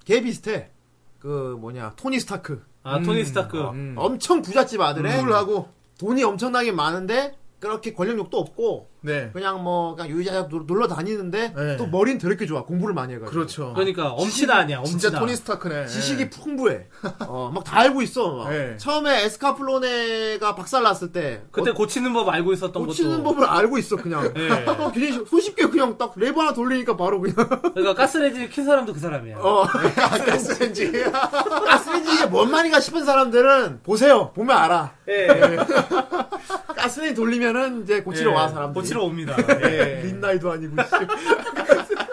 S3: 걔 비슷해. 그 뭐냐 토니 스타크
S2: 아, 토니 스타크.
S4: 음.
S3: 엄청 부잣집 아들에
S4: 쿨하고
S3: 돈이 엄청나게 많은데 그렇게 권력욕도 없고
S4: 네
S3: 그냥 뭐 그냥 유유자적 놀- 놀러 다니는데
S4: 네.
S3: 또 머리는 더럽게 좋아 공부를 많이 해가지고
S4: 그렇죠.
S2: 그러니까 엄친아 아니야, 엄친아.
S4: 진짜 토니 스타크네.
S3: 지식이
S4: 예.
S3: 풍부해 어 막 다 알고 있어 막.
S4: 네.
S3: 처음에 에스카플로네가 박살 났을 때
S2: 그때
S3: 어,
S2: 고치는 법 알고 있었던 것도.
S3: 고치는 법을 알고 있어 그냥
S2: 예.
S3: 어, 굉장히 손쉽게 그냥 딱 레버 하나 돌리니까 바로 그냥
S2: 그러니까 가스레인지 킨 사람도 그 사람이야.
S3: 어. 가스레인지. 가스레인지 이게 뭔 말인가 싶은 사람들은 보세요. 보면 알아.
S2: 예.
S3: 가스레인지 돌리면은 이제 고치러
S2: 예.
S3: 와, 사람들이.
S2: 고치러 옵니다.
S3: 예.
S2: 예.
S3: 린나이도 아니고. 씨.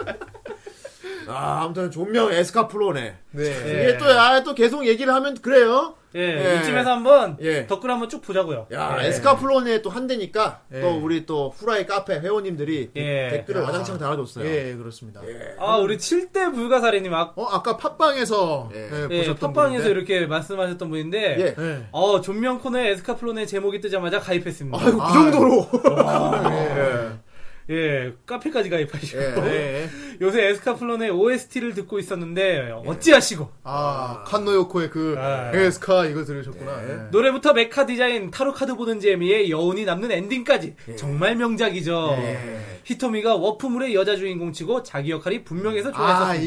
S3: 아, 아무튼 존명 에스카플로네.
S4: 네.
S3: 이게 또, 아, 또 계속 얘기를 하면 그래요.
S2: 예.
S3: 예.
S2: 이쯤에서 한번
S3: 예.
S2: 덧글 한번 쭉 보자고요.
S3: 야,
S2: 예.
S3: 에스카플로네 또 한대니까
S4: 예.
S3: 또 우리 또 후라이 카페 회원님들이
S2: 예.
S3: 댓글을 와장창 달아줬어요.
S4: 예, 그렇습니다.
S2: 아, 우리 7대 불가사리님 아,
S4: 어, 아까 팟빵에서
S3: 예.
S4: 예,
S2: 예,
S4: 보셨던
S2: 팟빵에서
S4: 분인데.
S2: 이렇게 말씀하셨던 분인데
S3: 예.
S4: 예.
S2: 어, 존명 코너에 에스카플론의 제목이 뜨자마자 가입했습니다.
S3: 아이고, 그 정도로.
S4: 예.
S2: 예, 카페까지 가입하시고.
S3: 예.
S4: 예.
S2: 요새 에스카플론의 OST를 듣고 있었는데 어찌하시고
S4: 아, 칸노요코의 그
S2: 아.
S4: 에스카 이거 들으셨구나. 예.
S2: 노래부터 메카 디자인, 타로 카드 보는 재미에 여운이 남는 엔딩까지 정말 명작이죠. 예. 히토미가 워프물의 여자 주인공치고 자기 역할이 분명해서
S4: 아, 이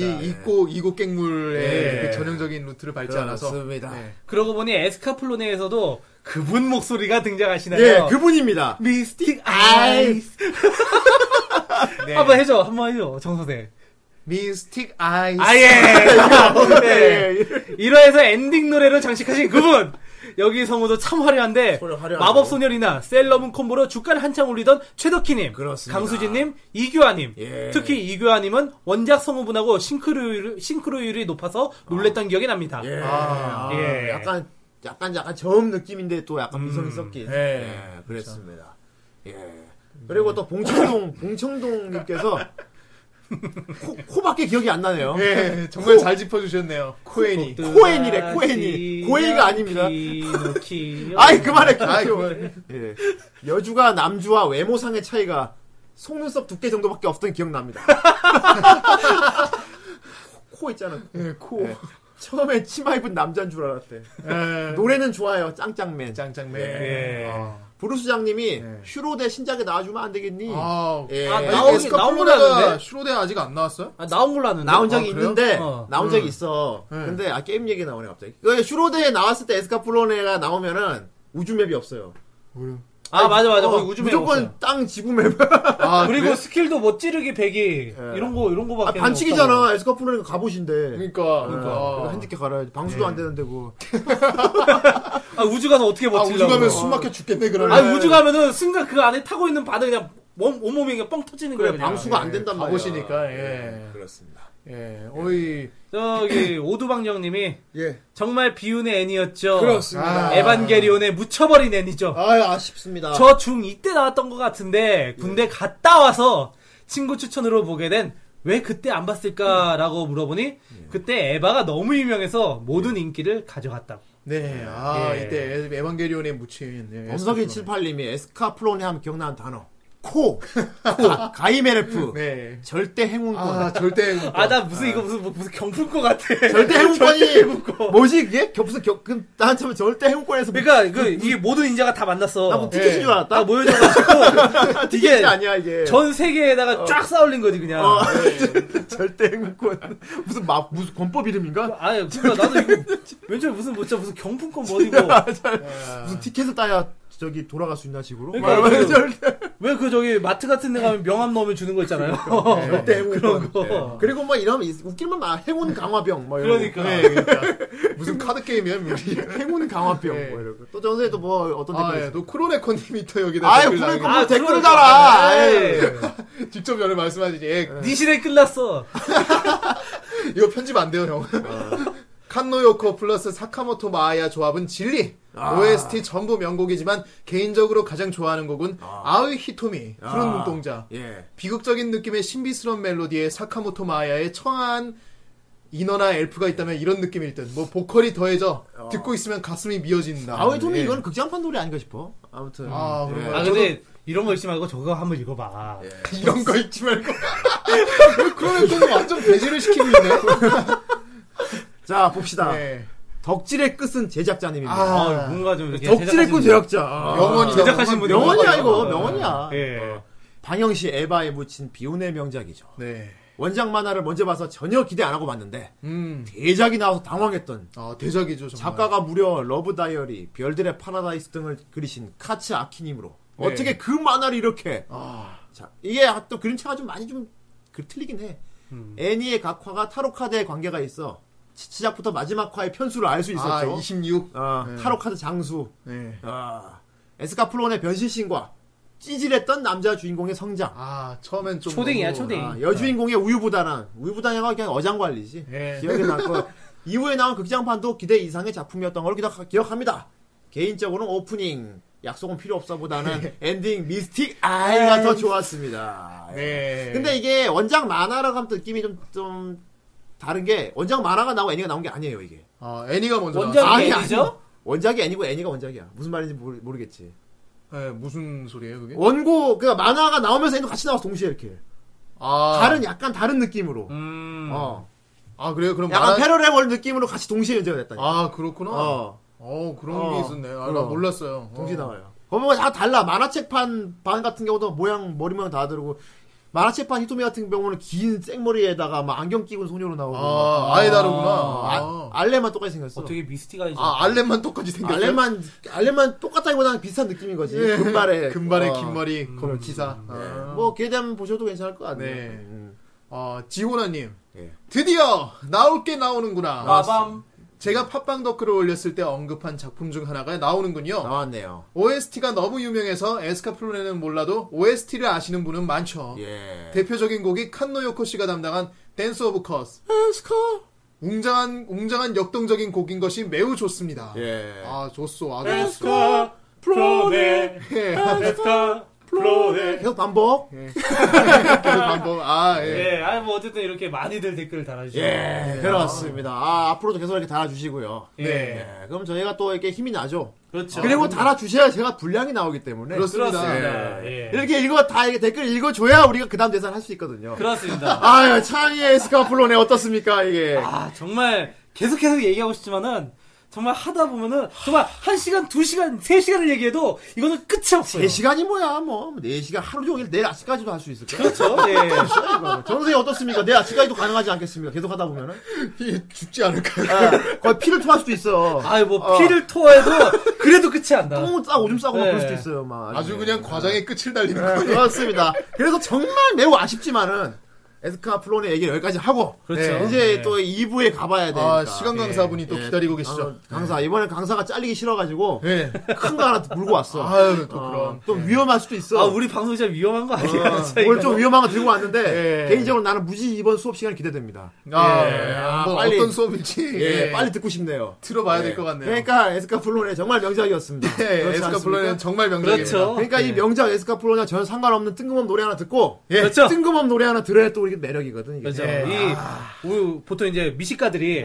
S2: 음. 좋아했었습니다.
S4: 이고 이고 깽물의
S2: 예.
S4: 그 전형적인 루트를 밟지 않아서.
S3: 그렇습니다.
S4: 예.
S2: 그러고 보니 에스카플론에서도 그분 목소리가 등장하시나요?
S3: 예, 그분입니다.
S2: 미스틱 아이스. 한번 해줘, 한번 해줘, 정 선생.
S4: 미스틱 아이스.
S2: 아예.
S3: 예.
S2: 네. 1화에서 엔딩 노래로 장식하신 그분. 여기 성우도 참 화려한데
S3: 소녀 화려하죠.
S2: 마법 소녀리나 셀러문 콤보로 주가를 한창 올리던 최덕희님,
S3: 그렇습니다.
S2: 강수진님, 이규아님.
S3: 예.
S2: 특히 이규아님은 원작 성우분하고 싱크로율, 싱크로율이 높아서 놀랬던 기억이 납니다.
S3: 예.
S4: 아,
S3: 아,
S2: 예.
S3: 약간 약간 약간 저음 느낌인데 또 약간 미성이 섞인.
S4: 예.
S3: 예, 그랬습니다. 예. 그리고 또 봉청동 봉청동님께서 코, 코밖에 기억이 안 나네요.
S4: 예, 정말 잘 짚어 주셨네요. 코엔이.
S3: 코엔이래, 코엔이. 고엔이가 아닙니다.
S2: 피노키오.
S3: 아이 그만해.
S4: 아이, 네,
S3: 아이
S4: 그만.
S3: 예. 여주가 남주와 외모상의 차이가 속눈썹 두께 정도밖에 없던 기억납니다. 코, 코 있잖아.
S4: 예, 코.
S3: 예. 처음에 치마 입은 남자인 줄 알았대.
S4: 예.
S3: 노래는 좋아요. 짱짱맨.
S4: 짱짱맨.
S2: 예.
S4: 아.
S3: 부르수장님이
S4: 예.
S3: 슈로데 신작에 나와주면 안 되겠니?
S4: 아.
S3: 예.
S2: 아,
S4: 아니,
S2: 나오긴-
S4: 에스카폴라가
S2: 나오긴
S4: 슈로데 아직 안 나왔어요?
S2: 아, 나온 걸로 아는데.
S3: 나온 적이
S4: 아, 그래요?
S3: 있는데
S2: 어. 예.
S3: 나온 적이 있어. 근데 아 게임 얘기 나오네 갑자기. 그 슈로데에 나왔을 때 에스카플로네가 나오면은 우주맵이 없어요.
S2: 아, 맞아, 맞아.
S3: 어,
S2: 거기 우주맨.
S3: 무조건
S2: 없어요.
S3: 땅 지구맵.
S4: 아,
S2: 그리고
S4: 그래요?
S2: 스킬도 멋지르기 배기. 이런 거, 이런
S3: 아,
S2: 거밖에. 없다고.
S3: 반칙이잖아. 에스카플로네가 가보신데.
S4: 그러니까
S3: 그러니까
S4: 그러니까.
S3: 핸디캡 갈아야지. 방수도 안 되는데 뭐. 고
S2: 아, 우주 가서 어떻게
S4: 아,
S2: 버틸라고.
S4: 우주 가면 숨 막혀 죽겠네 그러면.
S2: 아니 우주 가면은 순간 그 안에 타고 있는 바다 그냥 몸, 온몸이 그냥 뻥 터지는 거예요.
S3: 그래
S2: 그냥.
S3: 방수가 안 된단 말이야.
S4: 가보시니까, 예.
S3: 그렇습니다.
S4: 예. 어이.
S2: 저기 오두방정님이
S3: 예.
S2: 정말 비운의 애니였죠.
S3: 그렇습니다.
S4: 아.
S2: 에반게리온에 묻혀버린 애니죠.
S3: 아 아쉽습니다.
S2: 저 중 이때 나왔던 것 같은데
S3: 예.
S2: 군대 갔다 와서 친구 추천으로 보게 된. 왜 그때 안 봤을까라고
S3: 예.
S2: 물어보니 그때 에바가 너무 유명해서 모든 인기를 가져갔다고.
S4: 네. 아,
S2: 예.
S4: 이때 에반게리온에 묻힌 예,
S3: 범석이
S4: 에스카폴라.
S3: 78님이 에스카플로네 하면 기억나는 단어. 코, 코 가이메르프
S4: 네.
S3: 절대 행운권.
S4: 아, 절대. 행운권.
S2: 아, 나 무슨 이거 무슨 뭐, 무슨 경품권 같아.
S3: 예. 절대 행운권이
S2: 행운권.
S3: 뭐지 이게? 겨- 무슨 겨, 그, 나한테 하면 절대 행운권에서 뭐
S2: 그러니까 그 이게 모든 인자가 다 만났어.
S3: 아, 나뭐 티켓인
S4: 예.
S3: 줄 알았다.
S2: 다 모여져가지고
S3: 티켓이
S2: 이게
S3: 아니야 이게.
S2: 전 세계에다가 쫙 쌓아올린 거지 그냥.
S3: 어, 절대 행운권 무슨 마 무슨 권법 이름인가?
S2: 아니 그러니까 나도 이거 왠지 무슨 뭐 진짜 무슨 경품권 뭐 어디고
S3: 아, 무슨 티켓을 따야 저기 돌아갈 수 있나 식으로?
S2: 그러니까
S3: 막 이러면서
S2: 그- 왜 그 저기 마트 같은 데 가면 명함 넣으면 주는 거 있잖아요.
S3: 절대 행운권.
S2: 그런 거.
S3: 그러니까. 네. 그리고 뭐 이러면 있- 웃기면 막 행운 강화병 뭐 이런
S2: 그러니까.
S3: 거.
S4: 네, 그러니까. 무슨 카드 게임이야, 예, 미리.
S3: 행운 강화병
S4: 예.
S3: 뭐 이런 거. 또 전에 또뭐 어떤
S4: 아,
S3: 댓글
S4: 예.
S3: 있어?
S4: 또 크로네코 님이 또 여기다
S3: 아유,
S4: 댓글
S3: 그러니까
S4: 달고
S3: 뭐
S2: 아,
S3: 댓글을
S2: 그러니까.
S3: 달아. 아이.
S4: 네.
S2: 에이.
S4: 직접 연애 말씀하시지. 예,
S2: 네 시대 끝났어.
S4: 이거 편집 안 돼요, 형.
S3: 아.
S4: 칸노요코 플러스 사카모토 마아야 조합은 진리.
S3: 아.
S4: OST 전부 명곡이지만 개인적으로 가장 좋아하는 곡은 아. 의 히토미, 푸른
S3: 아.
S4: 눈동자.
S3: 예.
S4: 비극적인 느낌의 신비스러운 멜로디에 사카모토 마아야의 청아한 인어나 엘프가 있다면 이런 느낌일 듯. 뭐 보컬이 더해져 듣고 있으면 가슴이 미어진다.
S3: 어. 아우이 토미
S4: 예.
S3: 이건 극장판 노래 아닌가 싶어. 아무튼.
S4: 아,
S3: 예.
S4: 그런가요?
S2: 아 근데 이런 거 읽지 말고 저거 한번 읽어봐.
S4: 이런 거 읽지 말고. 그러면 또 완전 배제를 시키고 있네.
S3: 자 봅시다.
S4: 예.
S3: 덕질의 끝은 제작자님입니다.
S2: 아,
S4: 아.
S2: 뭔가 좀 이렇게
S3: 덕질의
S2: 제작하신
S3: 끝 제작자. 아.
S4: 영원이다.
S2: 제작하신 분이
S4: 아,
S3: 명언이야
S2: 있어요.
S3: 이거 명언이야.
S2: 예.
S3: 방영 시 에바에 묻힌 비운의 명작이죠.
S4: 네.
S3: 원작 만화를 먼저 봐서 전혀 기대 안 하고 봤는데
S4: 음.
S3: 대작이 나와서 당황했던
S4: 아, 대작이죠, 정말.
S3: 작가가 무려 러브 다이어리, 별들의 파라다이스 등을 그리신 카츠 아키님으로
S4: 네. 어.
S3: 어떻게 그 만화를 이렇게
S4: 아,
S3: 자, 이게 아, 또 그림체가 좀 많이 좀 그, 틀리긴 해.
S4: 음.
S3: 애니의 각 화가 타로 카드의 관계가 있어 시- 시작부터 마지막 화의 편수를 알 수
S4: 아, 네.
S3: 있었죠.
S4: 26.
S3: 아, 타로 카드 장수,
S4: 네.
S3: 아, 에스카플론의 변신신과 찌질했던 남자 주인공의 성장,
S4: 아, 처음엔 좀.
S2: 초딩이야,
S4: 너무-
S2: 초딩.
S4: 아,
S3: 아, 여주인공의 우유부단한 우유부단한가 그냥 어장관리지
S4: 예.
S3: 기억에 남고 이후에 나온 극장판도 기대 이상의 작품이었던 걸 기억, 합니다 개인적으로는 오프닝 약속은 필요
S2: 예.
S3: 없어보다는 엔딩 미스틱 아이가 더 좋았습니다.
S2: 예.
S4: 네.
S3: 근데 이게 원작 만화라고 하면 또 느낌이 좀, 좀 다른 게 원작 만화가 나오고 애니가 나온 게 아니에요 이게
S4: 아, 애니가 먼저.
S2: 원작이
S4: 나왔-
S3: 아니,
S2: 애니죠?
S3: 원작이 애니고 애니가 원작이야 무슨 말인지 모르, 모르겠지
S4: 아, 예, 무슨 소리예요, 그게?
S3: 원고 그 만화가 나오면서 애니도 같이 나와서 동시에 이렇게
S4: 아.
S3: 다른 약간 다른 느낌으로
S2: 음.
S3: 어.
S4: 아, 그래요? 그럼
S3: 약간
S4: 만화-
S3: 패러레월 느낌으로 같이 동시에 연재가 됐다니까.
S4: 아, 그렇구나. 어,
S3: 어,
S4: 그런
S3: 어,
S4: 게 있었네. 아, 나
S3: 그럼.
S4: 몰랐어요.
S3: 동시에
S4: 어.
S3: 나와요. 거기가 다 달라. 만화책판 반 같은 경우도 모양 머리 모양 다 다르고 만화책판 히토미 같은 경우는 긴 생머리에다가 막 안경 끼고 소녀로 나오고.
S4: 아, 아예 다르구나.
S3: 아,
S4: 아,
S3: 알레만 똑같이 생겼어.
S2: 어떻게 미스티가 이제
S4: 아, 알렘만 똑같이 생겼어요.
S3: 알레만 알레만 똑같다기보다는 비슷한 느낌인 거지.
S4: 예.
S3: 금발에
S4: 금발의
S3: 어.
S4: 긴 머리, 그 기사. 아.
S3: 뭐 기회 되면 보셔도 괜찮을 것 같네요.
S4: 네.
S3: 음.
S4: 어, 지호나님.
S3: 예.
S4: 드디어 나올 게 나오는구나.
S2: 빠밤.
S4: 제가 팟빵 덕글을 올렸을 때 언급한 작품 중 하나가 나오는군요.
S3: 나왔네요.
S4: OST가 너무 유명해서 에스카플론에는 몰라도 OST를 아시는 분은 많죠.
S3: 예.
S4: 대표적인 곡이 칸노 요코 씨가 담당한 댄스 오브 커스. 웅장한 웅장한 역동적인 곡인 것이 매우 좋습니다.
S3: 예.
S4: 아 좋소 아주 좋소.
S2: 에스카 프로네
S4: 예.
S2: 에스카 프로네
S3: 계속 반복.
S4: 그 방법 예. 아 예.
S2: 예, 아니 뭐 어쨌든 이렇게 많이들 댓글을 달아주시고
S3: 예, 그렇습니다. 아, 앞으로도 계속 이렇게 달아주시고요.
S2: 예.
S3: 예, 그럼 저희가 또 이렇게 힘이 나죠.
S2: 그렇죠.
S3: 그리고 달아주셔야 제가 분량이 나오기 때문에. 네.
S4: 그렇습니다.
S2: 그렇습니다. 예.
S3: 이렇게 읽어, 다 이렇게 댓글 읽어줘야 우리가 그 다음 대사를 할 수 있거든요.
S2: 그렇습니다.
S3: 아유, 참이 예, 에스카플로네 어떻습니까, 이게.
S2: 아 정말 계속해서 얘기하고 싶지만은 정말 하다 보면은 정말 한 시간, 두 시간, 세 시간을 얘기해도 이거는 끝이 없어요.
S3: 4시간이 뭐야, 뭐. 4시간 하루 종일 내일 아침까지도 할 수 있을 거야.
S2: 그렇죠. 예.
S3: 이거. 정선생님 어떻습니까? 내일 아침까지도 가능하지 않겠습니까? 계속 하다 보면은.
S4: 이 죽지 않을까요?
S3: 예, 거의 피를 토할 수도 있어.
S2: 아유 뭐
S3: 어.
S2: 피를 토해도 그래도 끝이 안 나.
S3: 똥 싸고 오줌 싸고 막
S2: 네.
S3: 그럴 수도 있어요, 막.
S4: 아주
S3: 예.
S4: 그냥 과장의 끝을 달리는
S3: 네,
S4: 거예요.
S3: 그렇습니다. 그래서 정말 매우 아쉽지만은 에스카 플론의 얘기를 여기까지 하고
S2: 그렇죠.
S3: 네, 이제
S2: 네.
S3: 또 2부에 가봐야 되니까.
S4: 아 시간 강사분이 또
S3: 예,
S4: 기다리고 계시죠. 네.
S3: 아, 강사 이번에 강사가 잘리기 싫어가지고
S4: 예.
S3: 큰 거 하나 물고 왔어.
S4: 아유 또
S3: 어,
S4: 그럼. 네.
S3: 또 위험할 수도 있어. 어,
S2: 아 우리 방송 진짜 위험한 거 아니야? 진짜
S3: 오늘
S2: 이거.
S3: 좀 위험한 거 들고 왔는데
S4: 예.
S3: 개인적으로 나는 무지 이번 수업 시간 기대됩니다.
S4: 아,
S3: 예. 아,
S4: 뭐
S3: 빨리.
S4: 어떤 수업일지
S3: 예, 빨리 듣고 싶네요.
S4: 들어봐야
S3: 예.
S4: 될 것 같네요.
S3: 그러니까 에스카 플론의 정말 명작이었습니다.
S4: 예,
S3: 그렇지
S4: 에스카
S3: 않습니까?
S4: 플로는 정말 명작입니다.
S2: 그렇죠.
S3: 그러니까 이 명작 에스카플로냐 전혀 상관없는 뜬금없는 노래 하나 듣고
S4: 예.
S2: 그렇죠.
S3: 뜬금없는 노래 하나 들어야 또 이게 매력이거든. 이게.
S2: 그렇죠.
S3: 예.
S2: 이 우유 보통 이제 미식가들이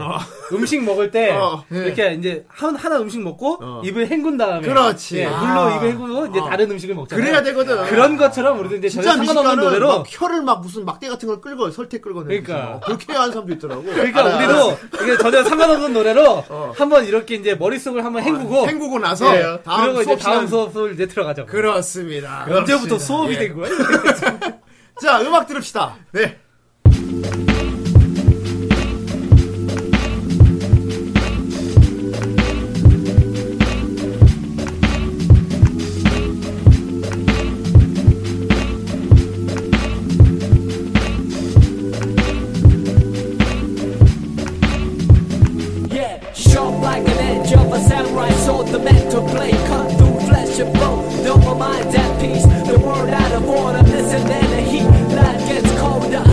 S2: 음식 먹을 때
S3: 어,
S4: 예.
S2: 이렇게 이제 한 하나 음식 먹고
S3: 어.
S2: 입을 헹군 다음에
S3: 그렇지.
S2: 예,
S3: 아.
S2: 물로 입을 헹구고 이제
S3: 어.
S2: 다른 음식을 먹잖아요.
S3: 그래야 되거든.
S2: 그런 것처럼 우리도 이제 전혀
S3: 진짜
S2: 상관없는
S3: 미식가는
S2: 노래로
S3: 막 혀를 막 무슨 막대 같은 걸 끌고 설태 끌고 내는
S2: 그러니까.
S3: 거지. 어, 그렇게 하는 사람도 있더라고.
S2: 그러니까
S3: 알아, 알아.
S2: 우리도 이게 전혀 상관없는 노래로 한번 이렇게 이제 머릿속을 한번 헹구고
S3: 어, 헹구고 나서
S4: 예.
S3: 다음
S2: 그리고 이제
S3: 수업
S2: 다음
S3: 시간
S2: 수업을 이제 들어가죠.
S3: 그렇습니다.
S2: 언제부터
S3: 그렇습니다.
S2: 수업이
S3: 예.
S2: 된 거야?
S3: 자, 음악 들읍시다.
S4: 네.
S7: Yeah, sharp like an edge of a samurai sword, the mental blade cut through flesh and bone. Don't remind that peace, the world out of order, listen and the heat, life gets colder.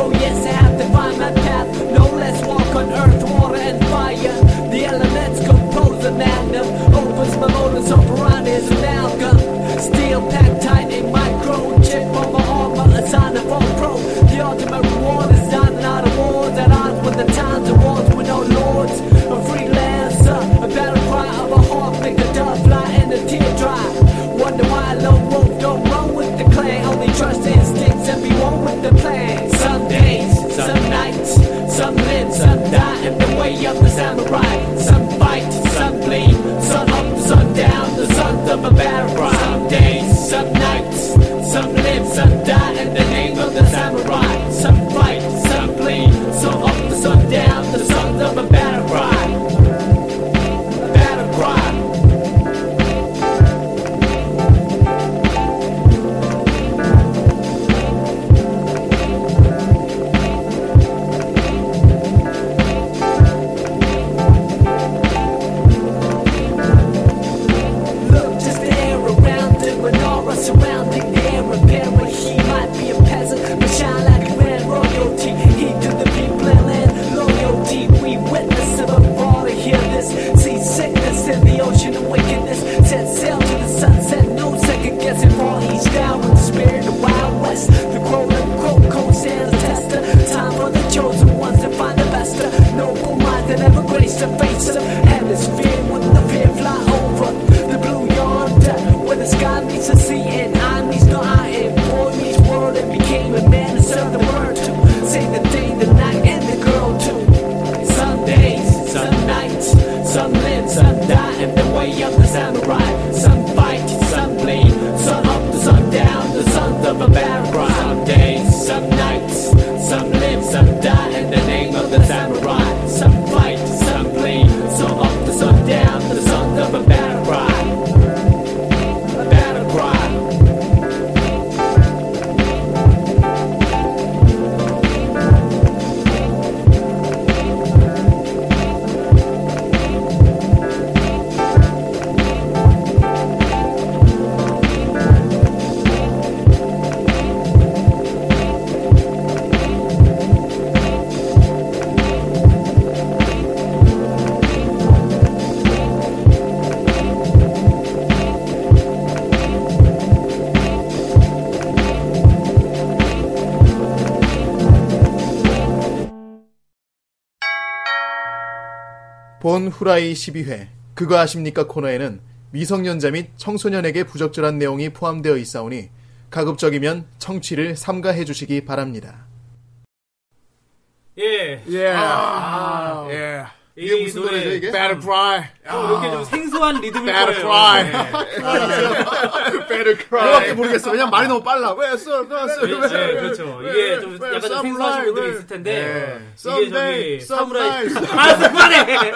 S7: Oh yes, I have to find my path, no less walk on earth, water and fire. The elements compose a magnum, opens my modus operandi is amalgam. Steel packed tight in microchip on my armor, a sign of all pro. The ultimate reward is done out of wars at odds with the times of wars with no lords. A freelancer, a battle cry of a heart, make the dove fly and a tear dry. Wonder why a lone wolf don't roll with the clan, only trust the instincts and be one with the plan. Some days, some nights, some live, some die in the way of the samurai. Some fight, some bleed, some up, some down, the sons of a battle cry. Some days, some nights, some live, some die in the name of the samurai. Some fight, some bleed, some up, some down, the sons of a battle cry. Battle cry. Look, just the air around it When all are surrounding the air apparent He might be a peasant, but shine like a man Royalty, he to the people and land Loyalty, we witness of a fall to hear this See sickness in the ocean of wickedness Set sail to the sunset, no second guessing For he's down with the spirit of Wild West The quote unquote cold stands tester Time for the chosen ones to find the best of Noble minds that ever grace the face of Hemisphere with the fear fly over the blue yonder Where the sky meets the sea and I meets no I And boy meets world and became a man to serve the word to Say the day, the night, and the girl too Some days, some nights, some live, some die In the way of the samurai Some fight, some bleed, some up, some down The sons of a bad bride Some days, some nights, some live, some die In the name of the samurai Some fight, some bleed, some up, some down The sons of a bad bride a battle cry.
S4: 본 후라이 12회 그거 아십니까 코너에는 미성년자 및 청소년에게 부적절한 내용이 포함되어 있사오니 가급적이면 청취를 삼가해 주시기 바랍니다.
S2: 예. 아.
S3: 예. 예.
S4: 이게 무슨 노래죠 이게?
S3: Better cry.
S2: 좀 어, 이렇게 좀 생소한 리듬일
S3: Better
S2: 거예요.
S3: cry.
S4: Better
S3: 그거밖에 모르겠어. 왜냐면 말이 너무 빨라. 왜 써? 왜 써?
S2: 예, 예, 그렇죠. 이게 좀 약간 좀 생소하신 분들이 있을
S3: 네.
S2: 텐데 이게 저기 사무라이
S4: 네,
S2: 알았어 그만해.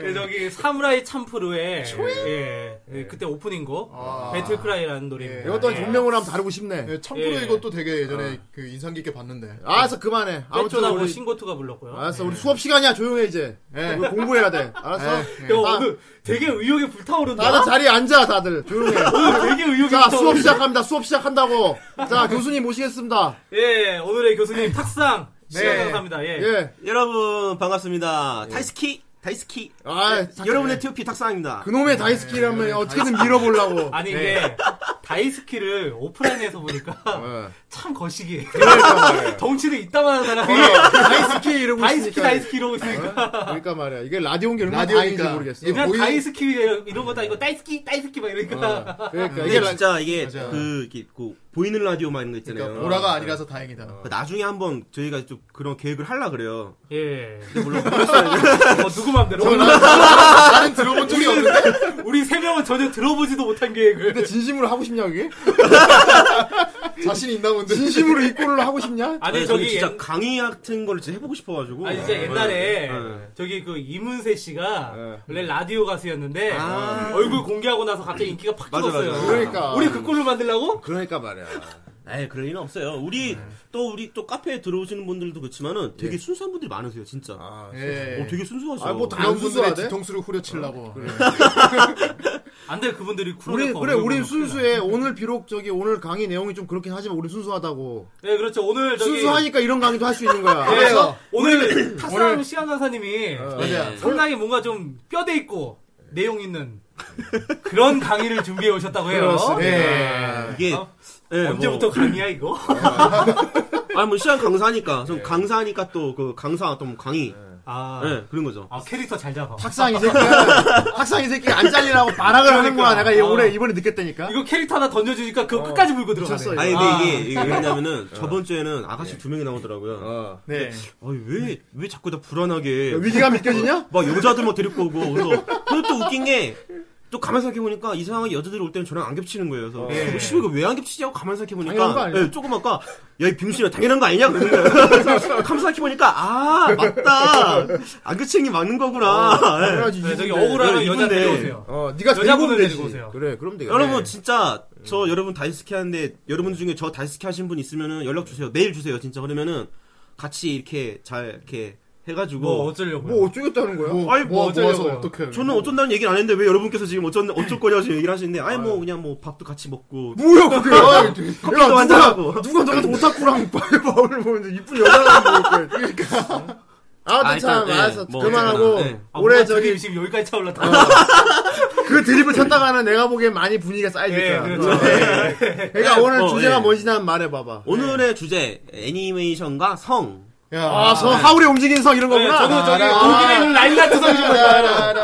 S2: 그 저기 사무라이 참프루의 예, 예, 그때 오프닝곡 배틀크라이라는 노래입니다.
S3: 네. 아. 이것도
S2: 예.
S3: 종명으로 한번 다루고 싶네. 어.
S4: 참고로
S2: 예.
S4: 이것도 되게 예전에 그 인상 깊게 봤는데
S3: 알았어, 그만해. 아무튼
S2: 백조나무 뭐
S3: 우리 아,
S2: 신고투가 불렀고요.
S3: 알았어, 우리 수업 시간이야. 조용해 이제.
S4: 예.
S3: 우리 공부해야 돼. 알았어. 예.
S2: 야,
S3: 다-
S2: 오늘 되게 의욕이 불타오른다.
S3: 다들 자리에 아. 앉아, 다들. 조용해.
S2: 오늘 되게 의욕이
S3: 자, 수업
S2: 불타오른다.
S3: 시작합니다. 수업 시작한다고. 자, 교수님 모시겠습니다.
S2: 예, 오늘의 교수님 탁상 시간
S3: 네.
S2: 감사합니다. 예.
S3: 예.
S8: 여러분 반갑습니다. 다이스키 다이스키
S2: 네.
S3: 아, 잠깐.
S8: 여러분의 TOP 탁상입니다.
S3: 그놈의 다이스키라면 어떻게든 밀어보려고.
S2: 아니 이게 다이스키를 오프라인에서 보니까
S4: 어.
S2: 참 거시기해.
S4: 그러니까 말이야.
S2: 덩치도 이따만한
S3: 어,
S2: 사람이
S4: 다이스키 이러고
S2: 다이스키
S4: 있으니까.
S2: 다이스키 이러고 있으니까.
S4: 그러니까 말이야. 이게 라디오인 게 얼마나
S3: 라디오니까. 뭐
S4: 다행인지 모르겠어.
S2: 그냥
S4: 보이-
S2: 다이스키 이런 거다 이거 다이스키 다이스키 막
S3: 어.
S2: 이러니까.
S4: 그러니까 이게
S8: 근데
S4: 라-
S8: 진짜 이게
S4: 맞아.
S8: 그, 이렇게 그 보이는 라디오 만 있는 거 있잖아요.
S4: 그러니까 보라가 아니라서 다행이다.
S3: 예.
S8: 그 나중에 한번 저희가 좀 그런 계획을 하려 그래요.
S2: 예. 어, 누구 맘대로.
S4: 나는 들어본 적이 없는데
S2: 우리 세 명은 전혀 들어보지도 못한 계획을.
S4: 근데 진심으로 하고 싶냐 그게? 네. 자신 있나 본데. 진심으로 입고를 하고 싶냐?
S2: 아니,
S8: 아니, 저는
S2: 저기
S8: 진짜
S2: 옛-
S8: 강의 같은 걸 진짜 해보고 싶어가지고.
S2: 아니 진짜 옛날에
S8: 네.
S2: 저기 그 이문세 씨가 원래 라디오 가수였는데
S8: 아.
S2: 얼굴 공개하고 나서 갑자기 인기가 팍
S8: 맞아,
S2: 떨었어요.
S8: 맞아.
S4: 그러니까.
S2: 우리 그 꼴로 만들라고?
S3: 그러니까 말이야.
S8: 에이, 그럴 일은 없어요. 우리,
S4: 네.
S8: 또, 우리 또 카페에 들어오시는 분들도 그렇지만은 되게 순수한 분들이 많으세요, 진짜.
S4: 예.
S8: 어, 되게 순수하죠.
S4: 네. 아, 뭐 다른
S3: 안
S4: 분들의
S3: 순수하대?
S4: 뒤통수를 후려치려고. 네.
S2: 안 돼, 그분들이 쿨하고.
S3: 우리 그래 우리
S2: 음.
S3: 순수해. 오늘 비록 저기 오늘 강의 내용이 좀 그렇긴 하지만 우리 순수하다고.
S2: 네, 그렇죠. 오늘 저기.
S3: 순수하니까 이런 강의도 할 수 있는 거야.
S2: 네,
S3: 알았어?
S2: 오늘 타사랑 시안 하사님이
S4: 맞아.
S2: 상당히 뭔가 좀 뼈대 있고 내용 있는 그런 강의를 준비해 오셨다고 해요.
S4: 네.
S8: 이게,
S2: 어?
S8: 예,
S2: 언제부터 강의야 이거?
S8: 뭐, 아니, 뭐, 시간 강사니까.
S4: 네.
S8: 좀 강사니까 또, 그, 강사, 또, 뭐 강의.
S2: 아,
S8: 예, 그런 거죠.
S2: 아 캐릭터 잘 잡아.
S3: 학상 이 새끼가 학상 이 새끼가 안 잘리라고 발악을 하는구나. 내가
S2: 어.
S3: 이번에 이번에 느꼈다니까.
S2: 이거 캐릭터 하나 던져주니까 그거 끝까지 물고 들어가네.
S3: 미쳤어요.
S8: 아니,
S2: 아.
S8: 근데 이게, 이게 왜냐면은, 저번 주에는 아가씨 두 명이 나오더라고요.
S3: 어.
S4: 네.
S8: 아니, 왜, 왜 자꾸 다
S3: 네.
S8: 불안하게.
S4: 위기감 느껴지냐?
S8: 막 여자들 막 데리고 오고 그래서 그것도 웃긴 게 또 가만 생각해 보니까 이상하게 여자들이 올 때는 저랑 안 겹치는 거예요. 그래서 어. 씨발 이거 왜 안 겹치지 하고 가만 생각해
S4: 네. 당연한 거
S8: 보니까
S4: 아니야?
S8: 예, 조금 아까 야이 빙신아 당연한 거 아니냐 그러는 거예요. 그래서 가만 생각해 보니까 아 맞다 안 겹치는 게 맞는 거구나. 예.
S3: 어, 그래가지고
S2: 네, 저기
S3: 이분들.
S2: 억울하면
S8: 네,
S2: 여자
S8: 이분들.
S2: 데려오세요.
S3: 어, 네가
S2: 여자분을
S3: 데리고 오면
S2: 데리고
S3: 되지.
S2: 오세요.
S3: 그래, 그럼 되겠네.
S8: 예. 여러분 진짜 저 여러분 다이스키 하는데 여러분 중에 저 다이스키 하신 분 있으면은 연락 주세요. 메일 주세요 진짜 그러면은 같이 이렇게 잘 이렇게 해가지고
S2: 뭐 어쩌려고?
S3: 뭐 어쩌겠다는 거야?
S4: 뭐,
S8: 아니,
S4: 뭐
S8: 뭐
S4: 모아서
S2: 어쩌려고요.
S4: 어떻게?
S8: 저는 어쩐다는 얘기는 안 했는데 왜 여러분께서 지금 어쩐 어쩔 거냐 지금 얘기를 하시는데 네. 아니 뭐 그냥 뭐 밥도 같이 먹고
S3: 뭐야 그게? 야,
S8: 커피도
S3: 누가
S8: 한잔하고.
S3: 누가 너한테 오타쿠랑 바울을 보는데 뭐 이쁜 여자라고 볼 거야. 그러니까.
S8: 아,
S3: 아무튼 참
S8: 일단, 예,
S3: 알았어
S8: 뭐
S3: 그만하고
S8: 어쨌거나, 예.
S2: 아,
S3: 올해
S2: 올해
S3: 저기
S2: 저기 지금 여기까지 차올랐다.
S3: 그 드립을 찾다가는 내가 보기엔 많이 분위기가 쌓일
S2: 예,
S3: 거야.
S2: 그렇죠.
S3: 그러니까 오늘
S8: 어,
S3: 주제가
S8: 예.
S3: 뭔지 난 말해봐봐.
S8: 오늘의 주제 애니메이션과 성.
S4: 야.
S3: 아, 성 하울의 움직이는 성 이런
S2: 네,
S3: 거구나.
S2: 저도 저기
S3: 아,
S2: 독일에 있는 라일라트 선수
S8: 아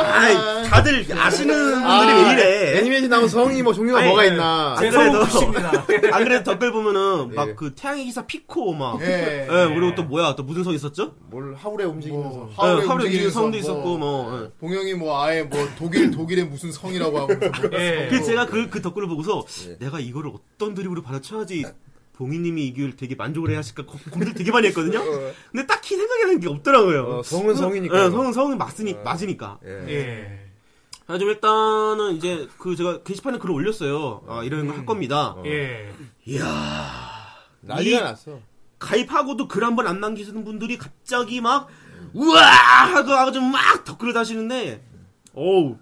S8: 다들 아시는 네. 분들이 왜 이래?
S3: 애니메이션 나온 성이 뭐 종류가
S8: 아니,
S3: 뭐가
S4: 네.
S8: 예.
S3: 있나?
S8: 안
S2: 제 성은
S8: 그래도.
S2: 부십니다.
S8: 안 그래도 댓글 보면은 막 그 태양의 기사 피코 막. 예.
S4: 예.
S8: 그리고 또 뭐야 또 무슨 성 있었죠?
S3: 뭘 하울의 움직이는
S4: 뭐,
S3: 성.
S8: 하울의
S4: 하울의
S8: 움직이는 성도
S4: 성,
S8: 있었고 뭐. 예.
S4: 봉영이 뭐 아예 뭐 독일 독일의 무슨 성이라고 하고 무슨
S2: 예.
S8: 그 제가 그 그 댓글을 보고서
S3: 네.
S8: 내가 이거를 어떤 드립으로 받아쳐야지. 봉희님이 이걸 되게 만족을 해야 하실까 고- 고민을 되게 많이 했거든요. 근데 딱히 생각이 나는 게 없더라고요.
S3: 어, 성은 어. 성이니까.
S8: 예, 성은 성은 맞으니, 맞으니까.
S2: 예.
S8: 아, 좀 일단은 이제 그 제가 게시판에 글을 올렸어요. 아, 이런
S3: 음.
S8: 거 할 겁니다.
S3: 어.
S2: 예.
S3: 난리가
S8: 이-
S3: 났어.
S8: 가입하고도 글 한 번 안 남기시는 분들이 갑자기 막 우와 하고 아주 막 댓글을 다시는데 어우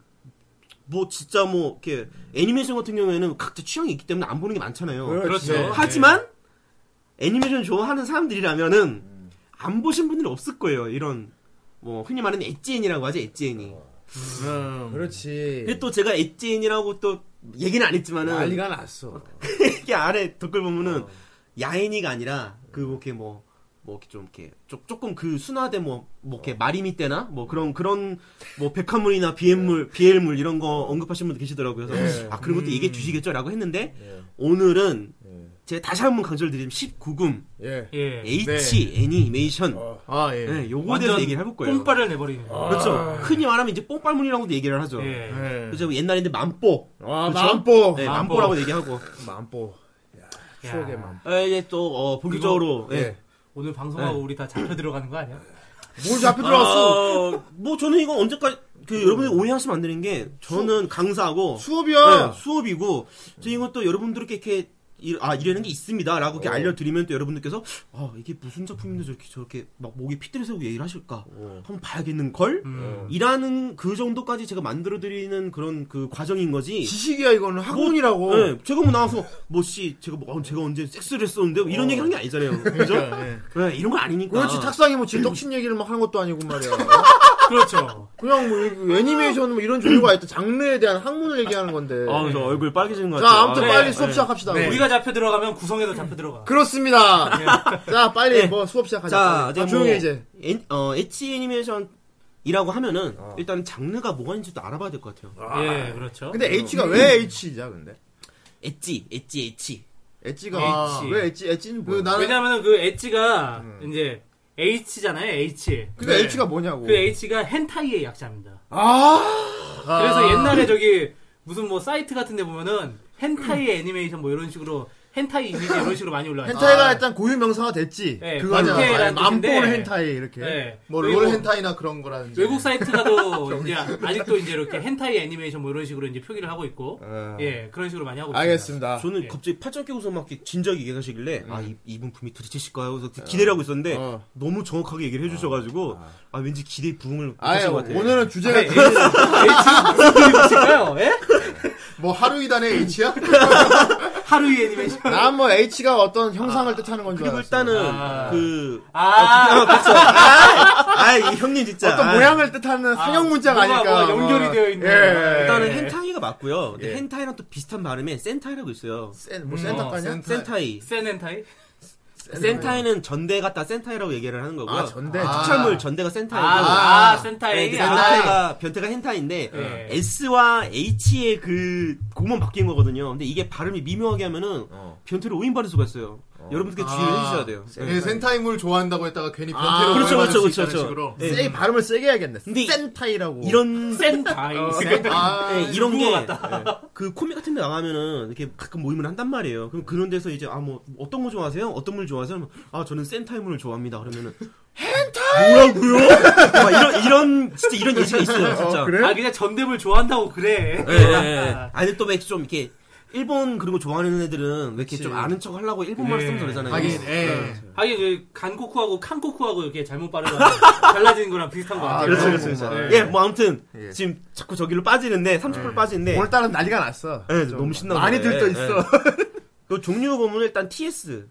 S8: 뭐 진짜 뭐 이렇게 애니메이션 같은 경우에는 각자 취향이 있기 때문에 안 보는 게 많잖아요.
S2: 그렇죠.
S3: 예.
S8: 하지만 애니메이션 좋아하는 사람들이라면은 안 보신 분들이 없을 거예요. 이런 뭐 흔히 말하는 엣지엔이라고 하죠. 엣지엔이.
S3: 어, 음, 그렇지.
S8: 근데 또 제가 엣지엔이라고 또 얘기는 안 했지만은
S3: 예. 난리가 어. 났어.
S8: 이게 아래 댓글 보면은 야인이가 아니라 그 이렇게 뭐. 뭐 이렇게 좀 이렇게 조, 금그 순화된 뭐뭐
S3: 어.
S8: 이렇게 마리미 때나 뭐 그런 그런 뭐 백화물이나
S3: 네.
S8: 비엘물 비엘물 이런 거 언급하시는 분들 계시더라고요. 그래서 아 그런 것도
S3: 음.
S8: 얘기해 주시겠죠라고 했는데
S3: 네.
S8: 오늘은 제가 다시 한번 강조를 드리면 19금
S3: 예.
S2: 예.
S8: 네. H 애니메이션
S3: 어,
S4: 아 예.
S8: 네, 요거에 대해서
S2: 완전
S8: 얘기를 해볼 거예요.
S2: 꼼빠를 내버리는 거.
S8: 그렇죠.
S3: 아.
S8: 흔히 말하면 이제 뽕빨문이라고도 얘기를 하죠.
S2: 예.
S4: 예.
S8: 그죠 옛날에 이제 만뽀
S3: 아,
S8: 그렇죠?
S3: 만보.
S8: 네,
S2: 만뽀.
S8: 만뽀라고 얘기하고
S3: 만보.
S2: 야,
S3: 추억의 만보.
S8: 아, 이제 또 어, 본격적으로 예.
S4: 네.
S3: 예.
S2: 오늘 방송하고 우리 다 잡혀 들어가는 거 아니야?
S3: 뭘 잡혀 들어왔어?
S8: 아, 뭐 저는 이거 언제까지 그 여러분들 오해하시면 안 되는 게 저는 강사고
S3: 수업이야.
S8: 네, 수업이고 저 이것도 여러분들께 이렇게 일- 아 이러는 게 있습니다라고 이렇게 알려드리면 또 여러분들께서 아 이게 무슨 작품인데 저렇게 저렇게 막 목에 핏들이 세우고 얘기를 하실까 한번 봐야겠는 걸 이라는 그 정도까지 제가 만들어드리는 그런 그 과정인 거지
S3: 지식이야 이거는 학문이라고.
S8: 네, 제가 뭐 나와서 뭐 씨 제가 뭐 어, 제가 언제 섹스를 했었는데 이런 얘기 한 게 아니잖아요. 어. 그러니까, 예. 그죠? 네, 이런 거 아니니까.
S3: 그렇지 탁상이 뭐 질덕친 얘기를 막 하는 것도 아니고 말이야.
S2: 그렇죠.
S4: 어? 그냥 뭐 이- 애니메이션 뭐 이런 종류가 있다. 장르에 대한 학문을 얘기하는 건데.
S8: 아, 저 얼굴 빨개지는 것
S4: 자,
S8: 같아요.
S4: 아무튼
S8: 아,
S4: 빨리
S8: 네,
S4: 수업
S8: 네.
S4: 시작합시다.
S2: 네.
S4: 우리.
S2: 우리가 잡혀 들어가면 구성에도 잡혀 들어가.
S4: 그렇습니다. 자, 빨리 뭐 수업 시작하자. 빨리.
S8: 네. 자,
S4: 아,
S8: 이제 뭐
S4: 조용히 해, 이제.
S8: 엔, 어, 엣지 애니메이션이라고 하면은
S4: 어.
S8: 일단 장르가 뭐가 있는지도 알아봐야 될 것 같아요.
S2: 예, 그렇죠.
S4: 근데 H가 왜
S8: 음.
S4: H이자 근데?
S8: 엣지, 엣지, 엣지.
S4: 엣지가
S2: 아,
S4: 왜 엣지? 엣지는 뭐야? 나는 음.
S2: 왜냐면은 그 엣지가 이제 H잖아요, H.
S4: 근데 H가
S8: 네.
S4: 뭐냐고.
S2: 그 H가 헨타이의 약자입니다.
S4: 아.
S2: 그래서 옛날에 저기 무슨 뭐 사이트 같은 데 보면은 헨타이 애니메이션 뭐 이런 식으로 헨타이 이미지 이런 식으로 많이 올라와요.
S4: 헨타이가 일단 고유 명사가 됐지.
S2: 아. 네,
S4: 그거 아니야.
S2: 헨타이라는
S4: 만볼
S2: 뜻인데.
S4: 헨타이 이렇게.
S2: 네.
S4: 뭐
S2: 그리고
S4: 롤 헨타이나 그런 거라든지.
S2: 외국 사이트 가도 이제 아직도 이제 이렇게 헨타이 애니메이션 뭐 이런 식으로 이제 표기를 하고 있고 예 그런 식으로 많이 하고 있습니다.
S4: 아. 알겠습니다.
S8: 저는
S2: 예.
S8: 갑자기 팔짱 끼고서 막 이렇게 진작 얘기하시길래 아, 이, 이분 분이 들이치실까요? 그래서 기대를 하고 있었는데
S4: 음. 어.
S8: 너무 정확하게 얘기를 해주셔가지고 아, 왠지 기대 부응을
S4: 아예
S8: 못하신 것 같아요.
S4: 오늘은 주제가
S2: 그러니까요, 예?
S4: 뭐 하루 이단의 H야?
S2: 하루이 애니메이션.
S4: 난 뭐 H가 어떤 형상을 뜻하는 건 줄
S8: 그리고
S4: 알았어.
S8: 일단은 그
S2: 아,
S8: 아, 이 형님 진짜.
S4: 어떤
S8: 아,
S4: 모양을 뜻하는 상형 문자가
S2: 뭐가,
S4: 아닐까.
S2: 뭐가 연결이
S4: 어.
S2: 되어 있는.
S4: 예.
S8: 일단은 헨타이가 맞고요. 근데
S4: 예.
S8: 헨타이랑 또 비슷한 발음에 센타이라고 있어요.
S4: 센, 뭐
S2: 음,
S4: 센터
S2: 어,
S4: 가냐?
S8: 센타이.
S2: 센 헨타이.
S8: 센타이는 전대 같다 센타이라고 얘기를 하는 거고요.
S4: 아, 전대.
S8: 추출물 전대가 센타이고.
S2: 아, 아,
S8: 네,
S2: 센타이.
S8: 그
S2: 아,
S8: 변태가, 변태가 헨타인데
S2: 네.
S8: S와 H의 그 곡만 바뀐 거거든요. 근데 이게 발음이 미묘하게 하면은 변태를 오인받을 수가 있어요. 여러분들께 아,
S4: 아.
S8: 주의를 해주셔야 돼요. 네.
S4: 예, 센타이물 좋아한다고 했다가 괜히 변태로
S8: 아,
S4: 오해받을
S8: 그렇죠, 그렇죠,
S4: 수 있다는
S8: 그렇죠.
S4: 식으로.
S8: 네.
S4: 세 발음을 세게 해야겠네.
S8: 근데 이-
S4: 센타이라고.
S8: 이런
S2: 센타이. 센타이.
S4: 아,
S8: 네, 이런
S2: 그거
S8: 게그 코믹 같은 데 나가면은 이렇게 가끔 모임을 한단 말이에요. 그럼 그런 데서 이제 아 뭐 어떤 거 좋아하세요? 어떤 물 좋아하세요? 그러면 아 저는 센타이물을 좋아합니다. 그러면은 헨타이 뭐라고요? 막 이런 이런 진짜 이런 예시가 있어요. 진짜.
S4: 어, 그래?
S2: 아, 그냥 전대물 좋아한다고 그래.
S8: 예, 예, 예. 아니 또 왜 좀 이렇게 일본 그런 거 좋아하는 애들은 왜 이렇게 좀 아는 척 하려고 일본말
S2: 예.
S8: 쓰면서 네. 그러잖아요.
S4: 하긴, 예.
S8: 그렇죠.
S2: 하긴 그 간코쿠하고 칸코쿠하고 이렇게 잘못 발음하면 달라지는 거랑 비슷한 거
S4: 아,
S2: 같아요. 네.
S8: 그렇죠,
S4: 그런
S8: 그렇죠, 그렇죠.
S4: 거구나.
S8: 예, 뭐 아무튼
S4: 예.
S8: 지금 자꾸 저기로 빠지는데 30% 빠지는데
S4: 오늘따라 난리가 났어.
S8: 예,
S4: 좀
S8: 너무 네. 신나.
S4: 많이 들떠 있어.
S8: 예. 또 종류 보면 일단 TS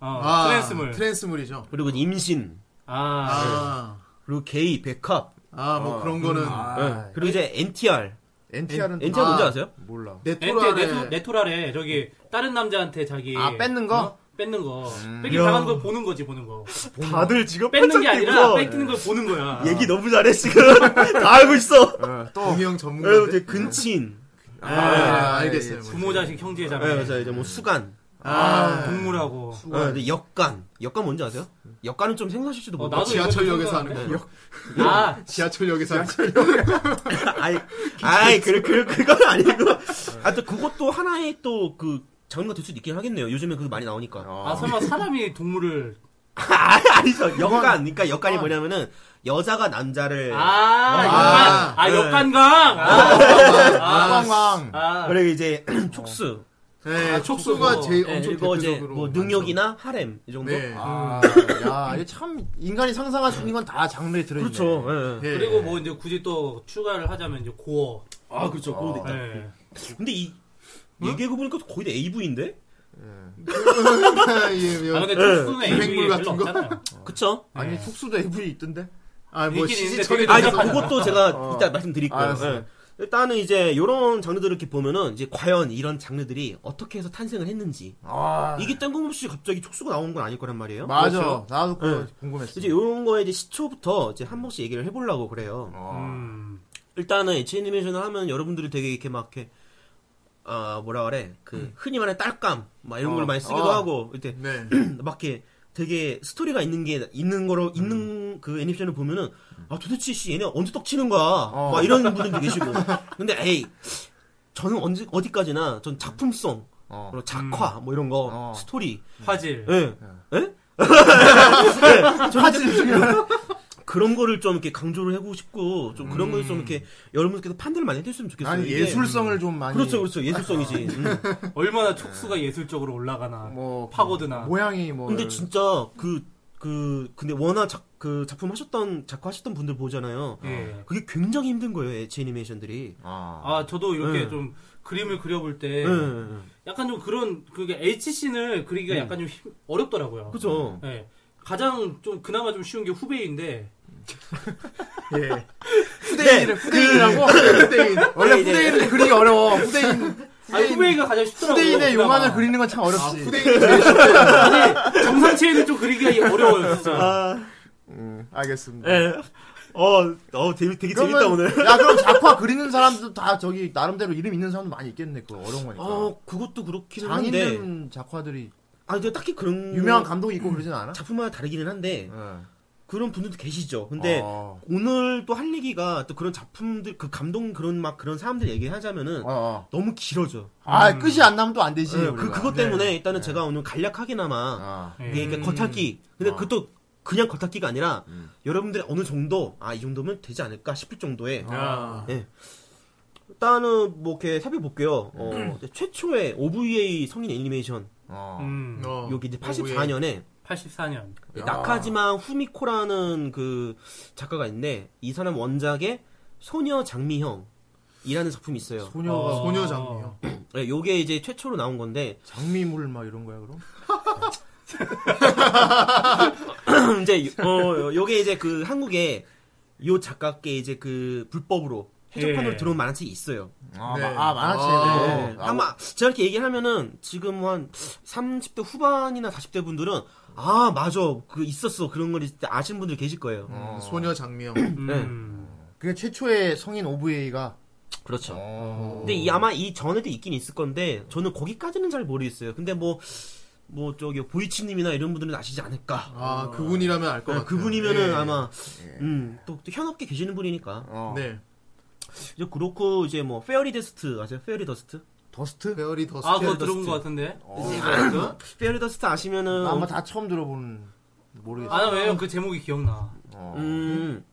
S2: 어,
S4: 아,
S2: 트랜스물.
S4: 트랜스물이죠.
S8: 그리고 임신
S2: 아,
S4: 아,
S8: 그리고 게이 백합
S4: 아,
S8: 어,
S4: 뭐 그런 거는. 아,
S8: 예. 그리고 이제 NTR
S4: NTR은.
S8: NTR 뭔지 아세요?
S4: 몰라.
S2: 네토,
S4: 네토라네.
S2: 네토, 네토라래. 저기, 다른 남자한테 자기. 어,
S4: 아, 뺏는 거?
S8: 어?
S2: 뺏는 거. 뺏긴 당한 걸 보는 거지, 보는 거.
S8: 다들 지금
S2: 뺏는 게 아니라
S8: 팔짱 끼고서
S2: 뺏기는 걸 보는 거야.
S4: 아.
S8: 얘기 너무 잘해 지금 다 알고 있어.
S4: 또. 유명
S8: 그리고
S4: 전문가.
S8: 이제 근친
S4: 아,
S8: 네.
S4: 알겠어요. 뭐
S2: 부모, 자식, 형제, 자매.
S8: 예, 맞아요.
S4: 음.
S8: 이제 뭐 수간
S2: 아, 동물하고.
S8: 어, 근데 역간. 역간 뭔지 아세요? 역간은 좀뭐 생소하실지도
S2: 어,
S8: 모르고.
S2: 나도
S4: 지하철역에서 하는
S2: 거.
S4: 거. 역-
S2: 아,
S4: 지하철역에서 하는 거.
S8: 아이, 아이, 그, 그, 그건 아니고. 하여튼 그것도 하나의 또 그, 장르가 될 수도 있긴 하겠네요. 요즘에 그거 많이 나오니까.
S2: 아, 설마 사람이 동물을.
S8: 아, 아니죠. 역간. 그러니까 역간이 뭐냐면은, 여자가 남자를.
S2: 아, 아, 아,
S8: 네.
S2: 역간강. 아,
S4: 왕왕.
S2: 아,
S8: 그리고 이제, 촉수.
S4: 네,
S2: 아,
S4: 촉수가
S2: 촉수고.
S4: 제일
S8: 네,
S4: 엄청
S8: 그리고 이제,
S4: 대표적으로
S8: 뭐,
S4: 많죠.
S8: 능력이나 하렘. 이 정도?
S4: 네. 아,
S8: 음.
S4: 야, 이게 참 인간이 상상할 수 있는 건 다 장르에 들어 있네.
S8: 그렇죠. 예, 예.
S4: 예.
S2: 그리고 뭐 이제 굳이 또 추가를 하자면 이제 고어.
S8: 아, 어? 그렇죠. 그거 있다.
S2: 네.
S8: 근데 이, 얘기하고 보니까 거의 다 AV인데?
S4: 예, 예.
S2: 아, 근데 특수는
S4: 기획물
S2: 애니 별로
S4: 같은 거?
S2: 없잖아요.
S8: 그쵸?
S4: 아니
S2: 예.
S4: 촉수도 AV 있던데. 아, 뭐
S2: 있긴
S4: CG
S2: 있는데
S4: 처리
S2: 되게
S8: 아, 이제
S2: 아,
S8: 그것도 제가
S4: 어.
S8: 이따 말씀드릴게요.
S4: 알았어요.
S8: 예. 일단은 이제 요런 장르들을 이렇게 보면은 이제 과연 이런 장르들이 어떻게 해서 탄생을 했는지
S4: 아,
S8: 이게 뜬금없이 갑자기 촉수가 나오는 건 아닐 거란 말이에요.
S4: 맞아.
S8: 그렇죠?
S4: 나도 그거
S8: 예.
S4: 궁금했어.
S8: 이제 요런 거에 이제 시초부터 이제 한 번씩 얘기를 해보려고 그래요.
S4: 아.
S2: 음.
S8: 일단은 H 애니메이션을 하면 여러분들이 되게 이렇게 막 이렇게 아 뭐라 그래 그 흔히 말하는 딸감 막 이런 걸 많이 쓰기도
S4: 음. 어.
S8: 하고 이때
S4: 네.
S8: 막 이렇게 되게 스토리가 있는 게 있는 거로
S4: 음.
S8: 있는 그 애니메이션을 보면은 아 도대체 씨 얘네 언제 떡 치는 거야
S4: 어.
S8: 막 이런 분들도 계시고 근데 에이 저는 언제 어디까지나 전 작품성
S4: 어.
S8: 그리고 작화 뭐 이런 거
S4: 어.
S8: 스토리
S2: 화질.
S8: 예 예?
S4: 화질이 중요한.
S8: 그런 거를 좀 이렇게 강조를 해보고 싶고 좀 그런 거를 좀 이렇게 여러분께서 판단을 많이 해주셨으면 좋겠어요
S4: 음. 아니
S8: 이게-
S4: 예술성을 네. 좀 많이.
S8: 그렇죠 그렇죠 예술성이지 음.
S2: 얼마나 촉수가 예술적으로 올라가나.
S4: 뭐
S2: 파고드나.
S4: 모양이 뭐.
S8: 근데 진짜 그, 그, 근데 워낙 작, 그 작품 하셨던, 작화 하셨던 분들 보잖아요.
S2: 예.
S8: 그게 굉장히 힘든 거예요, 애치 애니메이션들이.
S4: 아.
S2: 아, 저도 이렇게
S8: 예.
S2: 좀 그림을 그려볼 때
S8: 예, 예, 예.
S2: 약간 좀 그런 그게 HC는 그리기가 약간 좀 힘- 어렵더라고요. 네.
S8: 그죠.
S2: 예. 가장 좀 그나마 좀 쉬운 게 후베이인데
S4: 예.
S8: 후대인이래,
S4: 후대인이라고? 후대인. 원래
S8: 네, 이제-
S4: 후대인을 그리기 어려워. 후대인,
S2: 아니 후배가 가장 쉽더라고요.
S4: 후대인의
S2: 그나마.
S4: 용안을 그리는 건 참 어렵지.
S8: 아,
S2: 아니 정상체에는 좀 그리기가 어려워요
S4: 아.
S2: 진짜.
S4: 알겠습니다.
S8: 예. 어, 어, 되게, 되게 재밌다, 오늘.
S4: 야, 그럼 작화 그리는 사람도 다 저기, 나름대로 이름 있는 사람도 많이 있겠네. 그거 어려운 거니까.
S8: 어, 그것도 그렇긴
S4: 그러니까. 장
S8: 한데.
S4: 있는 작화들이
S8: 아, 근데 딱히 그런.
S4: 유명한 감독이 있고 그러진 않아?
S8: 작품마다 다르기는 한데.
S4: 예.
S8: 그런 분들도 계시죠. 음. 근데
S4: 어,
S8: 오늘 또 할 얘기가 또 그런 작품들, 그 감동 그런 막 그런 사람들 얘기하자면은.
S4: 어, 어.
S8: 너무 길어져.
S4: 아, 끝이 안 나면 또 안 되지.
S8: 예, 그,
S4: 네, 우리가. 네.
S8: 그것 때문에 일단은 제가 오늘 간략하게나마.
S4: 아.
S8: 이게 그러니까 겉핥기. 근데
S4: 어.
S8: 그것도 그냥 겉핥기가 아니라
S4: 음.
S8: 여러분들이 어느 정도, 아, 이 정도면 되지 않을까 싶을 정도의
S2: 아.
S8: 일단은 뭐 이렇게 살펴볼게요. 어,
S4: 음.
S8: 최초의 OVA 성인 애니메이션
S4: 어.
S2: 음,
S4: 어.
S8: 여기 이제 84년에
S2: 84년.
S8: 아. 나카지마 후미코라는 그 작가가 있는데 이 사람 원작의 소녀 장미형이라는 작품이 있어요.
S4: 소녀가
S2: 어.
S4: 소녀 장미요.
S8: 네, 요게 이제 최초로 나온 건데
S4: 장미물 막 이런 거야 그럼?
S8: 이제 어 요게 이제 그 한국에 요 작가께 이제 그 불법으로 해적판으로
S2: 예.
S8: 들어온 만화책이 있어요.
S4: 아,
S6: 네.
S4: 마- 아 만화책.
S8: 네. 아마 제가 이렇게 얘기를 하면은 지금 한 30대 후반이나 40대 분들은 아 맞아 그 있었어 그런 걸 이제 아시는 분들 계실 거예요.
S4: 어. 소녀 장미요.
S8: 네.
S2: 음.
S4: 그게 최초의 성인 OVA가.
S8: 그렇죠. 근데 이 아마 이 전에도 있긴 있을 건데 저는 거기까지는 잘 모르겠어요. 근데 뭐 뭐 저기 보이치님이나 이런 분들은 아시지 않을까.
S4: 아 그분이라면 알 것
S8: 네,
S4: 같아요.
S8: 그분이면은
S4: 예.
S8: 아마 음, 또, 또 현업계 계시는 분이니까
S4: 어. 네.
S8: 이제 그렇고 이제 뭐 페어리 데스트 아세요? 페어리 더스트?
S4: 더스트? 베어리 더스트.
S2: 아 그거 들어본 것 같은데. 아,
S8: 페어리 더스트 아시면은
S4: 아마 다 처음 들어보는 모르겠어.
S2: 나 왜요? 그 제목이 기억나.
S8: 음,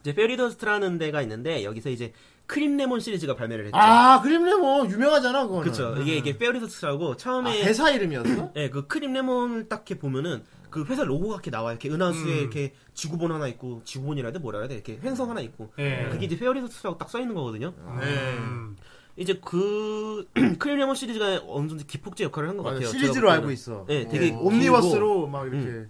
S8: 이제 페어리 더스트라는 데가 있는데 여기서 이제 크림 레몬 시리즈가 발매를 했죠.
S4: 아 그림 레몬 유명하잖아 그거는.
S8: 그렇죠. 이게 이게 페어리 더스트라고
S4: 아,
S8: 처음에
S4: 회사 이름이었어?
S8: 예, 그 크림 레몬을 딱 이렇게 보면은 그 회사 로고가 이렇게 나와요. 이렇게 은하수에
S2: 음.
S8: 이렇게 지구본 하나 있고 지구본이라 해야 돼 뭐라 해야 돼 이렇게 행성 하나 있고
S2: 예.
S8: 그게 이제 페어리더스라고 딱 써 있는 거거든요.
S4: 네.
S2: 음.
S8: 이제 그 크림 레몬 시리즈가 어느 정도 기폭제 역할을 한 것
S4: 맞아,
S8: 같아요.
S4: 시리즈로 알고 있어.
S8: 네, 되게
S4: 어. 음.
S8: 길고.
S4: 옴니버스로 막 이렇게.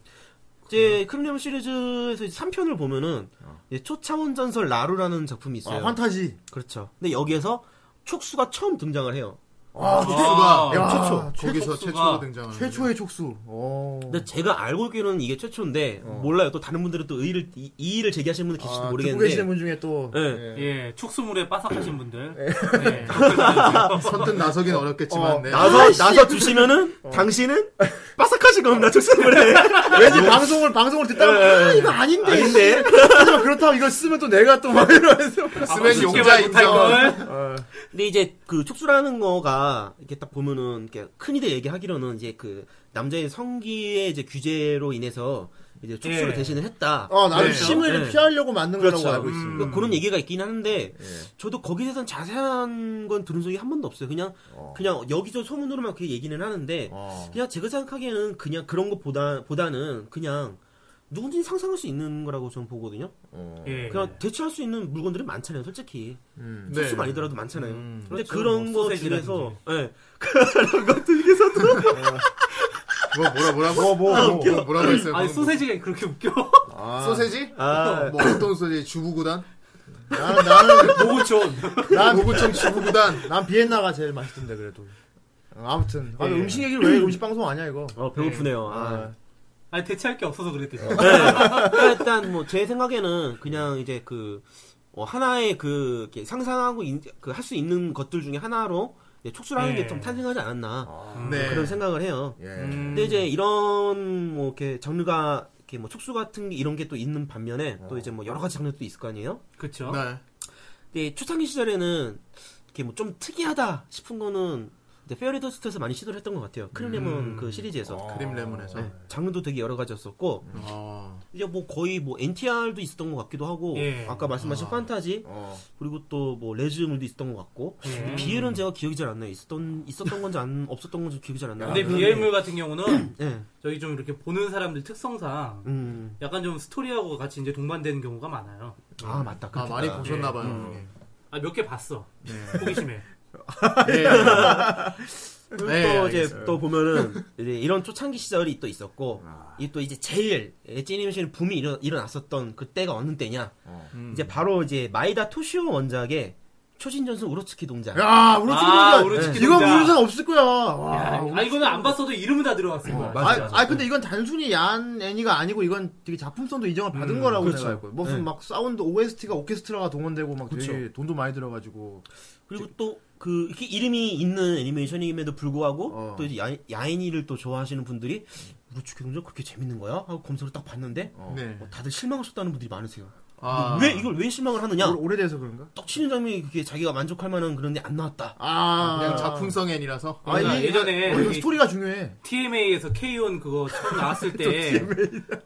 S8: 이제 크림 레몬 시리즈에서 3편을 보면은 이제 초차원 전설 라루라는 작품이
S4: 아,
S8: 있어요.
S4: 환타지.
S8: 그렇죠. 근데 여기에서 촉수가 처음 등장을 해요.
S4: 아,
S2: 아,
S4: 야,
S2: 최초수가-
S4: 최초. 거기서 최초로 등장하는. 최초의 촉수. 어. 오.
S8: 근데 제가 알고 있기로는 이게 최초인데 몰라요. 또 다른 분들은 또 의의를 이- 이의를 제기하시는 분들
S4: 어.
S8: 계실지
S4: 아, 듣고
S8: 모르겠는데.
S4: 계시는 분 중에 또
S8: 예.
S2: 예, 축수물에 빠삭하신 분들.
S4: 네.
S2: 예.
S4: 그 선뜻 나서긴 어렵겠지만 네.
S8: 나서 나서 주시면은
S4: 어.
S8: 당신은 빠삭하실 겁니다. 촉수물에.
S4: 왠지 방송을 방송을 듣다가 아 이거 아닌데
S8: 아닌데?
S4: 하지만 그렇다고 이걸 쓰면 또 내가 또 막 이러면서
S2: 아, 쉽게 말 못할 걸.
S8: 근데 이제 그 촉수라는 거가 이렇게 딱 보면은 이렇게 큰이들 얘기하기로는 이제 그 남자의 성기의 이제 규제로 인해서 이제 촉수를
S2: 예.
S8: 대신을 했다.
S4: 어 나름
S2: 네.
S4: 심을
S8: 네.
S4: 피하려고 만든
S8: 그렇죠.
S4: 거라고 알고 있습니다. 음. 예.
S8: 그- 그런 얘기가 있긴 하는데 저도 거기에 대해서는 자세한 건 들은 적이 한 번도 없어요. 그냥 그냥 여기저기 소문으로만 그 얘기는 하는데
S4: 어.
S8: 그냥 제가 생각하기에는 그냥 그런 것보다 보다는 그냥 누군지 상상할 수 있는 거라고 저는 보거든요.
S2: 예.
S8: 그냥 대체할 수 있는 물건들이 많잖아요, 솔직히.
S4: 음.
S8: 소수가 아니더라도 많잖아요.
S2: 네.
S8: 근데
S2: 그렇죠.
S8: 그
S2: 뭐
S8: 런거
S2: 소세지라든지.
S8: 중에서, 예.
S4: 뭐 뭐라 뭐라 뭐 뭐뭐 뭐라고 했어요?
S2: 아니 소세지가 그렇게 웃겨.
S4: 소세지?
S8: 아,
S4: 뭐 어떤 소세지? 주부구단? 나는 나는
S2: 모구촌.
S4: 난 고구청 주부구단.
S3: 난 비엔나가 제일 맛있던데 그래도.
S4: 어, 아무튼
S3: 아,
S4: 아,
S2: 예.
S4: 음식
S3: 음식 얘기를 왜 음식 방송 아니야 이거?
S8: 어, 배고프네요. 아.
S2: 아니 대체할 게 없어서 그랬대.
S4: 네.
S2: 요
S8: 그러니까 일단 뭐 제 생각에는 그냥 이제 그 어, 하나의 그 이렇게 상상하고 그 할 수 있는 것들 중에 하나로 이제 촉수라는
S2: 네. 어.
S8: 게 좀 탄생하지 않았나
S4: 네.
S8: 그런 생각을 해요.
S4: 예.
S2: 음.
S8: 근데 이제 이런 뭐 이렇게 장르가 이렇게 뭐 촉수 같은 게 이런 게 또 있는 반면에
S2: 어.
S8: 또 이제 뭐 여러 가지 장르도 있을 거 아니에요.
S2: 그쵸.
S4: 네.
S8: 근데 초창기 시절에는 이렇게 뭐 좀 특이하다 싶은 거는 이제 페어리더스트에서 많이 시도를 했던 것 같아요. 크림레몬
S2: 음.
S8: 그 시리즈에서.
S2: 어.
S4: 크림 레몬에서.
S8: 네, 장르도 되게 여러 가지였었고
S2: 음.
S4: 어.
S8: 이제 뭐 거의 뭐 NTR도 있었던 것 같기도 하고
S2: 아. 예.
S8: 아까 말씀하신 판타지
S4: 어.
S8: 그리고 또 뭐 레즈물도 있었던 것 같고
S2: 예.
S8: 근데 비엘은 제가 기억이 잘 안 나요. 있었던 있었던 건지 안 없었던 건지 기억이 잘 안 나요.
S2: 근데
S4: 아,
S2: 비엘물 같은 경우는
S8: 예.
S2: 저희 좀 이렇게 보는 사람들 특성상
S8: 음.
S2: 약간 좀 스토리하고 같이 이제 동반되는 경우가 많아요.
S8: 아 맞다.
S4: 아 많이
S8: 그렇겠다.
S4: 보셨나 봐요.
S2: 아 몇 개 봤어. 호기심에.
S4: 예. 네,
S8: 또 이제
S4: 알겠어요.
S8: 또 보면은 이제 이런 초창기 시절이 또 있었고
S4: 아.
S8: 이 또 이제 제일 애니메이션 붐이 일어, 일어났었던 그때가 어느 때냐 이제 바로 이제 마이다 토시오 원작의 초신전수 우로츠키 동작
S4: 야, 우르츠키
S2: 아,
S4: 동작.
S2: 우르츠키
S4: 이건
S2: 동작.
S4: 우르선 없을 거야. 와,
S2: 아 이거는 안 봤어도 이름은 다 들어갔을 거야.
S3: 아, 아 근데 이건 단순히 야한 애니가 아니고 이건 되게 작품성도 인정을 받은 거라고 생각했고요. 무슨
S4: 네.
S3: 막 사운드 OST가 오케스트라가 동원되고 막 되게 돈도 많이 들어가지고
S8: 그리고 또 그 이렇게 이름이 있는 애니메이션임에도 불구하고
S3: 어.
S8: 또 이제 야, 야인이를 또 좋아하시는 분들이 우로츠키 동작 그렇게 재밌는 거야 하고 검색을 딱 봤는데
S4: 네.
S8: 어, 다들 실망하셨다는 분들이 많으세요.
S4: 아.
S8: 왜 이걸 왜 실망을 하느냐?
S3: 오래- 오래돼서 그런가?
S8: 떡 치는 장면이 그게 자기가 만족할 만한 그런 게 안 나왔다.
S3: 아,
S4: 그냥 작품성 애니라서. 네.
S3: 아,
S2: 그러니까
S3: 이게-
S2: 예전에
S3: 어, 이거
S2: 이-
S3: 스토리가 중요해.
S2: TMA에서 K1 그거 처음 나왔을 때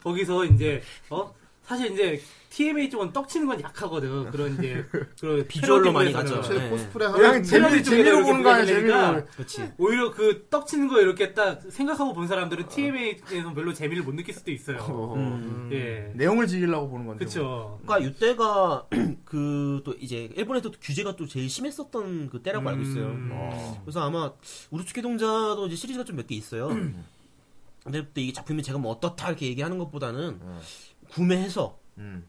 S2: 거기서 이제 어 사실 이제 TMA 쪽은 떡치는 건 약하거든. 그런 이제 그런
S8: 비주얼로 많이
S2: 패러디물에
S8: 가죠.
S2: 관해서.
S8: 네.
S4: 코스프레
S3: 그냥
S4: 하는
S2: 패러디
S3: 재미,
S2: 쪽에다
S3: 재미로
S2: 이렇게
S3: 보는 거 아니야, 재미로.
S2: 보내니까
S8: 그렇지.
S2: 오히려 그 떡치는 거 이렇게 딱 생각하고 본 사람들은 TMA에서 별로 재미를 못 느낄 수도 있어요.
S3: 어, 음.
S2: 예.
S3: 내용을 즐기려고 보는 건데.
S2: 그쵸.
S8: 그러니까 이때가 그 또 이제 일본에도 또 규제가 또 제일 심했었던 그 때라고 알고 있어요.
S2: 음.
S8: 그래서 아마 우르츠키 동자도 이제 시리즈가 좀 몇 개 있어요. 근데 또 이게 작품이 제가 뭐 어떻다 이렇게 얘기하는 것보다는 구매해서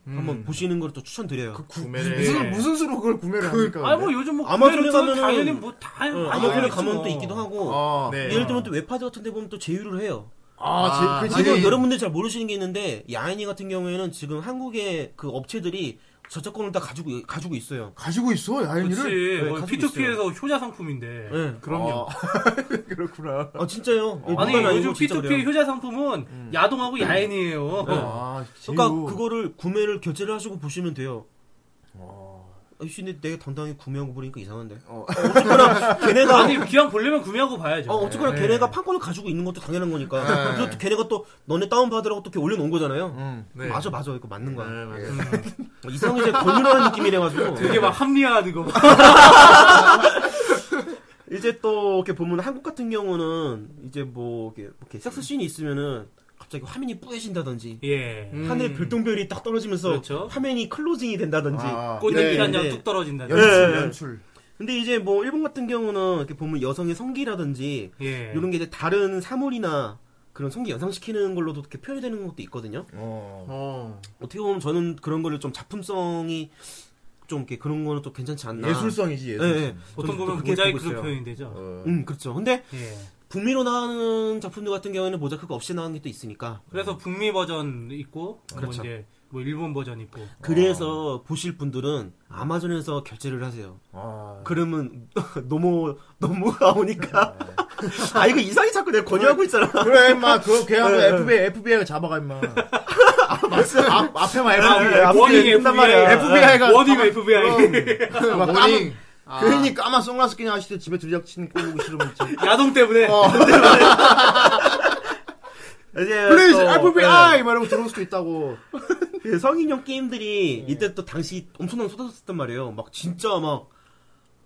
S8: 한번 보시는 걸 또 추천드려요.
S3: 그
S4: 구매를.
S3: 무슨 무슨 수로 그걸 구매를 합니까?
S2: 아, 뭐 요즘 뭐
S8: 아마존에
S2: 구매를 하면
S8: 가면은-
S2: 당연히 뭐다 그렇죠.
S8: 어, 아마존에 가면 또 있기도 하고
S3: 아,
S4: 네.
S8: 예를 들면 또 웹하드 같은 데 보면 또 제휴를 해요.
S3: 아, 제, 그
S8: 지금
S3: 지금 여러분
S8: 여러분들 잘 모르시는 게 있는데 야인이 같은 경우에는 지금 한국의 그 업체들이 저작권을 다 가지고 가지고 있어요.
S3: 가지고 있어
S2: 그렇지.
S3: 야인이를.
S8: 네,
S2: 뭐
S8: 가지고
S2: P2P에서 효자 상품인데.
S8: 예.
S3: 그럼요. 그렇구나.
S8: 아 진짜요?
S2: 아니
S8: 예, 농담이 아니고
S2: 요즘
S8: 진짜
S2: P2P
S8: 그래요.
S2: 효자 상품은
S8: 음. 네.
S2: 야동하고 야인이에요.
S3: 아,
S8: 그러니까
S3: 제휴.
S8: 그거를 구매를 결제를 하시고 보시면 돼요. 아이씨 근데 내가 당당하게 구매하고 보니까 이상한데. 어. 쨌거나 걔네가
S2: 아니 기왕 보려면 구매하고 봐야죠.
S8: 어, 어쨌거나 걔네가 판권을 가지고 있는 것도 당연한 거니까. 그리고 또 걔네가 또 너네 다운 받으라고 또 이렇게 올려놓은 거잖아요.
S2: 음.
S3: 네.
S8: 네. 맞아 맞아 이거 맞는 거야. 어, 이상하게 이제 권유라는 느낌이래 가지고.
S2: 네. 되게 막 합리화하는 거.
S8: 네. 이제 또 이렇게 보면 한국 같은 경우는 이제 뭐 이렇게, 이렇게 섹스 씬이 있으면은 갑자기 화면이 뿌얘진다든지
S2: 예.
S8: 하늘에 별똥별이 딱 떨어지면서
S2: 그렇죠.
S8: 화면이 클로징이 된다든지
S3: 아,
S2: 꽃잎이
S8: 네,
S2: 한장
S8: 네.
S2: 뚝 떨어진다.
S3: 연출,
S8: 예.
S4: 네.
S3: 연출.
S8: 근데 이제 뭐 일본 같은 경우는 이렇게 보면 여성의 성기라든지
S2: 예.
S8: 이런 게 이제 다른 사물이나 그런 성기 연상시키는 걸로도 이렇게 표현이 되는 것도 있거든요.
S3: 어.
S4: 어.
S8: 어떻게 보면 저는 그런 거를 좀 작품성이 좀 이렇게 그런 거는 또 괜찮지 않나.
S3: 예술성이지 예술.
S8: 예, 예.
S2: 보통
S8: 저는
S2: 보면
S8: 또 그렇게 보고
S2: 모자이크로
S8: 있어요.
S2: 표현이 되죠.
S3: 어.
S8: 음, 그렇죠. 근데
S2: 예.
S8: 북미로 나오는 작품들 같은 경우에는 모자크가 없이 나온 게 또 있으니까.
S2: 그래서 북미 버전 있고 뭐
S8: 그렇죠.
S2: 이제 뭐 일본 버전 있고.
S8: 그래서 보실 분들은 아마존에서 결제를 하세요.
S3: 아.
S8: 그러면 너무 너무가 오니까 아 이거 이상이 자꾸 내가 권유하고 있잖아.
S3: 그래 임마 그거 걔하고
S8: 예, 예.
S3: FBI FBI가 잡아가 임마. 앞 앞에만 FBI.
S8: 아,
S2: 예, 뭐 워닝
S8: FBI 단 말이야.
S2: FBI.
S3: FBI가
S2: 예, 워닝 FBI.
S8: 어.
S4: 아,
S3: 막 까만
S4: 모닝.
S3: 괜히 까만 선글라스 끼는 아저씨들 집에 들이닥치는 꼴보기 싫으면 진짜.
S2: 야동 때문에.
S8: 어. 이제
S3: Please
S8: 예, 또,
S3: FBI 말하고 들어올 수도 있다고.
S8: 예, 그 성인용 게임들이 이때 또 당시 엄청나게 쏟아졌단 말이에요. 막 진짜 막.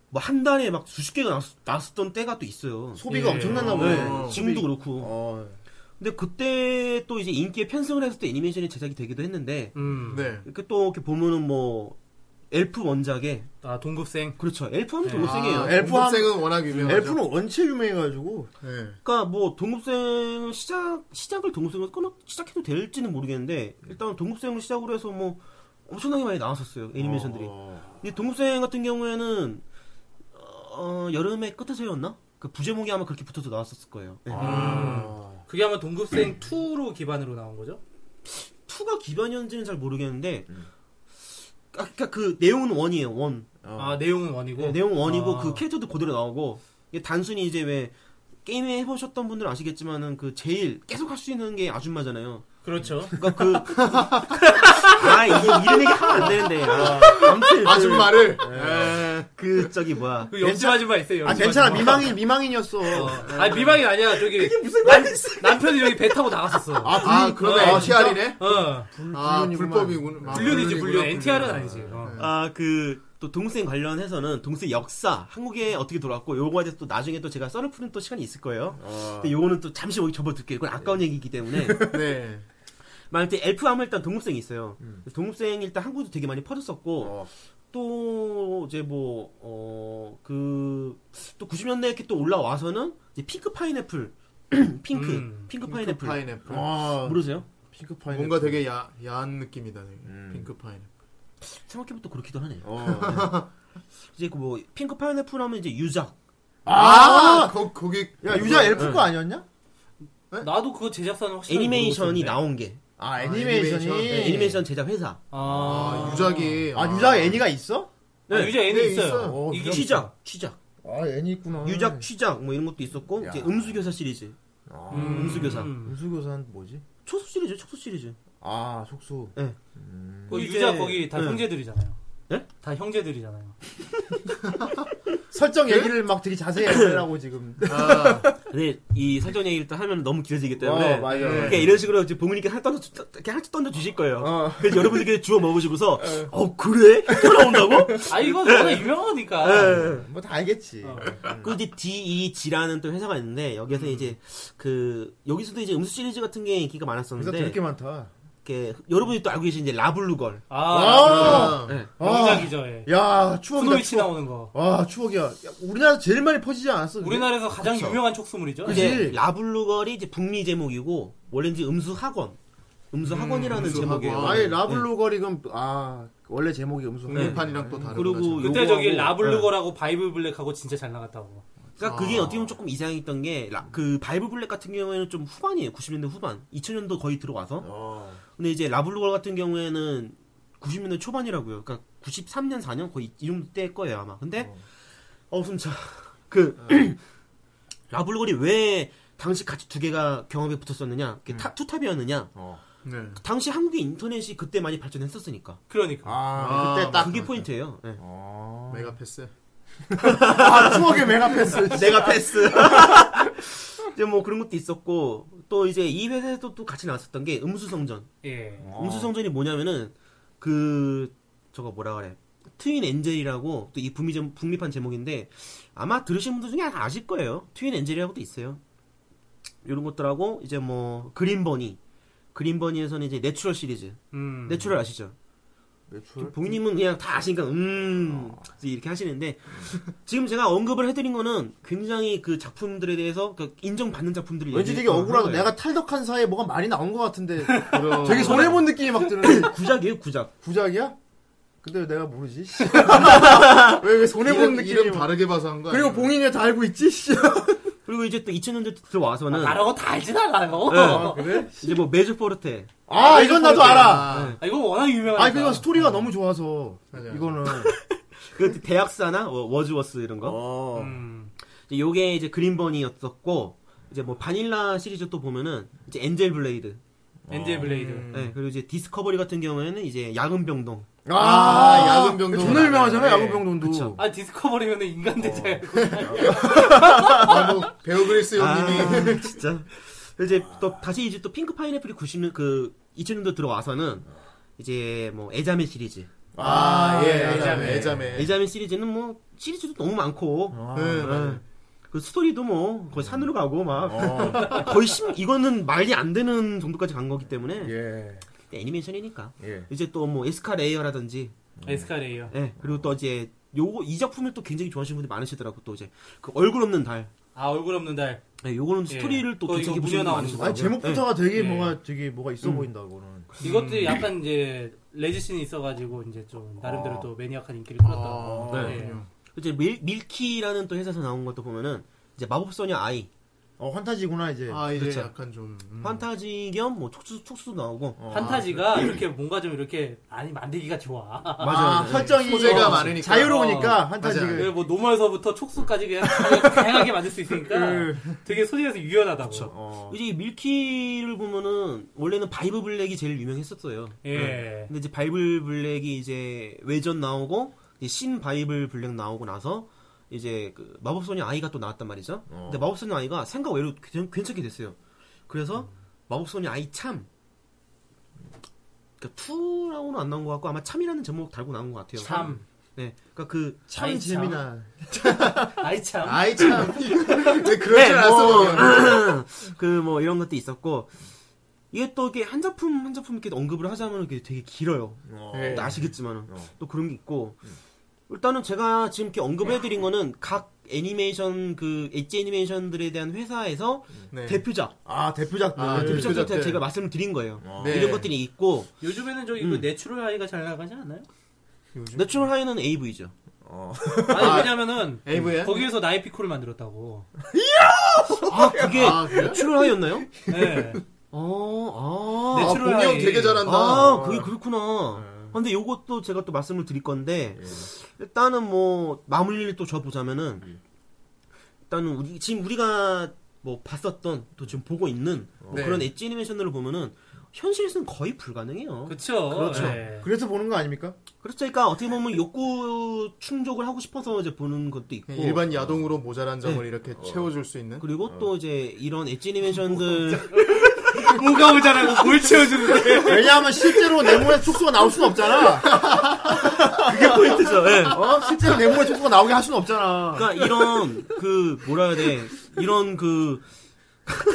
S8: 뭐 한 달에 막 수십 개가 나왔, 나왔었던 때가 또 있어요.
S3: 소비가
S2: 예.
S3: 엄청났나 보네.
S8: 네, 지금도 그렇고.
S3: 어.
S8: 근데 그때 또 이제 인기에 편승을 해서 또 애니메이션이 제작이 되기도 했는데
S2: 음.
S4: 네.
S8: 이렇게 또 이렇게 보면은 뭐 엘프 원작에
S2: 아 동급생.
S8: 그렇죠 엘프 하면
S2: 네.
S8: 동급생이에요.
S4: 아,
S3: 엘프
S4: 동급생은 워낙 유명하죠.
S3: 엘프는 원체 유명해가지고.
S4: 네.
S8: 그러니까 뭐 동급생 시작 시작을 동급생으로 끊어 시작해도 될지는 모르겠는데 일단 동급생을 시작으로 해서 뭐 엄청나게 많이 나왔었어요 애니메이션들이.
S3: 어.
S8: 근데 동급생 같은 경우에는 어, 여름의 끝에서였나? 그 부제목이 아마 그렇게 붙어서 나왔었을 거예요. 네.
S3: 아.
S2: 그게 아마 동급생 2로 기반으로 나온 거죠?
S8: 2가 기반이었는지는 잘 모르겠는데 아, 그러니까 그 내용은 원이에요 원.
S2: 아 내용은 원이고.
S8: 네, 내용 원이고
S2: 아.
S8: 그 캐릭터도 그대로 나오고 이게 단순히 이제 왜 게임에 해보셨던 분들은 아시겠지만은 그 제일 계속 할 수 있는 게 아줌마잖아요.
S2: 그렇죠.
S8: 그러니까 그. 아, 이게 이런 얘기 하면 안 되는데. 아, 아무튼. 그-
S4: 아줌마를.
S8: 그, 저기, 뭐야.
S2: 그 옆집 아줌마 있어요.
S3: 예. 아
S2: 옆집
S3: 괜찮아
S2: 아줌마.
S3: 미망인 미망인이었어.
S2: 어. 아니 미망이 아니야 저기 남, 남편이 저기 배 타고 나갔었어.
S4: 아, 불, 아 그러네.
S2: 어,
S4: NTR이네.
S2: 어
S4: 아,
S3: 불륜이구만.
S4: 불법이군. 아,
S2: 불륜이지 불륜.
S4: 불륜이구나.
S2: NTR은 아니지. 어.
S8: 아, 그, 또 동생 관련해서는 동생 역사, 한국에 어떻게 돌아왔고, 요거에 대해서 또 나중에 또 제가 썰을 푸는 또 시간이 있을 거예요.
S2: 아.
S8: 근데 요거는 또 잠시 여기 접어둘게요. 이건 아까운
S2: 예.
S8: 얘기이기 때문에.
S4: 네.
S8: 만약에 엘프 하면 일단 동급생이 있어요.
S2: 음.
S8: 동급생 일단 한국도 되게 많이 퍼졌었고, 또, 이제 뭐, 어, 그, 또 90년대 이렇게 또 올라와서는 이제 핑크 파인애플 핑크
S2: 음. 어.
S8: 핑크 그 파인애플
S4: 파인애플.
S3: 아,
S8: 모르세요?
S3: 핑크 파인.
S4: 어, 뭔가 되게 야, 야한 느낌이다. 되게.
S3: 음.
S4: 핑크 파인애플.
S8: 생각해보면 또 그렇기도 하네요.
S3: 어.
S8: 이제 그 뭐 핑크 파인애플 하면 이제 유작
S4: 아, 거, 거기
S3: 야 유자 엘프 거 아니었냐?
S2: 나도 그거 제작사는 확실히
S8: 애니메이션이
S2: 모르겠었는데.
S8: 나온 게
S3: 아
S4: 애니메이션이.
S3: 애니메이션이.
S4: 네,
S8: 애니메이션 제작 회사
S2: 아,
S4: 아, 유작이
S3: 아 유자 애니가 있어?
S2: 아, 유작 애니
S4: 네,
S2: 있어요.
S4: 있어요.
S3: 어,
S2: 이게
S3: 그럼-
S8: 취작 취작
S3: 아 애니 있구나.
S8: 유작 취작 뭐 이런 것도 있었고
S3: 야.
S8: 이제 음수교사 시리즈
S3: 아,
S2: 음,
S8: 음수교사.
S2: 음.
S3: 음수교사는 뭐지?
S8: 초소 시리즈 초소 시리즈
S3: 아 속수.
S2: 그
S8: 이제-
S2: 유작 거기 다
S8: 네.
S2: 형제들이잖아요.
S8: 네?
S2: 다 형제들이잖아요.
S3: 설정 얘기를 막 되게 자세히 하려고 지금.
S4: 아,
S8: 근데 이 설정 얘기를 또 하면 너무 길어지기 때문에
S3: 어 맞아.
S8: 그러니까 이런 식으로 이제 부모님께 한 던져 주- 이렇게 한치 던져 주실 거예요.
S3: 어.
S8: 그래서 여러분들께 주워 먹으시고서 어 그래 돌아온다고?
S2: 아, 이건 워낙 유명하니까.
S8: 네.
S3: 뭐 다 알겠지.
S2: 어.
S8: 그 이제 DEG라는 또 회사가 있는데 여기서 이제 그 여기서도 이제 음수 시리즈 같은 게 인기가
S3: 그래서
S8: 많았었는데
S3: 되게 많다.
S8: 이렇게 여러분이 또 알고 계신 이제 라블루걸
S2: 아,
S4: 아,
S8: 네.
S2: 명작이죠. 예.
S3: 야
S8: 아.
S3: 추억이다.
S2: 스노이치
S3: 추억.
S2: 나오는 거.
S3: 아 추억이야. 야, 우리나라 제일 많이 퍼지지 않았어? 그게?
S2: 우리나라에서 가장
S8: 그쵸.
S2: 유명한 촉수물이죠.
S3: 그치.
S8: 이제 라블루걸이 이제 북미 제목이고 원래는 이제 음수 학원 음수 학원이라는 제목이에요. 네.
S3: 아예 라블로걸이 그럼 아 원래 제목이 네. 음수.
S4: 국내판이랑 또 다른.
S8: 그리고
S2: 그때
S8: 요거하고-
S2: 저기 라블루거라고 바이블 블랙하고 진짜 잘 나갔다고.
S8: 그러니까 그게 어떻게 보면 조금 이상했던 게 그 바이브 블랙 같은 경우에는 좀 후반이에요. 90년대 후반, 2000년도 거의 들어와서.
S3: 어.
S8: 근데 이제 라블루걸 같은 경우에는 90년대 초반이라고요. 그러니까 93년 4년 거의 이 정도 때일 거예요 아마. 근데 어, 숨차. 그 라블루걸이 왜 당시 같이 두 개가 경합에 붙었었느냐? 그게 타- 투탑이었느냐? 그
S4: 네.
S8: 당시 한국의 인터넷이 그때 많이 발전했었으니까.
S2: 그러니까.
S3: 아, 그때 딱.
S8: 그게 포인트예요. 예.
S4: 메가패스.
S3: 아 추억의 메가패스.
S8: 내가 패스. 이제 뭐 그런 것도 있었고 또 이제 이 회사에도 또 같이 나왔었던 게 음수성전.
S2: 예.
S8: 음수성전이 뭐냐면은 그 저거 뭐라 그래. 트윈 엔젤이라고 또 이 북미 제- 북미판 제목인데 아마 들으신 분들 중에 다 아실 거예요. 트윈 엔젤이라고도 있어요. 이런 것들하고 이제 뭐 그린버니. 그린버니에서는 이제 내추럴 시리즈.
S2: 음.
S8: 내추럴 아시죠? 봉님은 그냥 다 아시니까 음 그래서 이렇게 하시는데 지금 제가 언급을 해드린 거는 굉장히 그 작품들에 대해서 그 인정받는 작품들이
S3: 왠지 되게
S8: 얘기했던
S3: 억울하고
S8: 거예요.
S3: 내가 탈덕한 사이에 뭐가 많이 나온 것 같은데
S4: 그럼-
S3: 되게 손해본 느낌이 막 드는데
S8: 구작이에요 구작
S3: 구작이야? 근데 왜 내가 모르지? 왜, 왜 손해본
S4: 이름,
S3: 느낌이
S4: 이름
S3: 막...
S4: 다르게 봐서 한 거야.
S3: 그리고 봉인이 다 알고 있지? 씨.
S8: 그리고 이제 또 2000년대
S3: 아,
S8: 들어와서는
S2: 아, 나라고 다 알진 않아요.
S8: 네.
S3: 그래?
S8: 이제 뭐 메주포르테
S3: 아 이건 나도 알아
S4: 아,
S2: 아, 이건 워낙 유명하니까.
S3: 아 그거 스토리가 너무 좋아서
S4: 맞아.
S3: 이거는
S8: 그 대학사나 뭐 워즈워스 이런 거
S3: 어.
S2: 음.
S8: 이제 요게 이제 그린버니였었고 이제 뭐 바닐라 시리즈 또 보면은 이제 엔젤 블레이드
S2: 엔젤 블레이드.
S8: 네, 그리고 이제 디스커버리 같은 경우에는 이제 야근병동
S3: 아,
S4: 야근병동.
S3: 존나 유명하잖아
S4: 네.
S3: 야구병동도
S8: 그쵸.
S2: 아, 디스커버리면 인간 대자야.
S4: 아, 뭐 배우 그리스 형님이
S8: 아, 진짜. 이제 또 다시 이제 또 핑크 파인애플이 90년 그 2000년도 들어와서는 이제 뭐 애자매 시리즈.
S3: 아예
S4: 애자매.
S3: 예.
S4: 애자매.
S8: 애자매 시리즈는 뭐 시리즈도 너무 많고.
S4: 네, 맞아요.
S8: 예. 그 스토리도 뭐 거의 산으로 가고 막
S3: 어.
S8: 거의 심 이거는 말이 안 되는 정도까지 간 거기 때문에
S3: 예.
S8: 애니메이션이니까
S3: 예.
S8: 이제 또 뭐 에스카레이어라든지
S2: 에스카레이어.
S8: 예 그리고 또 이제 요거 이 작품을 또 굉장히 좋아하시는 분들이 많으시더라고 또 이제 그 얼굴 없는 달
S2: 아, 얼굴 없는 달.
S8: 예, 요거는 스토리를
S2: 예.
S8: 또
S2: 또
S8: 괜찮게
S2: 이거 무려
S8: 보시는 분들
S2: 나오는
S8: 많으시더라고요
S3: 아니 제목부터가 되게
S2: 네.
S3: 뭐가 되게 뭐가 있어 보인다 그거는
S2: 이것도 약간 이제 레지신이 있어가지고 이제 좀 나름대로 또 매니악한 인기를 끌었던.
S8: 아,
S2: 예.
S8: 이제 밀, 밀키라는 또 회사에서 나온 것도 보면은 이제 마법소녀 아이
S3: 어 환타지구나 이제
S4: 아 이제
S8: 그쵸.
S4: 약간 좀 음.
S8: 판타지 겸 뭐 촉수 촉수도 나오고
S2: 판타지가 이렇게 뭔가 좀 이렇게 아니 만들기가 좋아.
S3: 아, 설정이
S4: 소재가
S3: 어,
S4: 많으니까.
S3: 자유로우니까
S2: 어.
S3: 환타지가
S4: 맞아요.
S2: 그뭐 노멀서부터 촉수까지 그냥 다양하게 만들 수 있으니까 되게 소재에서 유연하다고.
S8: 이제 이 밀키를 보면은 원래는 바이브 블랙이 제일 유명했었어요.
S2: 예.
S8: 근데 이제 바이블 블랙이 이제 외전 나오고 이제 신 바이블 블랙 나오고 나서 이제 그 마법소녀 아이가 또 나왔단 말이죠.
S2: 어.
S8: 근데 마법소녀 아이가 생각 외로 괜- 괜찮게 됐어요. 그래서
S2: 음.
S8: 마법소녀 아이 참 그러니까 투라고는 안 나온 것 같고 아마 참이라는 제목 달고 나온 것 같아요.
S2: 참.
S8: 네, 그러니까 그
S3: 참
S2: 아이, 참.
S3: 재미나
S2: 아이 참.
S4: 아이 참. 왜 그럴 줄 알았어.
S8: 그 뭐 이런 것도 있었고 이게 또 이게 한 작품 한 작품 이렇게 언급을 하자면 이게 되게 길어요.
S4: 네. 음.
S8: 아시겠지만 은또 그런 게 있고 일단은 제가 지금 이렇게 언급해드린 거는 각 애니메이션 그 엣지 애니메이션들에 대한 회사에서
S4: 네.
S8: 대표작
S3: 아 대표작
S4: 아,
S3: 네.
S4: 대표작.
S8: 대표작 때
S4: 네.
S8: 제가 말씀을 드린 거예요.
S4: 네.
S8: 이런 것들이 있고
S2: 요즘에는 저기 그 내추럴 하이가 잘 나가지 않아요?
S8: 내추럴 하이는 AV죠.
S2: 아니 왜냐면은
S4: AV야?
S2: 거기에서 나이피코를 만들었다고.
S8: 아 그게
S4: 아, 그래요?
S8: 내추럴 하이였나요?
S2: 네.
S8: 어, 아,
S4: 아,
S2: 내추럴
S4: 공룡
S2: 아이.
S4: 되게 잘한다.
S8: 아, 그게 그렇구나. 근데 요것도 제가 또 말씀을 드릴 건데, 일단은 뭐, 마무리를 또 줘보자면은, 일단은 우리, 지금 우리가 뭐 봤었던, 또 지금 보고 있는 뭐
S4: 네.
S8: 그런 엣지 애니메이션들을 보면은, 현실에서는 거의 불가능해요. 그,
S2: 그렇죠.
S8: 그렇죠.
S4: 그래서 보는 거 아닙니까?
S8: 렇죠 그러니까 어떻게 보면 욕구 충족을 하고 싶어서 이제 보는 것도 있고,
S4: 일반 야동으로 모자란 점을
S8: 네.
S4: 이렇게 채워줄 수 있는.
S8: 그리고 또 이제 이런 엣지 애니메이션들,
S2: 뭐가 오잖아. 골 채워주는데.
S3: 왜냐하면 실제로 내 몸에 촉수가 나올 수는 없잖아
S8: 그게 포인트죠. 예.
S3: 어? 실제로 내 몸에 촉수가 나오게 할 수는 없잖아
S8: 그러니까 이런 그 뭐라 해야 돼 이런 그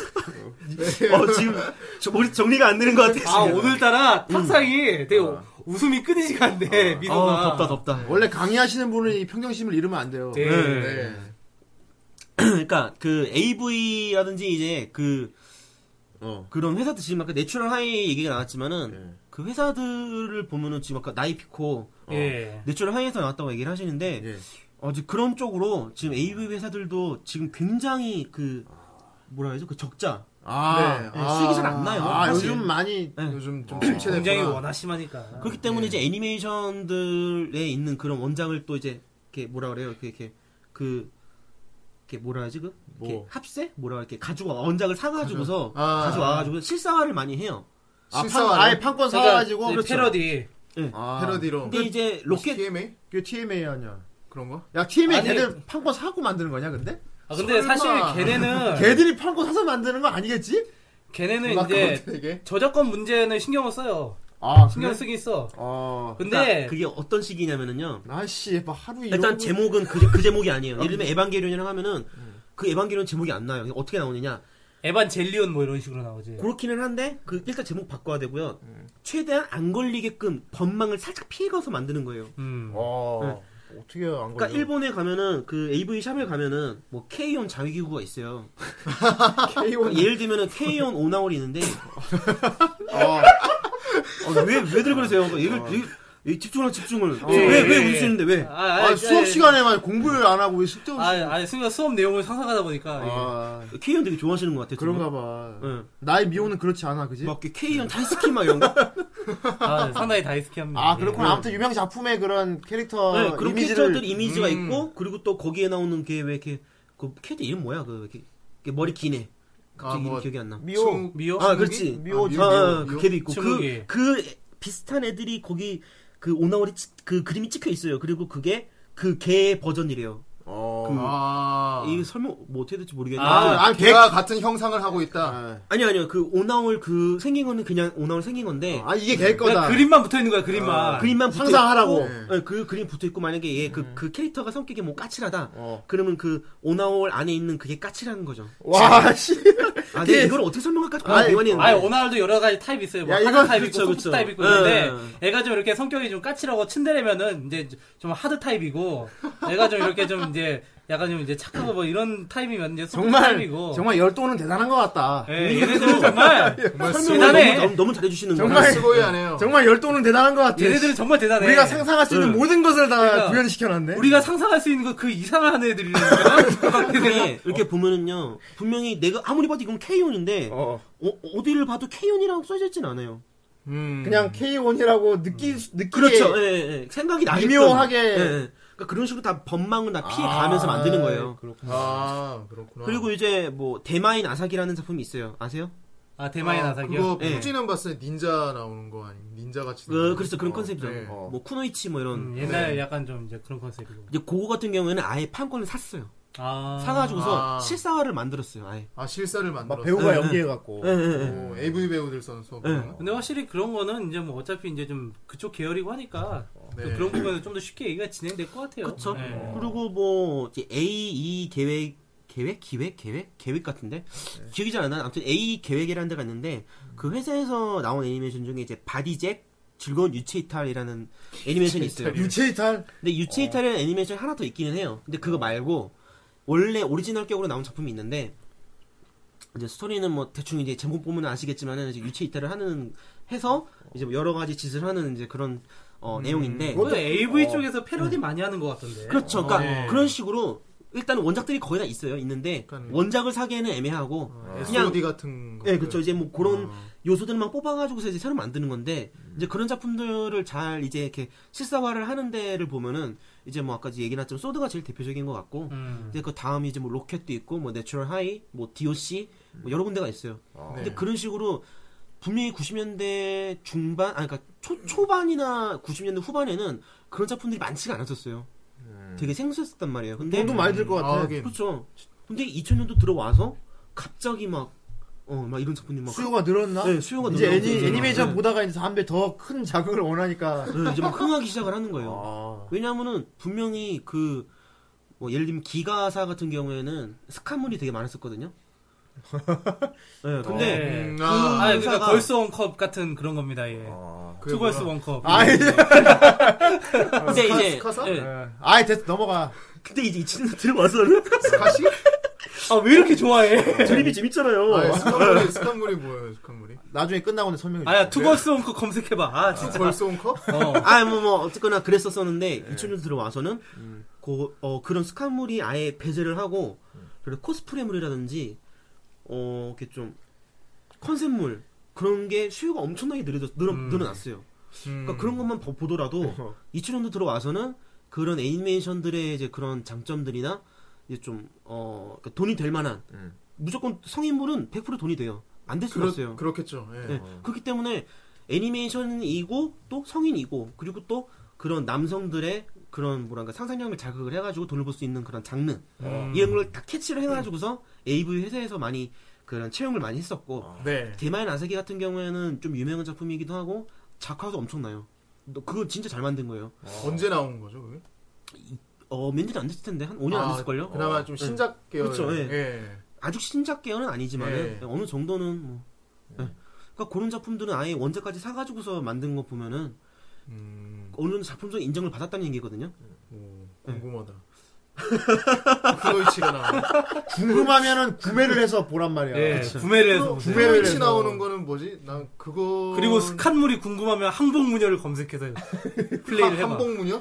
S8: 어, 지금 저 머리 정리가 안 되는 것 같아. 어,
S2: 아 오늘따라 탁상이 되게 웃음이 끊이지가 않네.
S8: 아,
S2: 미소가.
S8: 덥다 덥다.
S3: 원래 강의하시는 분은 이 평정심을 잃으면 안 돼요
S2: 네.
S4: 네.
S8: 그러니까 그 AV라든지 이제 그
S3: 어.
S8: 그런 회사들 지금 아까 내추럴 하이 얘기가 나왔지만은
S3: 네.
S8: 그 회사들을 보면은 지금 아까 나이피코
S2: 예.
S8: 내추럴 하이에서 나왔다고 얘기를 하시는데
S3: 예.
S8: 어 이제 그런 쪽으로 지금 AV 회사들도 지금 굉장히 그 뭐라 해야죠 그 적자
S3: 아,
S8: 네, 수익이 잘안 나요,
S3: 아,
S8: 사실.
S3: 요즘 많이
S4: 요즘 좀 침체됐구나.
S2: 굉장히 뭐 원하심하니까.
S8: 그렇기 때문에 이제 애니메이션들에 있는 그런 원작을 또 이제 이렇게 뭐라 그래요? 이렇게 이렇게 그 이렇게 뭐라 하지 그 이렇게
S4: 뭐.
S8: 합세 뭐라 이렇게 가지고 와. 원작을 사가지고서
S4: 가져- 아.
S8: 가져와가지고 실사화를 많이 해요.
S3: 아, 판,
S4: 실사화를?
S3: 아예 판권 사가지고 그렇죠.
S2: 그러니까 이제 패러디.
S3: 아,
S4: 패러디로.
S8: 근데 이제 로켓
S4: TMA
S3: 그 TMA 아니야
S4: 그런 거?
S3: 야 TMA
S2: 아니.
S3: 걔들 판권 사고 만드는 거냐 근데?
S2: 아 근데
S4: 설마.
S2: 사실 걔네는
S3: 걔들이 판권 사서 만드는 거 아니겠지?
S2: 걔네는 이제 음.
S4: 이제
S2: 저작권 문제는 신경을 써요.
S3: 아
S2: 신경 쓰긴 써.
S3: 어.
S2: 근데
S8: 그러니까 그게 어떤 식이냐면은요.
S3: 아씨 막 하루 이런
S8: 일단
S3: 거-
S8: 제목은 그, 그 제목이 아니에요. 예를 들면 에반게리온이라고 하면은 그 에반게리온 제목이 안 나요. 어떻게 나오느냐?
S2: 에반젤리온 뭐 이런 식으로 나오지.
S8: 그렇기는 한데 그 일단 제목 바꿔야 되고요. 최대한 안 걸리게끔 법망을 살짝 피해가서 만드는 거예요.
S2: 음.
S3: 어. 어떻게 안
S8: 그러니까
S3: 걸려?
S8: 일본에 가면은 그 AV 샵에 가면은 뭐 K-ON 자위기구가 있어요.
S3: K-ON.
S8: 그러니까 예를 들면은 K-ON 오나홀이 있는데 아,
S3: 어.
S8: 왜왜 들 그러세요? 그러니까 얘를 집중을 집중을
S3: 어,
S2: 예,
S8: 왜 왜
S2: 예, 예.
S8: 웃으시는데 왜?
S2: 아,
S3: 아,
S2: 아, 아,
S3: 수업 시간에만 공부를 안 하고 왜 숙제 없이
S2: 아, 아, 순간 수업 내용을 상상하다 보니까. 이게.
S3: 아,
S8: K-ON 되게 좋아하시는 것 같아요.
S3: 그런가 봐.
S8: 예.
S3: 나의 미호는 그렇지 않아, 그지?
S8: 막 K-ON 다이스키 막 이런 거.
S3: 어,
S2: 아, 상당히 다이스키합니다.
S3: 아,
S2: 예.
S3: 그렇구나. 아무튼 유명 작품의 그런 캐릭터
S8: 네, 그런
S3: 이미지를
S8: 캐릭터들 이미지가
S2: 음.
S8: 있고 그리고 또 거기에 나오는 게 왜 이렇게 그 캐릭터 이름 뭐야? 그 이렇게, 이렇게 머리 기네. 갑자기
S4: 아, 뭐,
S8: 이름 기억이 안 나.
S3: 미호.
S2: 음. 미호?
S8: 아, 그렇지.
S3: 미호,
S8: 아,
S3: 미호,
S8: 아,
S4: 미호.
S8: 그 걔도 있고.
S2: 주무기.
S8: 그, 그 비슷한 애들이 거기 그 오나월이 찍- 그 그림이 찍혀 있어요. 그리고 그게 그 개 버전이래요.
S3: 어.
S4: 아.
S8: 이거 설명 뭐 어떻게 될지 모르겠는데.
S2: 아,
S8: 아,
S4: 아, 걔가 같은 형상을 하고 있다.
S3: 아,
S8: 아니 아니요. 그 오나월 그 생긴 거는 그냥 오나월 생긴 건데
S3: 아, 이게
S2: 그냥
S3: 걔 거다. 아,
S2: 그림만 붙어 있는 거야, 그림만.
S8: 그림만 붙어
S3: 항상 하라고.
S8: 있고, 네, 그 그림 붙어 있고 만약에 얘 그 그 캐릭터가 성격이 뭐 까칠하다.
S3: 어.
S8: 그러면 그 오나월 안에 있는 그게 까칠한 거죠.
S3: 와, 씨.
S8: 아, 근데 이걸 어떻게 설명할까?
S3: 아니,
S8: 고민이 어, 많이
S2: 아니,
S8: 했는데.
S2: 오나홀도 여러 가지 타입 있어요. 뭐,
S3: 야,
S2: 하드
S3: 이건
S2: 타입
S8: 그쵸,
S2: 있고, 소프트
S8: 그쵸.
S2: 타입 있고,
S8: 예.
S2: 있는데, 애가 좀 이렇게 성격이 좀 까칠하고 츤데레면은, 이제 좀 하드 타입이고, 애가 좀 이렇게 좀 이제, 약간 좀 이제 착하고 뭐 이런 타입이면 이제 소프트
S3: 정말
S2: 타입이고.
S3: 정말 열도는 대단한 것 같다. 음,
S2: 예, 얘네들은 정말,
S3: 뭐
S8: 설명을
S2: 대단해.
S8: 너무, 너무, 너무 잘해주시는 거예요.
S3: 정말
S4: 수고해하네요.
S3: 정말 열도는 대단한 것 같아.
S2: 얘네들은 정말 대단해.
S3: 예. 우리가 상상할 수 있는 모든 것을 다
S2: 그러니까
S3: 구현시켜놨네.
S2: 우리가 상상할 수 있는 거 그 이상을 하는 애들이라니까.
S8: 네, 이렇게, 이렇게 보면은요 분명히 내가 아무리 봐도 이건 K-ON인데
S3: 어.
S8: 어, 디를 봐도 K-ON이라고 써져 있진 않아요
S4: 음.
S3: 그냥 K1이라고 느끼 느끼게
S8: 그렇죠 예, 예, 예. 생각이 나게끔
S3: 미묘하게.
S8: 예, 예. 그러니까 그런 식으로 다 법망을 다 피해가면서 만드는 거예요
S4: 아, 그렇구나.
S8: 그리고 이제 뭐 대마인 아사기라는 작품이 있어요 아세요?
S2: 아, 대마의 나사기요?
S4: 그거
S8: 예.
S4: 포지는 봤을 때 닌자 나오는 거 아니? 닌자 같이.
S8: 그, 그래서 그런 컨셉이죠
S4: 음, 네.
S8: 뭐 쿠노이치 뭐 이런
S2: 음, 옛날에 약간 좀 이제 그런 컨셉이고.
S8: 이제 그거 같은 경우에는 아예 판권을 샀어요
S2: 아.
S8: 사가지고서
S4: 아.
S8: 실사화를 만들었어요 아예
S4: 아 실사를
S3: 막
S4: 만들어.
S3: 배우가 연기해갖고.
S8: 예, 예, 예.
S4: 어, AV 배우들 써는 수업.
S8: 네.
S2: 근데 확실히 그런 거는 이제 뭐 어차피 이제 좀 그쪽 계열이고 하니까 또
S4: 네.
S2: 그런 부분은 좀 더 쉽게 얘기가 진행될 것 같아요.
S8: 그렇죠.
S2: 네.
S8: 그리고 뭐 이제 A, E 계획 계획 기획 계획 계획 같은데 기억이 잘 안 나. 아무튼 A E 계획이라는 데가 있는데 그 회사에서 나온 애니메이션 중에 이제 바디잭 즐거운 유체 이탈이라는 애니메이션이 있어요.
S3: 유체이탈.
S8: 근데 유체 이탈이라는 애니메이션 하나 더 있기는 해요. 근데 그거 말고 원래 오리지널 격으로 나온 작품이 있는데 이제 스토리는 뭐 대충 이제 제목 보면 아시겠지만은 이제 유체 이탈을 하는 해서 이제 뭐 여러 가지 짓을 하는 이제 그런 어, 내용인데
S2: 그것도 AV 쪽에서 패러디 많이 하는 것 같던데.
S8: 그렇죠. 그러니까
S2: 어, 예.
S8: 그런 식으로 일단 원작들이 거의 다 있어요. 있는데
S4: 네. 그러니까 어.
S8: 원작을 사기에는 애매하고 그냥
S4: SOD 같은 거.
S3: 네,
S8: 예, 그렇죠. 이제 뭐 그런
S4: 어.
S3: 음.
S8: 요소들만 뽑아가지고서 이제 새로 만드는 건데 이제 그런 작품들을 잘 이제 이렇게 실사화를 하는 데를 보면은 이제 뭐 아까 얘기났지만 소드가 제일 대표적인 것 같고
S2: 음.
S8: 이제 그 다음이 이제 뭐 로켓도 있고 뭐 내추럴 하이, 뭐 DOC 뭐 여러 군데가 있어요.
S3: 네.
S8: 근데 그런 식으로 분명히 90년대 중반, 아니 그러니까 초, 초반이나 90년대 후반에는 그런 작품들이 많지가 않았었어요. 되게 생소했었단 말이에요. 근데
S3: 돈도 많이 들 것 같아.
S4: 아, 하긴.
S8: 그렇죠. 근데 2000년도 들어와서 갑자기 막, 어, 막 이런 작품들이 막.
S3: 수요가 늘었나?
S8: 네, 수요가
S3: 이제
S8: 늘어나고
S3: 애니,
S8: 있잖아.
S3: 애니메이션
S8: 네.
S3: 보다가 이제 담배 더 큰 자극을 원하니까.
S8: 네, 이제 막 흥하기 시작을 하는 거예요.
S3: 아.
S8: 왜냐면은 분명히 그, 뭐 예를 들면 기가사 같은 경우에는 스카물이 되게 많았었거든요. 네, 근데
S2: 네.
S4: 음,
S2: 아,
S4: 아,
S2: 아니, 그러니까
S8: 의사가-
S2: 걸스 원컵 같은 그런 겁니다. 예.
S3: 아.
S4: 그게
S2: 투걸스
S4: 뭐야?
S2: 원컵.
S3: 어.
S2: 예.
S3: 아이,
S8: 근데 이제
S4: 스카사?
S8: 예.
S3: 네. 아이, 됐어, 넘어가.
S8: 근데 이제 이 친구들 들어와서는
S4: 스카시?
S2: 아 왜 이렇게 좋아해?
S8: 드립이 재밌잖아요.
S4: 아, 스칸물이, 스칸물이 뭐예요, 스칸물이?
S3: 나중에 끝나고 내 설명해 줄게.
S2: 아야 투걸스 원컵 검색해봐. 아 진짜.
S4: 벌써 온 컵?
S2: 어.
S8: 아, 뭐, 뭐, 어쨌거나 그랬었었는데, 2000년도 들어와서는, 그, 어, 그런 스카물이 아예 배제를 하고, 그리고 코스프레물이라든지, 어, 이렇게 좀, 컨셉물, 그런 게 수요가 엄청나게 늘어졌, 늘어,
S2: 음.
S8: 늘어났어요. 그러니까 그런 것만 보- 보더라도, 2000년도 들어와서는, 그런 애니메이션들의 이제 그런 장점들이나, 이제 좀, 어, 그러니까 돈이 될 만한,
S3: 음.
S8: 무조건 성인물은 100% 돈이 돼요. 안 될 수가 없어요.
S4: 그렇겠죠. 예.
S8: 네. 그렇기 때문에 애니메이션이고 또 성인이고 그리고 또 그런 남성들의 그런 뭐랄까 상상력을 자극을 해가지고 돈을 벌 수 있는 그런 장르
S4: 음.
S8: 이런 걸 다 캐치를 해가지고서 AV 회사에서 많이 그런 채용을 많이 했었고
S2: 네.
S8: 대마의 나세기 같은 경우에는 좀 유명한 작품이기도 하고 작화도 엄청나요. 너 그거 진짜 잘 만든 거예요.
S4: 네. 언제 나온 거죠, 그게?
S8: 어, 몇 년 안 됐을 텐데 한 5년 안
S4: 아,
S8: 됐을걸요. 어.
S4: 그나마 좀 신작 계열.
S8: 그렇죠, 예.
S4: 예.
S8: 아주 신작 계열은 아니지만
S4: 예.
S8: 은 어느 정도는 뭐.
S4: 네.
S8: 예. 그러니까 그런 작품들은 아예 원작까지 사가지고서 만든 거 보면은
S4: 음,
S8: 어느 정도 작품성 인정을 받았다는 얘기거든요.
S4: 오,
S8: 네.
S4: 궁금하다. 프로이치가 나와.
S3: 궁금하면은 구매를 해서 보란 말이야.
S2: 예,
S8: 그렇죠.
S2: 구매를 해서 보세요.
S4: 프로이치
S3: 해서.
S4: 나오는 거는 뭐지? 난 그거.
S2: 그리고 스칸물이 궁금하면 항복무녀를 검색해서 플레이를 해봐.
S4: 한복무녀?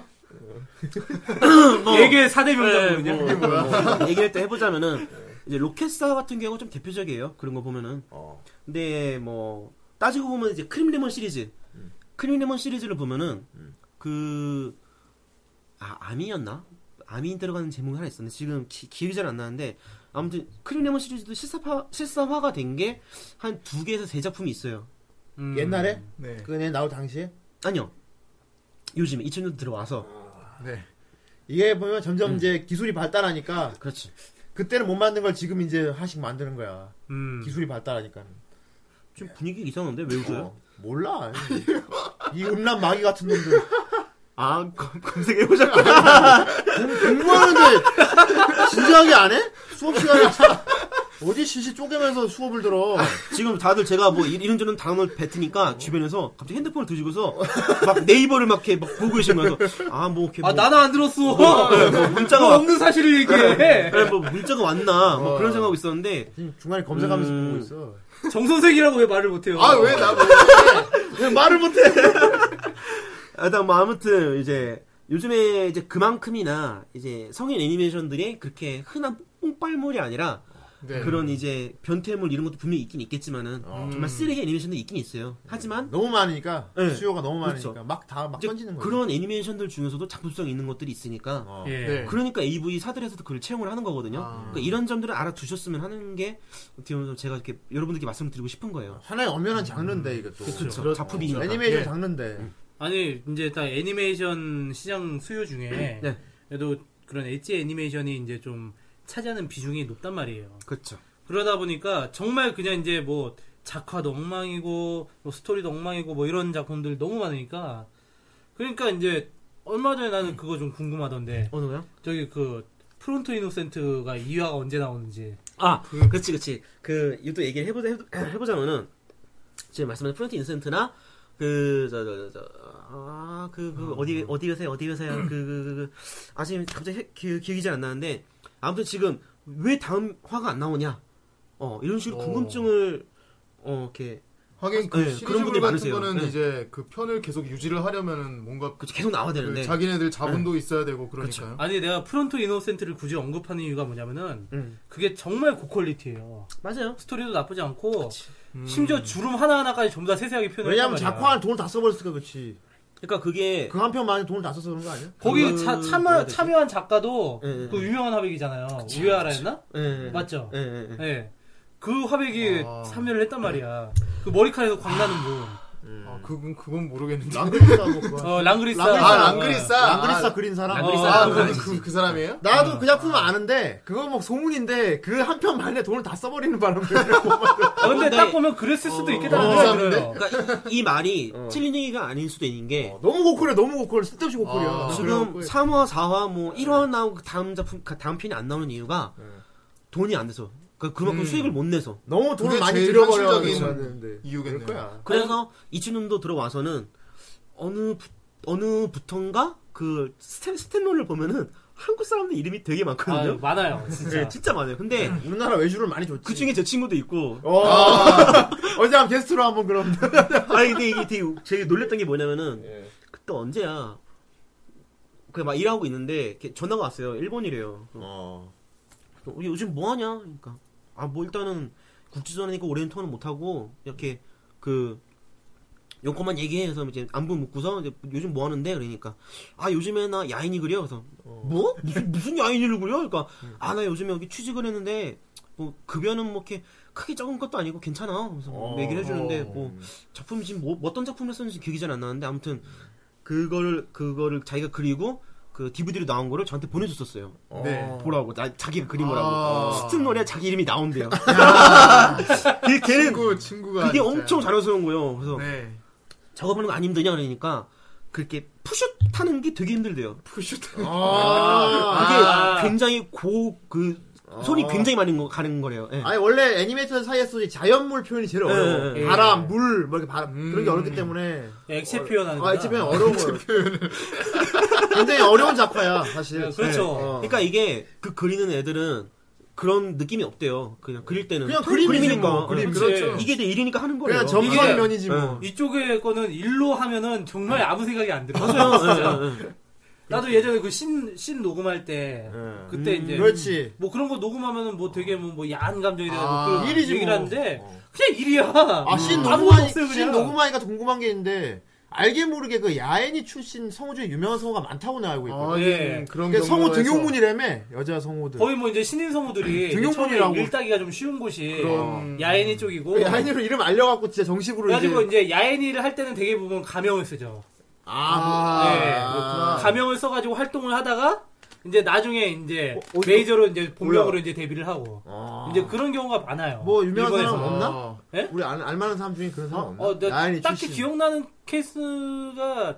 S2: 얘게 사대명작이군요.
S3: 어.
S4: 그게 뭐야?
S8: 뭐 얘기를 또 해보자면은 이제 로켓사 같은 경우가 좀 대표적이에요. 그런 거 보면은. 근데 뭐 따지고 보면 이제 크림 레몬 시리즈, 크림 레몬 시리즈를 보면은 그 아, 아미였나? 아미 들어가는 제목이 하나 있었는데 지금 기, 기억이 잘 안 나는데 아무튼 크림 레몬 시리즈도 실사화 실사화가 된 게 한 두 개에서 세 작품이 있어요.
S2: 음.
S3: 그 옛날에?
S4: 네.
S3: 그네 나올 당시에?
S8: 아니요. 요즘에 2000년도 들어와서
S4: 네.
S3: 이게 보면 점점
S8: 음.
S3: 이제 기술이 발달하니까
S8: 그렇지.
S3: 그때는 못 만든 걸 지금 이제 하나씩 만드는 거야.
S2: 음.
S3: 기술이 발달하니까.
S8: 지금 분위기 이상한데 왜 웃어요?
S3: 어, 몰라. 이 음란 마귀 같은 놈들.
S8: 아 검- 검색해보자.
S3: 공부하는데 진지하게 안 해? 수업 시간에 참 어디 시시 쪼개면서 수업을 들어.
S8: 지금 다들 제가 뭐 이- 이런저런 단어를 뱉으니까 주변에서 갑자기 핸드폰을 들고서 막 네이버를 막 이렇게 막 보고 계시면서 아 뭐 이렇게
S2: 아
S8: 뭐,
S2: 나도 안 들었어.
S8: 네, 뭐 문자가
S2: 그거
S8: 왔,
S2: 없는 사실을 얘기해.
S8: 네, 뭐 문자가 왔나 뭐 그런 생각하고 있었는데
S3: 지금 중간에 검색하면서
S8: 음.
S3: 보고 있어.
S2: 정 선생이라고 왜 말을 못해요?
S4: 아, 왜 나, 왜?
S3: 왜 말을 못해?
S8: 일단 뭐 아무튼 이제 요즘에 이제 그만큼이나 이제 성인 애니메이션들이 그렇게 흔한 뽕빨물이 아니라
S4: 네.
S8: 그런 이제 변태물 이런 것도 분명히 있긴 있겠지만은 정말 쓰레기 애니메이션도 있긴 있어요. 하지만
S3: 너무 많으니까
S8: 네.
S3: 수요가 너무
S8: 그렇죠.
S3: 많으니까 막 다 막
S4: 아,
S8: 이제
S3: 던지는 거야.
S8: 그런 애니메이션들 중에서도 작품성 있는 것들이 있으니까
S3: 어.
S2: 예.
S4: 네.
S8: 그러니까 AV 사들에서도 그걸 채용을 하는 거거든요. 그러니까 이런 점들을 알아두셨으면 하는 게 어떻게 보면 제가 이렇게 여러분들께 말씀드리고 싶은 거예요.
S3: 하나의 엄연한 장르인데 이것도.
S8: 그렇죠. 음.
S3: 어,
S8: 작품이니까.
S3: 애니메이션
S4: 예.
S3: 장르인데.
S2: 아니 이제 다 애니메이션 시장 수요 중에
S8: 네.
S2: 그래도 그런 엣지 애니메이션이 이제 좀 차지하는 비중이 높단 말이에요.
S8: 그렇죠.
S2: 그러다 보니까 정말 그냥 이제 뭐 작화도 엉망이고 뭐 스토리도 엉망이고 뭐 이런 작품들 너무 많으니까 그러니까 이제 얼마 전에 나는 그거 좀 궁금하던데
S8: 어느 거요?
S2: 저기 그 프론토 이노센트가 2화가 언제 나오는지
S8: 아, 그, 그렇지, 그렇지. 그 이것도 얘기를 해보자 해보, 자면은 지금 말씀하신 프론트 인센트나 그, 저, 저, 저, 저, 아, 그, 그, 어디, 어디 회사야, 어디 회사야, 그, 그, 그, 그, 아, 지금 갑자기 해- 기, 기억이 잘 안 나는데, 아무튼 지금 왜 다음 화가 안 나오냐? 어 이런 식으로
S2: 오.
S8: 궁금증을 어 이렇게
S4: 하긴 그
S8: 네,
S4: 시리즈물
S8: 그런
S4: 같은
S8: 분들이 많으세요.
S4: 거는
S8: 네.
S4: 이제 그 편을 계속 유지를 하려면은 뭔가
S8: 그- 계속 나와야
S4: 그
S8: 되는데
S4: 자기네들 자본도 있어야 되고 그러니까요.
S2: 아니 내가 프론토 이노센트를 굳이 언급하는 이유가 뭐냐면은
S8: 음.
S2: 그게 정말 고퀄리티예요.
S8: 맞아요.
S2: 스토리도 나쁘지 않고
S8: 음.
S2: 심지어 주름 하나 하나까지 전부 다 세세하게 표현을
S3: 왜냐면
S2: 했단 말이야.
S3: 작화한 돈을 다 써버렸으니까 그렇지.
S8: 그러니까 그게
S3: 그 한편만 돈을 다 써서 그런 거 아니야?
S2: 거기
S8: 그-
S2: 자-
S8: 뭐라 해야
S2: 참여,
S8: 되지?
S2: 참여한 작가도
S8: 예, 예.
S2: 그 유명한 화백이잖아요. 우에하라 했나?
S8: 예, 예, 예.
S2: 맞죠?
S8: 예, 예, 예.
S2: 예. 그 화백이 참여를 했단 말이야. 그 머리카락에서 광나는 분.
S4: 아, 그건 그건 모르겠는데.
S3: 랑그리사 뭐 그거.
S2: 어, 랑그리사.
S4: 아, 랑그리사.
S3: 네. 랑그리사 그린 사람.
S2: 랑그리사
S4: 아,
S2: 그거
S4: 그, 그, 그 사람이에요?
S3: 나도 그 작품은 아는데 그거 막 소문인데 그 한편 만에 돈을 다 써버리는 바람에
S2: 아, 근데
S8: 근데-
S2: 딱 보면 그랬을 수도 있겠다는
S4: 어,
S2: 생각이
S4: 감사합니다.
S2: 들어요.
S8: 그러니까 이, 이 말이
S2: 어.
S8: 틀린 얘기가 아닐 수도 있는 게
S3: 어, 너무 고퀄이야 너무 고퀄 쓸데없이 고퀄이야
S4: 아,
S8: 지금 3화, 4화, 뭐
S2: 네.
S8: 1화 나오고 그 다음 작품, 그 다음 편이 안 나오는 이유가 돈이 안 돼서. 그러니까 그만큼 수익을 못 내서.
S3: 너무 돈을
S4: 그게
S3: 많이
S4: 제일
S3: 들여버려가지고
S4: 현실적인
S3: 만드는데.
S4: 이유겠네요.
S3: 그럴 거야
S8: 그래서 이춘음도 들어와서는 어느 부, 어느 부턴가 그 스탠 스탠론을 보면은 한국 사람들 이름이 되게
S2: 아,
S8: 많거든요.
S2: 많아요, 진짜.
S8: 네, 진짜 많아요. 근데
S3: 우리나라 외주를 많이 줬지
S8: 그 중에 제 친구도 있고.
S3: 어.
S4: 아.
S3: 어제 한번 게스트로 한번 그럼
S8: 아니 근데 이게 되게 제일 놀랬던 게 뭐냐면은
S2: 네.
S4: 네.
S8: 그때 언제야? 그냥 막 일하고 있는데 이렇게 전화가 왔어요. 일본이래요.
S3: 어.
S8: 어, 요즘 뭐 하냐? 그러니까 아 뭐 일단은 국제전이니까 올해는 통화는 못 하고 이렇게 그 요것만 얘기해서 이제 안부 묻고서 이제 요즘 뭐 하는데 그러니까 아 요즘에 나 야인이 그려 그래서 뭐 무슨 무슨 야인이를 그려 그러니까 아 나 요즘에 여기 취직을 했는데 뭐 급여는 뭐 이렇게 크게 적은 것도 아니고 괜찮아 그래서 뭐
S3: 어.
S8: 얘기를 해주는데 뭐 작품 지금 뭐 어떤 작품을 썼는지 기억이 잘 안 나는데 아무튼 그거를 그거를 자기가 그리고 그 DVD로 나온 거를 저한테 보내줬었어요.
S4: 네.
S8: 보라고 나 자기가 그린
S4: 아.
S8: 거라고 스탠롤에 자기 이름이 나온대요.
S3: 그러니까
S8: 걔- 걔는
S4: 친구 친구가
S8: 그게
S4: 진짜.
S8: 엄청 자연스러운 거예요. 그래서
S4: 네.
S8: 작업하는 거 안 힘드냐 그러니까 그렇게 푸슛 타는 게 되게 힘들대요.
S4: 푸슈
S3: 아.
S4: 아.
S8: 그게
S2: 아.
S8: 굉장히 고 그 손이 굉장히 많이 거- 가는 거래요. 예.
S3: 아. 아니 원래 애니메이터 사이에서 이 자연물 표현이 제일 어려워
S8: 예, 예.
S4: 네.
S3: 바람 물뭐 이렇게 바람 그런
S4: 음.
S3: 게 어렵기 때문에
S2: 예, 액체 표현하는
S3: 아, 이집에 어려운 거예요. 굉장히 어려운 작화야, 사실.
S2: 그렇죠.
S3: 어.
S8: 그러니까 이게 그 그리는 애들은 그런 느낌이 없대요. 그냥 그릴 때는
S3: 그냥 그림이지
S8: 그림이니까.
S3: 뭐.
S8: 예.
S4: 그림
S2: 그치.
S4: 그렇죠.
S8: 이게 내 일이니까 하는 거예요.
S3: 그냥 점수한
S2: 이게- 네.
S3: 면이지 뭐.
S2: 이쪽에 거는 일로 하면은 정말 아무 생각이 안 들어.
S8: 맞아요. 예, 예, 예.
S2: 나도 예전에 그신신 녹음할 때 그때
S8: 음,
S2: 이제
S3: 그렇지.
S2: 뭐 그런 거 녹음하면은 뭐 되게 뭐, 뭐 야한 감정이 돼서
S3: 아,
S2: 그런
S3: 일이지
S2: 얘기를
S3: 뭐.
S2: 하는데 그냥 일이야.
S3: 아, 신
S2: 아무것도
S3: 녹음하니,
S2: 없어요
S3: 신
S2: 그냥.
S3: 녹음하니까 궁금한 게 있는데, 알게 모르게 그 야애니 출신 성우 중에 유명한 성우가 많다고 나 알고 있거든.
S4: 아,
S2: 예.
S4: 예. 그런
S3: 그러니까 네. 성우
S4: 경우에서-
S3: 등용문이라며, 여자 성우들.
S2: 거의 뭐 이제 신인 성우들이
S3: 네. 등용문이라고.
S2: 처음에 일 따기가 좀 쉬운 곳이
S4: 그런-
S2: 야애니 쪽이고
S3: 야애니로 이름 알려갖고 진짜 정식으로
S2: 그래가지고
S3: 이제.
S2: 이제 야애니를 할 때는 되게 보면 가명을 쓰죠.
S3: 아,
S2: 네.
S3: 그렇구나.
S2: 가명을 써가지고 활동을 하다가 이제 나중에 이제
S3: 어, 어디서-
S2: 메이저로 이제 본명으로 이제 데뷔를 하고
S3: 아.
S2: 이제 그런 경우가 많아요.
S3: 뭐 유명한
S2: 일본에서.
S3: 사람 없나?
S4: 아,
S3: 우리 알, 알만한 사람 중에 그런 사람 없나?
S2: 어, 내가
S3: 야애니
S2: 딱히
S3: 출신.
S2: 기억나는 케이스가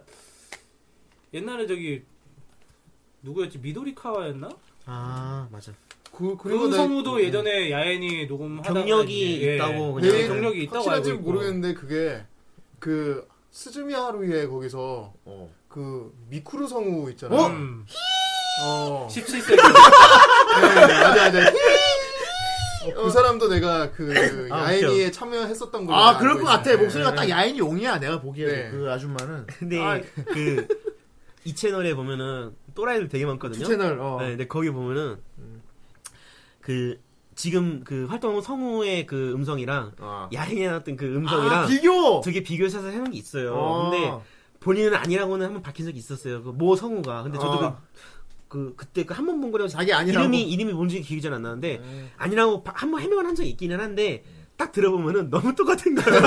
S2: 옛날에 저기 누구였지 미도리카와였나?
S8: 아 맞아.
S4: 그 그리고
S2: 그런
S4: 나
S2: 성우도 예전에 야엔이 녹음하다가
S8: 경력이
S2: 이제, 예,
S8: 있다고 그냥
S4: 네.
S2: 경력이 있다고 알고
S4: 확실한지
S2: 있고
S4: 모르겠는데 그게 그 스즈미 하루에 거기서
S3: 어.
S4: 그 미쿠르 성우 있잖아요.
S2: 음,
S4: 어.
S2: 17세기
S4: 네, 맞아 맞아. 그 사람도 내가 그
S8: 아,
S4: 야인이에 참여했었던 거.
S3: 아, 그럴 것 같아. 목소리가
S4: 네.
S3: 딱 야인이 용이야, 내가 보기에.
S4: 네.
S3: 그 아줌마는.
S8: 근데 그 이 채널에 보면은 또라이들 되게 많거든요.
S3: 두 채널, 어.
S8: 네, 근데 거기 보면은 음, 그 지금 그 활동하는 성우의 그 음성이랑
S3: 아.
S8: 야행에 나왔던 그
S3: 아,
S8: 음성이랑
S3: 비교!
S8: 되게 비교해서 하는 게 있어요.
S3: 어.
S8: 근데 본인은 아니라고는 한번 밝힌 적이 있었어요. 그 모 성우가. 근데 저도
S3: 어.
S8: 그, 그 그때 그 한 번 본 거라서
S3: 자기 아니라고. 네.
S8: 이름이 이름이 뭔지 기억이 잘 안 나는데 아니라고 바- 한번 해명을 한 적이 있기는 한데 딱 들어보면은 너무 똑같은 거예요.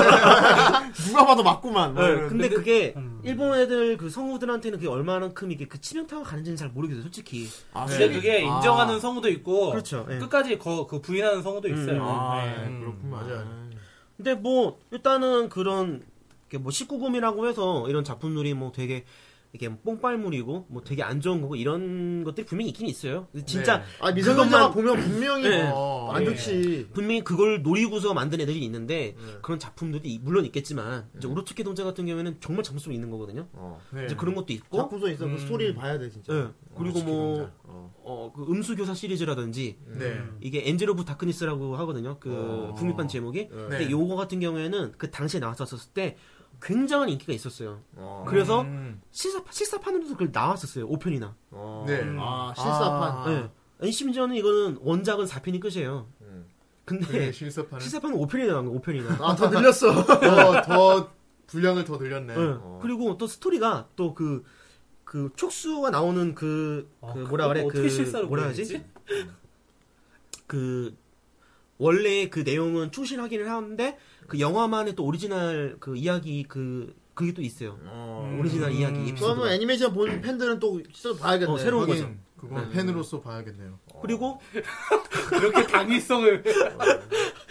S3: 누가 봐도 맞구만. 뭐
S8: 네,
S3: 이런.
S8: 근데 그게
S2: 음.
S8: 일본 애들 그 성우들한테는 그게 얼마만큼 이게 그 치명타가 가는지는 잘 모르겠어요, 솔직히.
S3: 아,
S2: 근데
S3: 네.
S2: 그게
S3: 아.
S2: 인정하는 성우도 있고
S8: 그렇죠, 예. 음,
S2: 끝까지 거, 그 부인하는 성우도 있어요.
S3: 아,
S2: 네.
S3: 예, 그렇구만. 맞아.
S8: 근데 뭐 일단은 그런 이렇게 뭐 19금이라고 해서 이런 작품들이 뭐 되게 이게 뭐 뽕빨물이고 뭐 되게 안 좋은 거고 이런 것들이 분명히 있긴 있어요. 근데 진짜
S4: 네.
S3: 아 미성년자가
S8: 그것만-
S3: 보면 분명히
S8: 네.
S3: 어, 안
S4: 예.
S8: 네.
S3: 좋지.
S8: 분명히 그걸 노리고서 만든 애들이 있는데 그런 작품들이 이- 물론 있겠지만 이제 우로투키 동자 같은 경우에는 정말 장점이 있는 거거든요.
S3: 어.
S8: 이제 그런 것도 있고
S3: 작품성 있어 그 스토리를 봐야 돼 진짜.
S8: 네. 그리고 뭐-
S3: 시키는 자. 어.
S8: 어, 그 음수교사 시리즈라든지
S4: 네.
S8: 이게 엔젤 오브 다크니스라고 하거든요. 그
S4: 어.
S8: 북미판 제목이. 근데
S4: 네.
S8: 요거 같은 경우에는 그 당시에 나왔었을 때 굉장한 인기가 있었어요.
S3: 어.
S8: 그래서
S4: 음.
S8: 실사 실사판으로도 그 나왔었어요. 5편이나.
S3: 어.
S4: 네.
S2: 음.
S3: 아 실사판.
S4: 아.
S8: 심지어는 이거는 원작은 4편이 끝이에요.
S4: 그게
S8: 근데
S4: 실사판은
S8: 실사판은 5편이 나온 거 5편이나.
S3: 아 더 늘렸어.
S4: 더, 더 분량을 더 늘렸네.
S3: 어.
S8: 예. 그리고 또 스토리가 또 그 그 촉수가 나오는 그, 그 뭐라 그래
S2: 아, 어떻게
S8: 그
S2: 실사로
S8: 뭐라 하지
S2: 보냈지?
S8: 그 원래 그 내용은 충실하기는 하는데 그 영화만의 또 오리지널 그 이야기 그 그게 또 있어요.
S3: 어.
S8: 오리지널
S4: 음.
S8: 이야기
S3: 그러면
S8: 에피소드.
S3: 애니메이션 본 팬들은 또 실제로 봐야겠네.
S8: 어, 새로운 거죠.
S4: 하긴 그건 팬으로서 봐야겠네요.
S8: 그리고
S2: 그렇게 당위성을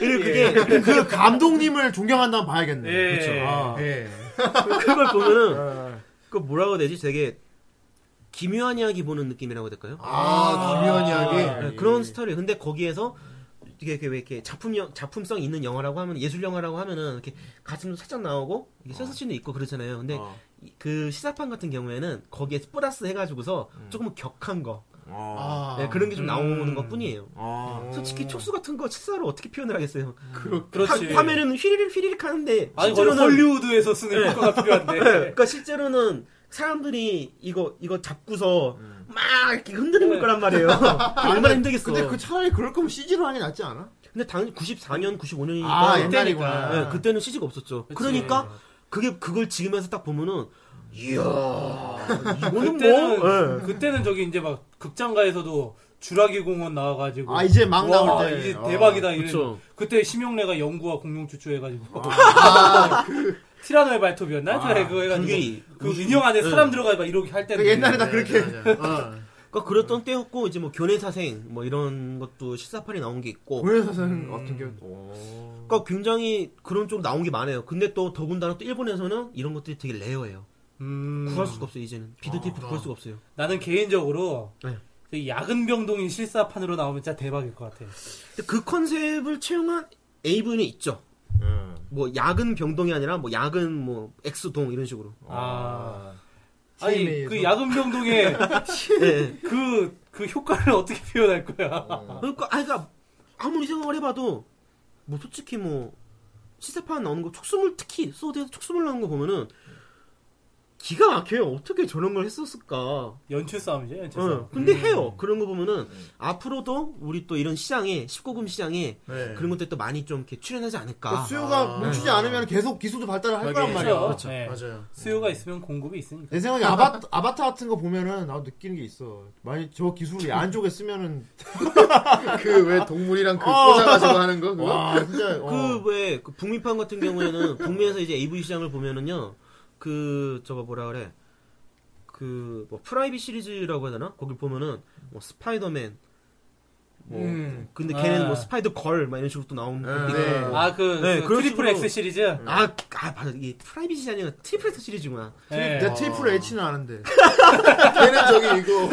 S8: 예, 그게
S3: 그 감독님을 존경한다면 봐야겠네.
S2: 예.
S3: 그렇죠. 아.
S4: 예.
S8: 그걸
S2: 네.
S8: 보면은 그 뭐라고 해야 되지? 되게 기묘한 이야기 보는 느낌이라고 해야 될까요?
S4: 아, 기묘한 이야기.
S8: 네,
S2: 예.
S8: 그런 스타일이에요. 근데 거기에서 이게 이렇게 왜 이렇게 작품 영, 작품성 있는 영화라고 하면 예술 영화라고 하면은 이렇게 가슴도 살짝 나오고
S2: 어.
S8: 이게 센스씬도 있고 그러잖아요. 근데
S3: 어.
S8: 이- 그 시사판 같은 경우에는 거기에 플러스 해가지고서
S2: 음.
S8: 조금 격한 거
S3: 아.
S8: 네, 그런 게 좀
S4: 음.
S8: 나오는 것 뿐이에요.
S3: 아.
S8: 솔직히 촉수 같은 거 실사로 어떻게 표현을 하겠어요?
S2: 음. 그렇지.
S8: 화, 화면에는 휘리릭 휘리릭 하는데
S2: 아니 거는
S8: 실제로는 예.
S2: 헐리우드에서 쓰는 효과가 필요한데.
S8: 그러니까 실제로는 사람들이 이거 이거 잡고서 막 이렇게 흔드는 걸 거란 말이에요. 얼마나 힘들겠어.
S3: 예. 아, 근데 그 차라리 그럴 거면 CG로 하는 게 낫지 않아?
S8: 근데 당연히 94년, 95년이니까
S3: 아,
S8: 그때는,
S3: 옛날이구나.
S8: 예, 그때는 CG가 없었죠. 그러니까 그게 그걸 지금에서 딱 보면은 이야
S3: 아,
S8: 이거는
S2: 그때는
S8: 뭐 예.
S2: 그때는 저기 이제 막 극장가에서도 주라기 공원 나와가지고
S3: 아, 이제 막
S2: 와,
S3: 나올 때.
S2: 이제
S3: 어,
S2: 대박이다 이런
S8: 그쵸.
S2: 그때 심영래가 연구와 공룡 추추해가지고 그 티라노의 발톱이었나? 그래, 그거 해가지고
S8: 그게
S2: 그 인형 안에 사람 들어가 막 이렇게 할 때는
S3: 그 옛날에 다 그렇게. 어.
S8: 그러니까
S3: 음.
S8: 그랬던 때였고 이제 뭐 견해사생 뭐 이런 것도 실사판이 나온 게 있고
S3: 고현사생 같은 경우. 오.
S8: 그러니까 굉장히 그런 쪽으로 나온 게 많아요. 근데 또 더군다나 또 일본에서는 이런 것들이 되게 레어예요.
S2: 음,
S8: 구할 수가 없어요 이제는 비드
S3: 아,
S8: 테이프 구할 수가 없어요.
S2: 나는 개인적으로
S8: 네.
S2: 저기 야근병동인 실사판으로 나오면 진짜 대박일 것 같아.
S8: 근데 그 컨셉을 채용한 AV는 있죠.
S3: 예.
S8: 뭐 야근 병동이 아니라 뭐 야근 뭐 엑스동 이런 식으로.
S2: 아.
S3: TMA
S2: 아니
S3: 에서.
S2: 그 야근병동의
S8: 예.
S2: 그, 그 효과를 어떻게 표현할 거야?
S8: 그러니까 아니 그러니까 아무리 생각을 해봐도 뭐 솔직히 뭐 시세판 나오는 거 촉수물 특히 소드에서 촉수물 나오는 거 보면은 기가 막혀요. 어떻게 저런 걸 했었을까.
S2: 연출 싸움이죠, 연출 싸움.
S8: 응.
S3: 음.
S8: 근데 해요. 그런 거 보면은 앞으로도 우리 또 이런 시장에 19금 시장에
S4: 네.
S8: 그런 것들 또 많이 좀 이렇게 출연하지 않을까.
S3: 그 수요가 멈추지 않으면 계속 기술도 발달을 할 거란 말이야.
S2: 그렇죠. 네.
S4: 맞아요.
S2: 수요가 있으면 공급이 있으니까.
S3: 내 생각에 아바, 아바타 같은 거 보면은 나도 느끼는 게 있어. 만약 저 기술을 안 쪽에 쓰면은
S4: 그 왜 동물이랑 그 꽂아가지고 하는 거 그거?
S3: 와 진짜 어.
S8: 그왜 그 북미판 같은 경우에는 북미에서 이제 AV 시장을 보면은요 그 저거 뭐라 그래 그 뭐 프라이빗 시리즈라고 해야 되나 거기 보면은 뭐 스파이더맨 뭐
S4: 음.
S8: 근데
S2: 아.
S8: 걔는 뭐 스파이더 걸막 이런 식으로 또 나오는 것도 있고.
S4: 네.
S2: 아, 그,
S8: 네,
S2: 그
S8: 그런
S2: 트리플
S8: 식으로-
S2: X 시리즈?
S8: 아, 아, 맞아. 이게 프라이빗 시장이 아니라 트리플 X 시리즈구나.
S2: 네.
S3: 내가 트리플 H는 아는데
S4: 걔는 저기 이거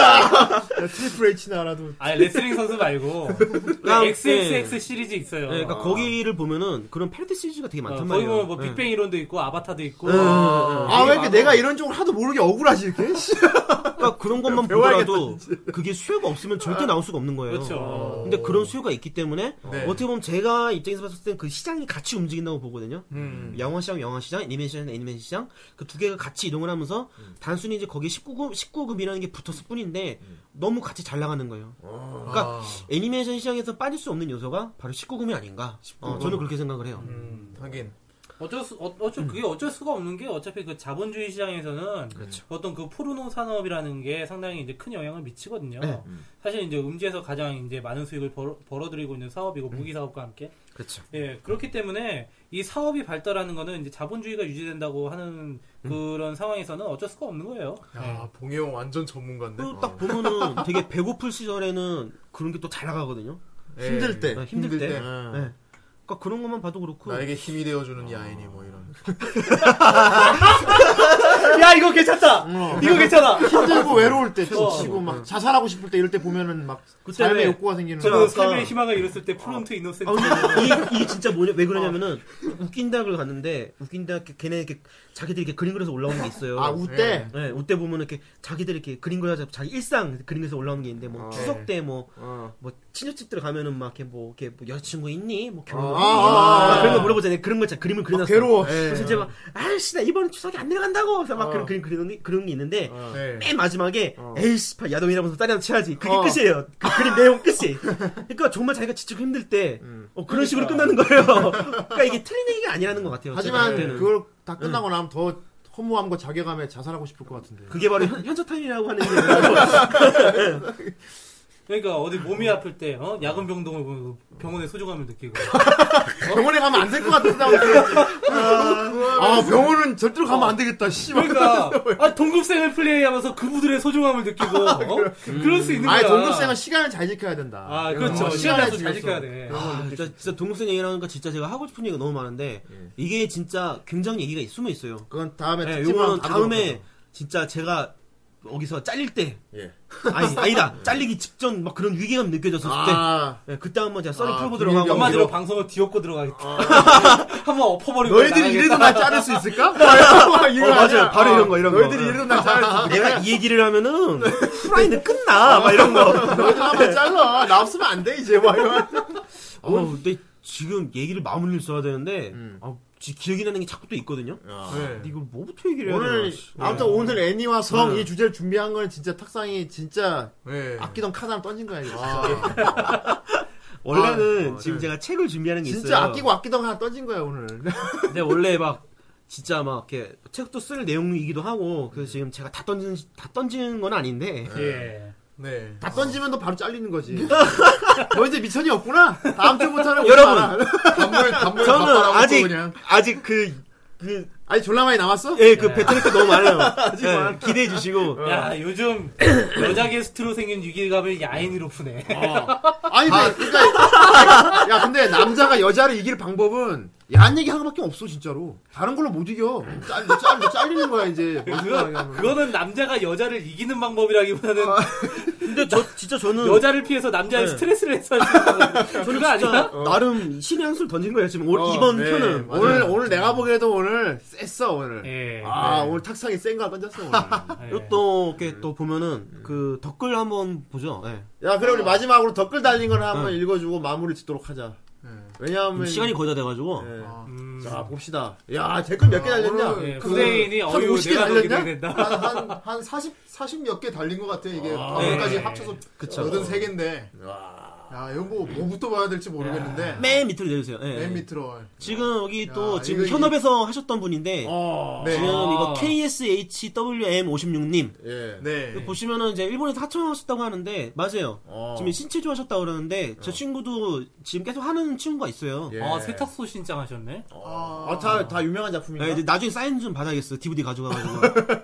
S3: 내가 트리플 H는 알아도
S2: 아니, 레슬링 선수 말고. 그
S8: 아,
S2: XXX 시리즈 있어요.
S8: 네, 그러니까 거기를 보면은 그런 패러디 시리즈가 되게
S2: 어,
S8: 많단
S2: 아. 거기
S8: 말이에요.
S2: 보면 뭐
S8: 네.
S2: 빅뱅 이론도 있고, 아바타도 있고. 어,
S3: 아 왜 이렇게 내가 이런 쪽을 하도 모르게 억울하지 이렇게 씨.
S8: 그러니까 그런 것만 보더라도 그게 수요가 없으면 절대 나올 수가 없는 거예요.
S2: 그렇죠. 어.
S8: 근데 그런 수요가 있기 때문에
S4: 네.
S8: 어떻게 보면 제가 입장에서 봤을 때는 그 시장이 같이 움직인다고 보거든요.
S4: 음.
S8: 영화 시장, 영화 시장, 애니메이션, 애니메이션 시장 그 두 개가 같이 이동을 하면서
S4: 음.
S8: 단순히 이제 거기에 19금, 19금이라는 게 붙었을 뿐인데
S4: 음.
S8: 너무 같이 잘 나가는 거예요.
S4: 아.
S8: 그러니까 애니메이션 시장에서 빠질 수 없는 요소가 바로 19금이 아닌가. 어, 저는 그렇게 생각을 해요.
S4: 음. 하긴
S2: 어쩔 수, 어, 어쩔, 그게 어쩔 수가 없는 게 어차피 그 자본주의 시장에서는
S8: 그렇죠.
S2: 어떤 그 포르노 산업이라는 게 상당히 이제 큰 영향을 미치거든요.
S8: 네.
S2: 사실 이제 음지에서 가장 이제 많은 수익을 벌, 벌어들이고 있는 사업이고 무기 사업과 함께.
S8: 음. 그렇죠.
S2: 예, 그렇기 때문에 이 사업이 발달하는 거는 이제 자본주의가 유지된다고 하는
S8: 음.
S2: 그런 상황에서는 어쩔 수가 없는 거예요.
S4: 야 아, 봉해용 완전 전문가인데 어.
S8: 그리고 딱 보면은 되게 배고플 시절에는 그런 게 또 잘 나가거든요.
S4: 예.
S3: 힘들 때
S8: 네, 힘들, 때.
S4: 때. 어.
S8: 네. 그러니까 그런 것만 봐도 그렇고
S4: 나에게 힘이 되어주는 야인이 뭐 이런.
S2: 야 이거 괜찮다.
S3: 어.
S2: 이거 괜찮아.
S3: 힘들고 외로울 때
S2: 그쵸.
S3: 지치고 막 자살하고 싶을 때 이럴 때 보면은 막
S2: 그때
S3: 삶의
S2: 왜-
S3: 욕구가 어. 생기는
S2: 네. 저는
S3: 거야.
S2: 삶의 희망을 잃었을 때 프론트 어.
S8: 아,
S2: 이노센트.
S8: 근데 이, 이 진짜 뭐냐, 왜 그러냐면은,
S3: 어.
S8: 웃긴닭을 갔는데, 웃긴닭, 걔네 이렇게, 자기들이 이렇게 그림 그려서 올라오는 게 있어요.
S3: 아,
S2: 네.
S3: 우때
S8: 예, 우때 보면 이렇게 자기들 이렇게 그림 그려서 자기 일상 그림 그려서 올라오는 게 있는데 뭐
S3: 네.
S4: 아,
S8: 추석 때 뭐 뭐
S4: 어.
S8: 친척집들 가면은 막 이렇게 뭐 이렇게 뭐 여자친구 있니 뭐 결혼
S3: 아,
S8: 아,
S3: 아, 아, 아.
S8: 그런 거 물어보잖아요 그런 거 진짜 그림을 그려놨어
S3: 괴로워. 아.
S8: 그래서 이제 막 아이씨 나 이번 추석에 안 내려간다고 그래서 막 그런 그림 그리는 게- 그런 게 있는데
S2: 어.
S4: 네.
S8: 맨 마지막에
S3: 어.
S8: 에이씨 파 야동이라면서 뭐 딸이랑 쳐야지 그게 끝이에요 그 그림 내용 끝이 그러니까 정말 자기가 지치고 힘들 때
S3: 음.
S8: 어, 그런 식으로 끝나는 거예요 그러니까 이게 틀린 얘기가 아니라는 것 같아요 제가
S3: 하지만
S8: 볼
S2: 네.
S8: 때는.
S3: 그걸 다 끝나고 나면 더 허무함과 자괴감에 자살하고 싶을 것 같은데.
S8: 그게 바로 현, 현저탄이라고 하는
S3: 아,
S8: 게
S2: 그러니까 어디 몸이 아플 때 어? 야근 병동을 보면서 병원의 소중함을 느끼고.
S3: 병원에 가면 안 될 것 같은데. 아, 병원은 절대로
S2: 어.
S3: 가면 안 되겠다. 씨발.
S2: 그러니까 아 동급생을 플레이하면서 그분들의 소중함을 느끼고 어? 그럴 수 있는 거야.
S3: 아, 음. 아니, 동급생은 시간을 잘 지켜야 된다.
S2: 아 그렇죠.
S3: 어,
S2: 시간 약속 잘
S3: 지켜서.
S2: 지켜야 돼.
S8: 아, 진짜, 진짜 동생 얘기를 하니까 진짜 제가 하고 싶은 얘기가 너무 많은데
S3: 예.
S8: 이게 진짜 굉장히 얘기가 숨어 있어요.
S3: 그건 다음에
S8: 네,
S3: 특집으로
S8: 요거는
S3: 한번 아, 다뤄볼
S8: 다음에
S3: 거죠.
S8: 진짜 제가 여기서 잘릴 때
S3: 예.
S8: 아니 아니다 잘리기 직전 막 그런 위기감 느껴졌을 때
S3: 아,
S8: 네, 그때 한번 제가 썰을
S3: 아,
S8: 풀어보도록 하고
S2: 엄마들로
S8: 이런-
S2: 방송을 뒤엎고 들어가겠다. 한번
S8: 네,
S2: 엎어버리고.
S3: 너희들이
S2: 나가겠다.
S3: 이래도 날 자를 수 있을까? 이거
S4: 어, 맞아요.
S3: 아니야.
S4: 바로
S3: 어,
S4: 이런 거, 이런 거.
S3: 너희들이 이래도 날 자를 수 있을까?
S8: 내가 이 얘기를 하면은 후라이는 끝나 막 이런 거.
S3: 너희들 한번 잘라. 나 없으면 안 돼, 이제. 막 이러면.
S8: 어, 근데 지금 얘기를 마무리를 써야 되는데
S3: 음.
S8: 아, 지- 기억이 나는 게 자꾸 또 있거든요.
S2: 네.
S8: 이걸 뭐부터 얘기를 해야
S3: 아. 오늘
S8: 되나?
S3: 아무튼 오늘 애니와 성 이
S8: 네.
S3: 주제를 준비한 건 진짜 탁상이 진짜
S4: 네.
S3: 아끼던 카드 하나 던진 거야 아, 이거 진짜,
S8: 네. 원래는
S3: 아, 어,
S8: 지금
S3: 네.
S8: 제가 책을 준비하는 게 있어요. 네.
S3: 진짜 아끼고 아끼던 거 하나 던진 거야 오늘
S8: 근데 원래 막 진짜 막 이렇게 책도 쓸 내용이기도 하고 그래서 지금 제가 다 던지는 다 던지는 건 아닌데
S2: 예.
S4: 네.
S3: 다 던지면 너 바로 잘리는 거지 너 이제 미천이 없구나 다음 주부터는 오지
S8: 네. 여러분.
S3: 마라.
S4: 단물 단물
S8: 저는
S4: 밥바라고 또
S8: 아직
S4: 그냥.
S8: 아직 그 그,
S3: 아니 졸라 많이 남았어?
S8: 예, 그, 배터리가 너무 많아요. 예, 기대해 주시고.
S3: 네. 어.
S2: 야 요즘 여자 게스트로 생긴 위기감을 야인으로 푸네.
S3: 어, 아니 근데 그러니까 야 근데 남자가 여자를 이길 방법은 야한 얘기 하나밖에 없어 진짜로 다른 걸로 못 이겨 짤, 짤, 잘리는 거야 어. 이제
S2: 그거, 그거는 남자가 여자를 이기는 방법이라기보다는
S8: 근데 저, 진짜 저는.
S2: 여자를 피해서 남자의
S8: 네.
S2: 스트레스를 해소하는
S8: 저는
S2: 그거 아니야?
S8: 나름 신의 한 수를 던진 거예요, 지금. 올, 어, 이번
S3: 네,
S8: 편은.
S3: 맞아요. 오늘 오늘 내가 보기에도 오늘 쎘어 오늘
S2: 예.
S3: 아
S8: 네.
S3: 오늘 탁상이 센 거 던졌어 오늘
S2: 예.
S8: 그리고 또, 이렇게 또 보면은, 그, 댓글 한번 보죠. 예.
S3: 야 그럼 우리 마지막으로 댓글 달린 걸 한번 읽어주고 마무리 짓도록 하자 왜냐하면
S8: 시간이 거의 아. 다 돼가지고.
S4: 네.
S3: 예.
S2: 음.
S3: 자 봅시다 야 댓글 몇 개
S4: 아,
S3: 달렸냐
S2: 예,
S3: 그-
S2: 후대인이
S3: 한
S2: 어유
S3: 50개
S2: 내가 더
S3: 달렸냐?
S2: 기대된다.
S4: 한한 한 40, 40 몇 개 달린 것 같아 이게 방금까지
S2: 네.
S4: 합쳐서 여든 세 개인데 야 이거 뭐 뭐부터 봐야 네. 될지 모르겠는데
S8: 맨 밑으로 내주세요. 예.
S4: 맨 밑으로
S8: 지금 여기
S4: 야,
S8: 또, 지금
S4: 이거 이-
S8: 현업에서 하셨던 분인데,
S3: 어.
S4: 네.
S8: 지금 이거
S2: 아.
S8: KSHWM56님.
S3: 예.
S4: 네.
S8: 보시면은 이제 일본에서 하청하셨다고 하는데 맞아요.
S3: 어.
S8: 지금 신체조 하셨다고 그러는데
S4: 어.
S8: 저 친구도 지금 계속 하는 친구가 있어요.
S3: 예.
S2: 아 세탁소 신장하셨네.
S3: 아, 다, 다 유명한 작품인가?
S8: 네, 이제 나중에 사인 좀 받아야겠어요. DVD 가져가가지고.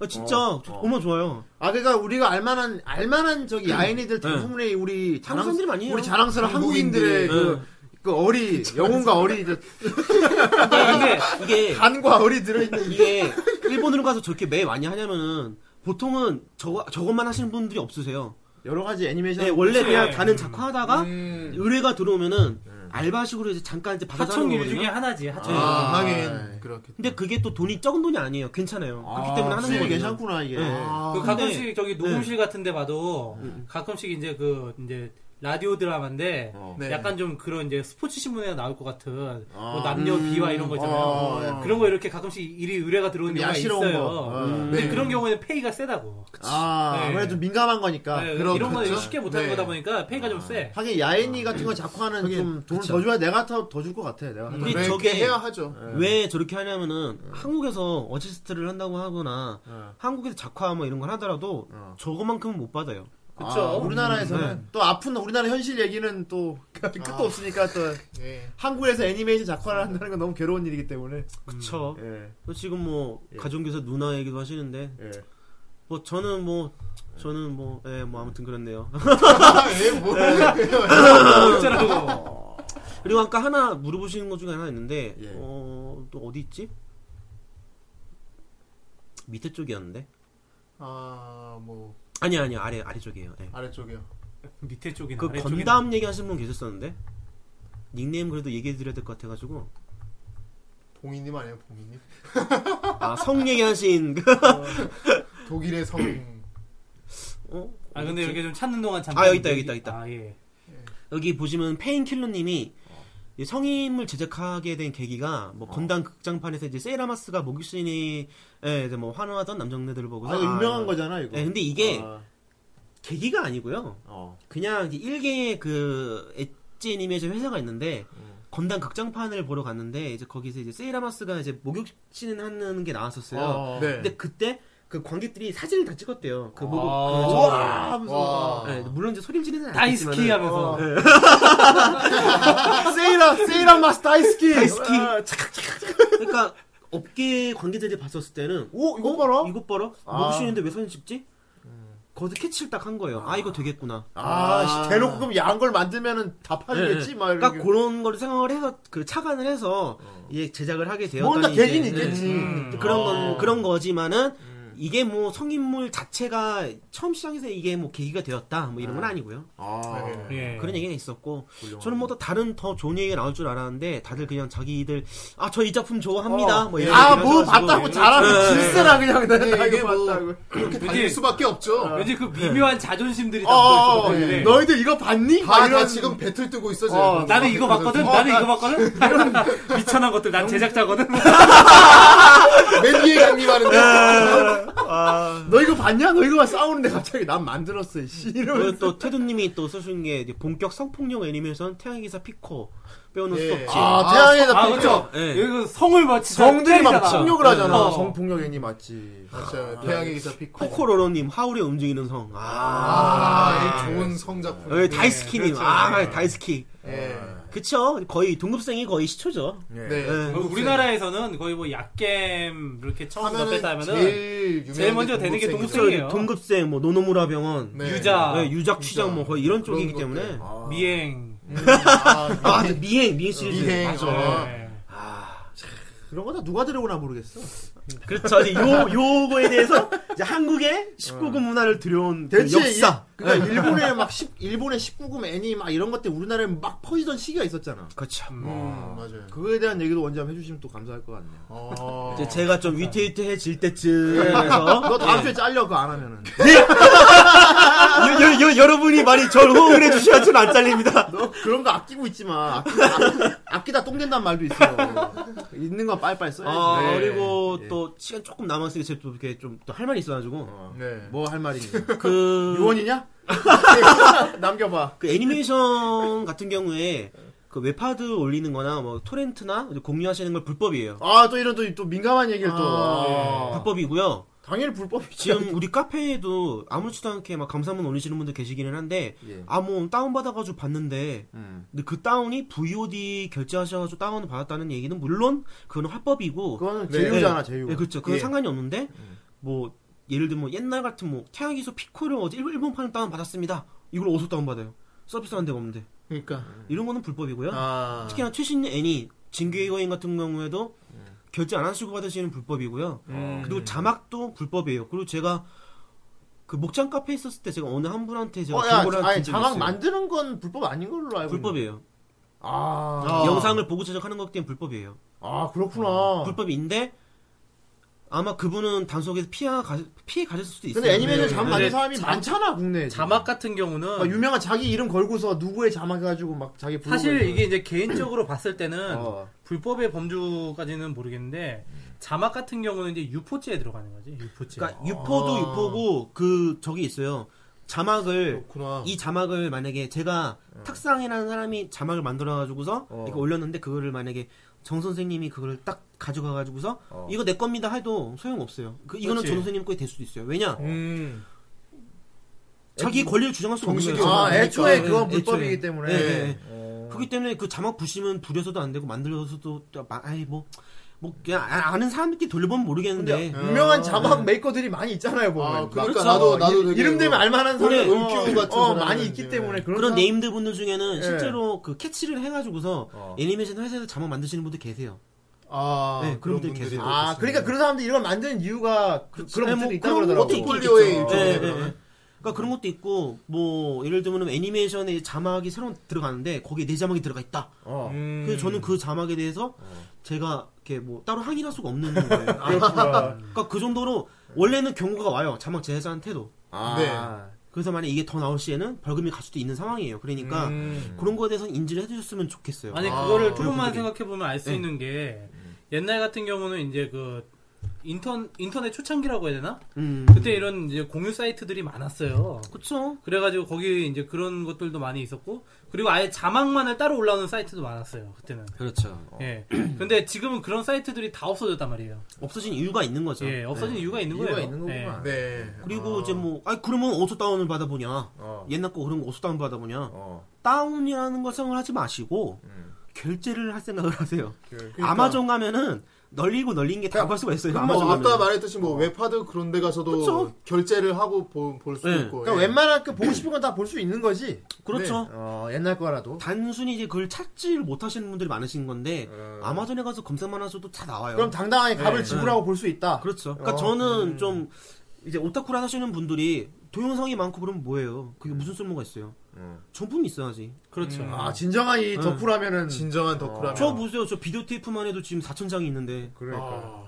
S8: 아, 진짜
S4: 어.
S8: 정말 좋아요.
S3: 아, 그러니까 우리가 알만한, 알만한 저기 야인이들 대부분의 우리
S8: 한국
S3: 자랑,
S8: 사람들이 많이 해요.
S3: 우리 자랑스러운 한국인들의 그, 그 어리, 영혼과 어리, 그
S2: 근데
S8: 이게
S4: 아,
S3: 간과 어리 들어있는.
S8: 이게 일본으로 가서 저렇게 매 많이 하냐면은 보통은 저 저것만 하시는 분들이 없으세요.
S3: 여러 가지 애니메이션.
S8: 네, 원래
S2: 그치.
S8: 그냥 다른 작화하다가
S4: 음.
S8: 의뢰가 들어오면은 알바식으로 이제 잠깐 이제 받아서 하는
S2: 하청일 중에
S8: 거거든요.
S2: 하나지. 하청.
S4: 아,
S3: 아,
S4: 하긴 그렇게.
S8: 근데 그게 또 돈이 적은 돈이 아니에요. 괜찮아요.
S3: 아,
S8: 네. 그렇기 때문에 하는
S3: 수익이
S8: 거거든요.
S3: 괜찮구나, 이게.
S8: 네.
S3: 아,
S2: 그
S8: 근데-
S2: 가끔씩 저기 녹음실 같은 데 봐도 가끔씩 이제 그 이제 라디오 드라마인데
S3: 어.
S4: 네.
S2: 약간 좀 그런 이제 스포츠 신문에 나올 것 같은 뭐
S3: 아.
S2: 남녀 비화 이런 거 있잖아요.
S3: 아, 예.
S2: 그런 거 이렇게 가끔씩 일이 의뢰가 들어오는
S3: 좀
S2: 경우가
S3: 야시러운
S2: 있어요. 음.
S3: 거. 어.
S2: 근데
S4: 네.
S2: 그런 경우에는 페이가 세다고.
S3: 아,
S2: 네.
S3: 아무래도 좀 민감한 거니까.
S2: 네,
S4: 그럼
S2: 이런 거는
S4: 그렇죠.
S2: 쉽게 못하는
S4: 네.
S2: 거다 보니까 페이가 좀 세.
S3: 하긴 야인이 같은 거 작화하는 좀 돈을 더 줘야 내가 더 줄 것 같아, 내가.
S8: 근데
S4: 네,
S8: 저게-
S4: 그렇게 해야 하죠.
S8: 왜 저렇게 하냐면은 한국에서 어시스트를 한다고 하거나 한국에서 작화 뭐 이런 걸 하더라도 저거만큼은 못 받아요.
S2: 그쵸.
S3: 아, 우리나라에서는
S8: 음, 네.
S3: 또 아픈 우리나라 현실 얘기는 또 끝도 없으니까 또
S4: 예.
S3: 한국에서 애니메이션 작화를 한다는 건 너무 괴로운 일이기 때문에.
S8: 그쵸.
S3: 예.
S8: 또 지금 뭐 가정교사 누나 얘기도 하시는데
S3: 예.
S8: 뭐 저는 뭐 저는 뭐 예 뭐 아무튼 그렇네요.
S4: 아, 예, 뭐.
S2: 어쩌라고.
S8: 그리고 아까 하나 물어보시는 것 중에 하나 있는데
S3: 예.
S8: 어, 또 어디 있지? 밑에 쪽이었는데
S4: 아, 뭐
S8: 아니 아니 아래 아래 쪽이에요.
S3: 네,
S8: 예.
S4: 아래쪽이요.
S2: 밑에 쪽이나
S8: 그
S2: 아래 쪽이나.
S8: 건담 얘기하시는 분 계셨었는데 닉네임 그래도 얘기해 드려야 될 것 같아가지고
S4: 봉인님 아니에요, 봉인님?
S8: 아 성 얘기하신 그
S4: 독일의 성.
S8: 어?
S2: 아 근데 이렇게 좀 찾는 동안 잠깐
S8: 아, 여기 있다, 여기 있다, 여기 있다.
S2: 아 예.
S8: 여기 보시면 페인킬러님이
S3: 어.
S8: 이 성인물 제작하게 된 계기가 뭐 건담 극장판에서 이제 세이라마스가 모기신이 예, 이제 뭐 환호하던 남정네들을 보고서
S3: 아, 이거 유명한
S8: 이거-
S3: 거잖아 이거.
S8: 예, 근데 이게
S3: 아,
S8: 계기가 아니고요.
S3: 어.
S8: 그냥 이제 일개의 그 엣지 애니메이션 회사가 있는데 건담 극장판을 보러 갔는데 이제 거기서 이제 세이라마스가 이제 목욕신 하는 게 나왔었어요.
S3: 어.
S4: 네.
S8: 근데 그때 그 관객들이 사진을 다 찍었대요. 그 목욕
S2: 아.
S8: 그 저거.
S3: 우와 하면서
S4: 와.
S8: 예, 물론 이제 소리 지르는
S2: 다이스키 하면서
S3: 아, 세이라 세이라 마스 다이스키. 아,
S8: 다이스키. 그러니까 업계 관계자들이 봤었을 때는
S3: 오 이거 봐라.
S8: 이것 봐라
S3: 아.
S8: 목욕신인데 왜 사진 찍지? 거기서 캐치를 딱 한 거예요. 아 이거 되겠구나.
S3: 아, 씨, 대놓고 그럼 야한 걸 만들면은 다 팔리겠지 막 이런.
S8: 그러니까 그런 거를 생각을 해서 그 착안을 해서 이제 제작을 하게 되었다.
S3: 뭔가 계기는 뭐 있겠지.
S2: 음.
S8: 그런 건
S3: 어. 음.
S8: 그런 거지만은 이게 뭐 성인물 자체가 처음 시작해서 이게 뭐 계기가 되었다 뭐
S3: 음.
S8: 이런 건 아니고요.
S3: 아,
S2: 예.
S8: 그런 얘기가 있었고 네. 저는 뭐 또 다른 더 좋은 얘기가 나올 줄 알았는데 다들 그냥 자기들 아 저 이 작품 좋아합니다 뭐 이런
S3: 어.
S8: 얘기를
S3: 아뭐
S8: 하셔가지고.
S3: 봤다고 잘하는
S8: 예, 예.
S3: 질세라 그냥
S4: 네,
S3: 내가
S4: 이게
S3: 이거
S4: 뭐-
S3: 봤다고.
S4: 이렇게 아.
S2: 왠지-
S4: 달릴 수밖에 없죠.
S2: 왠지 그 미묘한 자존심들이
S3: 어, 어,
S2: 담겨
S3: 어,
S2: 있었는데
S3: 너희들 이거 봤니?
S4: 다,
S3: 막
S4: 다
S3: 이런
S4: 지금 배틀 뜨고 있어 지금.
S3: 어,
S2: 나는 이거 봤거든. 나는 이거 봤거든. 이런 미천한 것들. 난 제작자거든.
S4: 맨 뒤에 강림 하는데.
S3: 너 이거 봤냐? 너 이거 봐 싸우는데 갑자기 난 만들었어. 씨 이러면서.
S8: 그리고 또 태두님이 또 쓰신 게 이제 본격 성폭력 애니메이션 태양의 기사 피코 빼놓을 수
S4: 예.
S8: 없지.
S3: 아, 태양의
S2: 아
S3: 작품.
S2: 그렇죠.
S8: 예.
S2: 여기 성을 마치
S3: 성들이 막
S2: 때리잖아.
S3: 폭력을 하잖아.
S2: 어.
S3: 성폭력 애니 맞지.
S4: 맞아요. 그렇죠. 네. 태양의 기사 피코.
S3: 그렇죠.
S8: 코코로로님 하울의 움직이는 성. 아,
S4: 아, 이
S3: 네.
S4: 좋은 성작품.
S3: 어,
S8: 여기 다이스키님.
S3: 그렇죠.
S8: 아, 다이스키.
S4: 예.
S8: 그쵸? 거의 동급생이 거의 시초죠.
S3: 네.
S4: 네.
S8: 예.
S2: 그리고 우리나라에서는 거의 뭐 약겜 이렇게 처음
S4: 하면은
S2: 접했다 하면은
S4: 제일 유명한
S2: 제일 먼저 되는 게
S4: 동급생이죠.
S2: 동급생이에요.
S8: 그쵸, 동급생, 뭐 노노무라 병원,
S4: 네.
S2: 유자.
S8: 예, 유작 취장 뭐 거의 이런
S4: 그런
S8: 쪽이기
S4: 것들.
S8: 때문에. 아,
S3: 아,
S2: 어. 미행.
S4: 아,
S8: 맞아. 미행, 미행 시리즈.
S4: 미행.
S8: 맞아.
S4: 아.
S2: 예.
S3: 그런 거 다 누가 들여오나 모르겠어.
S8: 그렇죠. 이제 요, 요거에 대해서 이제 한국의 19금 문화를 들여온 그
S3: 대체
S8: 역사.
S3: 이- 그러니까 일본에 막 10, 일본의 19금 애니 막 이런 것들 우리나라에 막 퍼지던 시기가 있었잖아.
S8: 그렇죠.
S4: 음, 맞아요.
S3: 그거에 대한 얘기도 원장 해주시면 또 감사할 것 같네요.
S4: 아.
S8: 이제 제가 좀 위태위태해질 때쯤에서
S3: 너 다음 주에 잘려 그거 안 하면은.
S8: 여, 여, 여, 여러분이 많이 절 호응을 해주셔야 저는 안 잘립니다.
S3: 너 그런 거 아끼고 있지 마. 아끼, 아, 아끼다 똥 된다는 말도 있어. 있는 건 빨리빨리 써야지.
S8: 아,
S4: 네.
S8: 그리고
S3: 예.
S8: 또 시간 조금 남았으니까 제가 또 이렇게 좀 할 말이 있어가지고
S4: 네.
S3: 뭐 할 말이니?
S8: 그,
S3: 유언이냐? 남겨봐.
S8: 그 애니메이션 같은 경우에 그 웹하드 올리는 거나 뭐 토렌트나 이제 공유하시는 걸 불법이에요.
S3: 아, 또 이런 또, 또 민감한 얘기를 또.
S4: 아,
S3: 아.
S8: 불법이고요.
S3: 당연히 불법이지.
S8: 지금 우리 카페에도 아무렇지도 않게 막 감사문 올리시는 분들 계시기는 한데
S3: 예.
S8: 아 뭐 다운받아가지고 봤는데
S3: 음.
S8: 근데 그 다운이 VOD 결제하셔가지고 다운을 받았다는 얘기는 물론 그건 합법이고
S3: 그거는
S4: 네.
S3: 제휴잖아, 제휴.
S8: 네, 그렇죠. 그건
S4: 예.
S8: 상관이 없는데 뭐 예를 들면 옛날 같은 뭐 태양기소 피코를 어제 일본- 일본판을 다운 받았습니다. 이걸 어디서 다운 받아요? 서비스 한 데가 없는데
S4: 그러니까.
S8: 이런 거는 불법이고요.
S4: 아.
S8: 특히나 최신 애니 징계의 거인 같은 경우에도 결제 안 하시고 받으시는 불법이고요. 그리고 자막도 불법이에요. 그리고 제가 그 목장 카페에 있었을 때 제가 어느 한 분한테 제가
S3: 어, 야,
S8: 정보를
S3: 아니,
S8: 준 적이
S3: 자막
S8: 있어요.
S3: 만드는 건 불법 아닌 걸로 알고. 있는데.
S8: 불법이에요.
S3: 아.
S4: 아.
S8: 영상을 보고 제작하는 것 때문에 불법이에요.
S3: 아, 그렇구나.
S8: 불법인데 아마 그분은 단속에서 피해 가 피해 가셨을 수도 있어요. 네.
S3: 근데 애니메이션 자막
S2: 근데
S3: 만든 사람이
S2: 자-
S3: 많잖아, 국내에. 지금.
S2: 자막 같은
S3: 막
S2: 경우는
S3: 아, 유명한 자기 이름 걸고서 누구의 자막 해가지고 막 자기 부르고.
S2: 사실 이게 이제 개인적으로 봤을 때는
S3: 어.
S2: 불법의 범주까지는 모르겠는데 자막 같은 경우는 이제 유포죄에 들어가는 거지 유포죄.
S8: 그러니까 유포도
S4: 아.
S8: 유포고 그 저기 있어요. 자막을
S4: 그렇구나.
S8: 이 자막을 만약에 제가 탁상이라는 사람이 자막을 만들어 가지고서
S3: 어.
S8: 이렇게 올렸는데 그거를 만약에 정 선생님이 그걸 딱 가져가 가지고서
S3: 어.
S8: 이거 내 겁니다 해도 소용 없어요. 그 이거는
S2: 그렇지.
S8: 정 선생님 거에 될 수도 있어요. 왜냐?
S4: 음.
S8: 자기 권리를 주장할 수 없는
S4: 정식이
S8: 거예요.
S3: 아,
S4: 그러니까.
S3: 애초에
S8: 네,
S3: 그건
S8: 애초에.
S3: 불법이기 때문에.
S8: 네, 네.
S3: 어.
S8: 그렇기 때문에 그 자막 부심은 부려서도 안 되고 만들어서도 아이 뭐 뭐 뭐 그냥 아- 아는 사람들끼리 돌려보면 모르겠는데
S3: 유명한 자막 메이커들이 많이 있잖아요 보면.
S4: 아,
S3: 막
S4: 그러니까 나도- 나도 되게
S3: 이름 되면
S4: 뭐-
S3: 알만한 사람
S8: 그래.
S4: 은큐 같은
S3: 어,
S4: 사람은
S3: 많이
S4: 이제.
S3: 있기 때문에 그런,
S8: 그런
S3: 사람-
S8: 네임드 분들 중에는
S3: 예.
S8: 실제로 그 캐치를 해가지고서 애니메이션 회사에서 자막 만드시는 분들 계세요.
S4: 아,
S8: 네, 그런 분들이 계세요.
S3: 아 그러니까 그런 사람들이 이걸 만드는 이유가 그,
S8: 그치.
S3: 런
S8: 네,
S3: 분들이
S8: 뭐
S3: 있다고
S8: 그런
S3: 그러더라고요.
S8: 것도 있겠죠.
S4: 포트폴리오의 일종이네
S8: 예,
S4: 그러면.
S8: 예, 예. 그러니까 그런 것도 있고 뭐 예를 들면 애니메이션에 자막이 새로 들어가는데 거기에 내 자막이 들어가 있다.
S3: 어.
S2: 음.
S8: 그래서 저는 그 자막에 대해서 제가 이렇게 뭐 따로 항의할 수가 없는 거예요.
S3: 그렇구나.
S8: 그러니까 그 정도로 원래는 경고가 와요. 자막 제작자한테도.
S3: 아.
S4: 네.
S8: 그래서 만약 에 이게 더 나올 시에는 벌금이 갈 수도 있는 상황이에요. 그러니까 음. 그런 거에 대해서 인지를 해주셨으면 좋겠어요.
S2: 음. 아니 그거를 조금만 생각해 보면 알 수
S8: 네.
S2: 있는 게
S8: 음.
S2: 옛날 같은 경우는 이제 그 인턴 인터넷 초창기라고 해야 되나?
S8: 음.
S2: 그때 이런 이제 공유 사이트들이 많았어요.
S8: 그쵸?
S2: 그래가지고 거기 이제 그런 것들도 많이 있었고 그리고 아예 자막만을 따로 올라오는 사이트도 많았어요 그때는.
S8: 그렇죠.
S2: 예. 근데 지금은 그런 사이트들이 다 없어졌단 말이에요.
S8: 없어진 이유가 있는 거죠.
S2: 예, 없어진
S8: 네.
S2: 이유가 있는
S3: 이유가
S2: 거예요.
S3: 있는 거구만.
S4: 네.
S8: 그리고 이제 뭐, 아 그러면 어디서 다운을 받아보냐?
S3: 어.
S8: 옛날 거 그런 거 어디서 다운 받아보냐?
S3: 어.
S8: 다운이라는 걸 생각을 하지 마시고 결제를 할 생각을 하세요.
S4: 그러니까.
S8: 아마존 가면은 널리고 널린 게 다 볼 수가 있어요.
S4: 그럼
S8: 아마존
S4: 뭐 아까
S8: 가면.
S4: 말했듯이 뭐 웹하드 그런 데 가서도
S8: 그쵸.
S4: 결제를 하고 볼 수
S8: 네.
S4: 있고.
S3: 그러니까
S4: 예.
S3: 웬만한 그 보고 싶은 건 다 볼 수 있는 거지.
S8: 그렇죠.
S3: 어, 옛날 거라도.
S8: 단순히 이제 그걸 찾지를 못하시는 분들이 많으신 건데 아마존에 가서 검색만 하셔도 다 나와요.
S3: 그럼 당당하게 값을 지불하고 볼 수 있다.
S8: 그렇죠. 그러니까
S3: 어,
S8: 저는 좀 이제 오타쿠를 하시는 분들이 동영상이 많고 그러면 뭐예요? 그게 무슨 쓸모가 있어요? 정품이 있어야지.
S2: 그렇죠.
S3: 아 진정한 이 덕후라면은 어,
S4: 진정한 덕후라면.
S8: 저 보세요. 저 비디오 테이프만 해도 지금 4천 장이 있는데.
S3: 그러니까.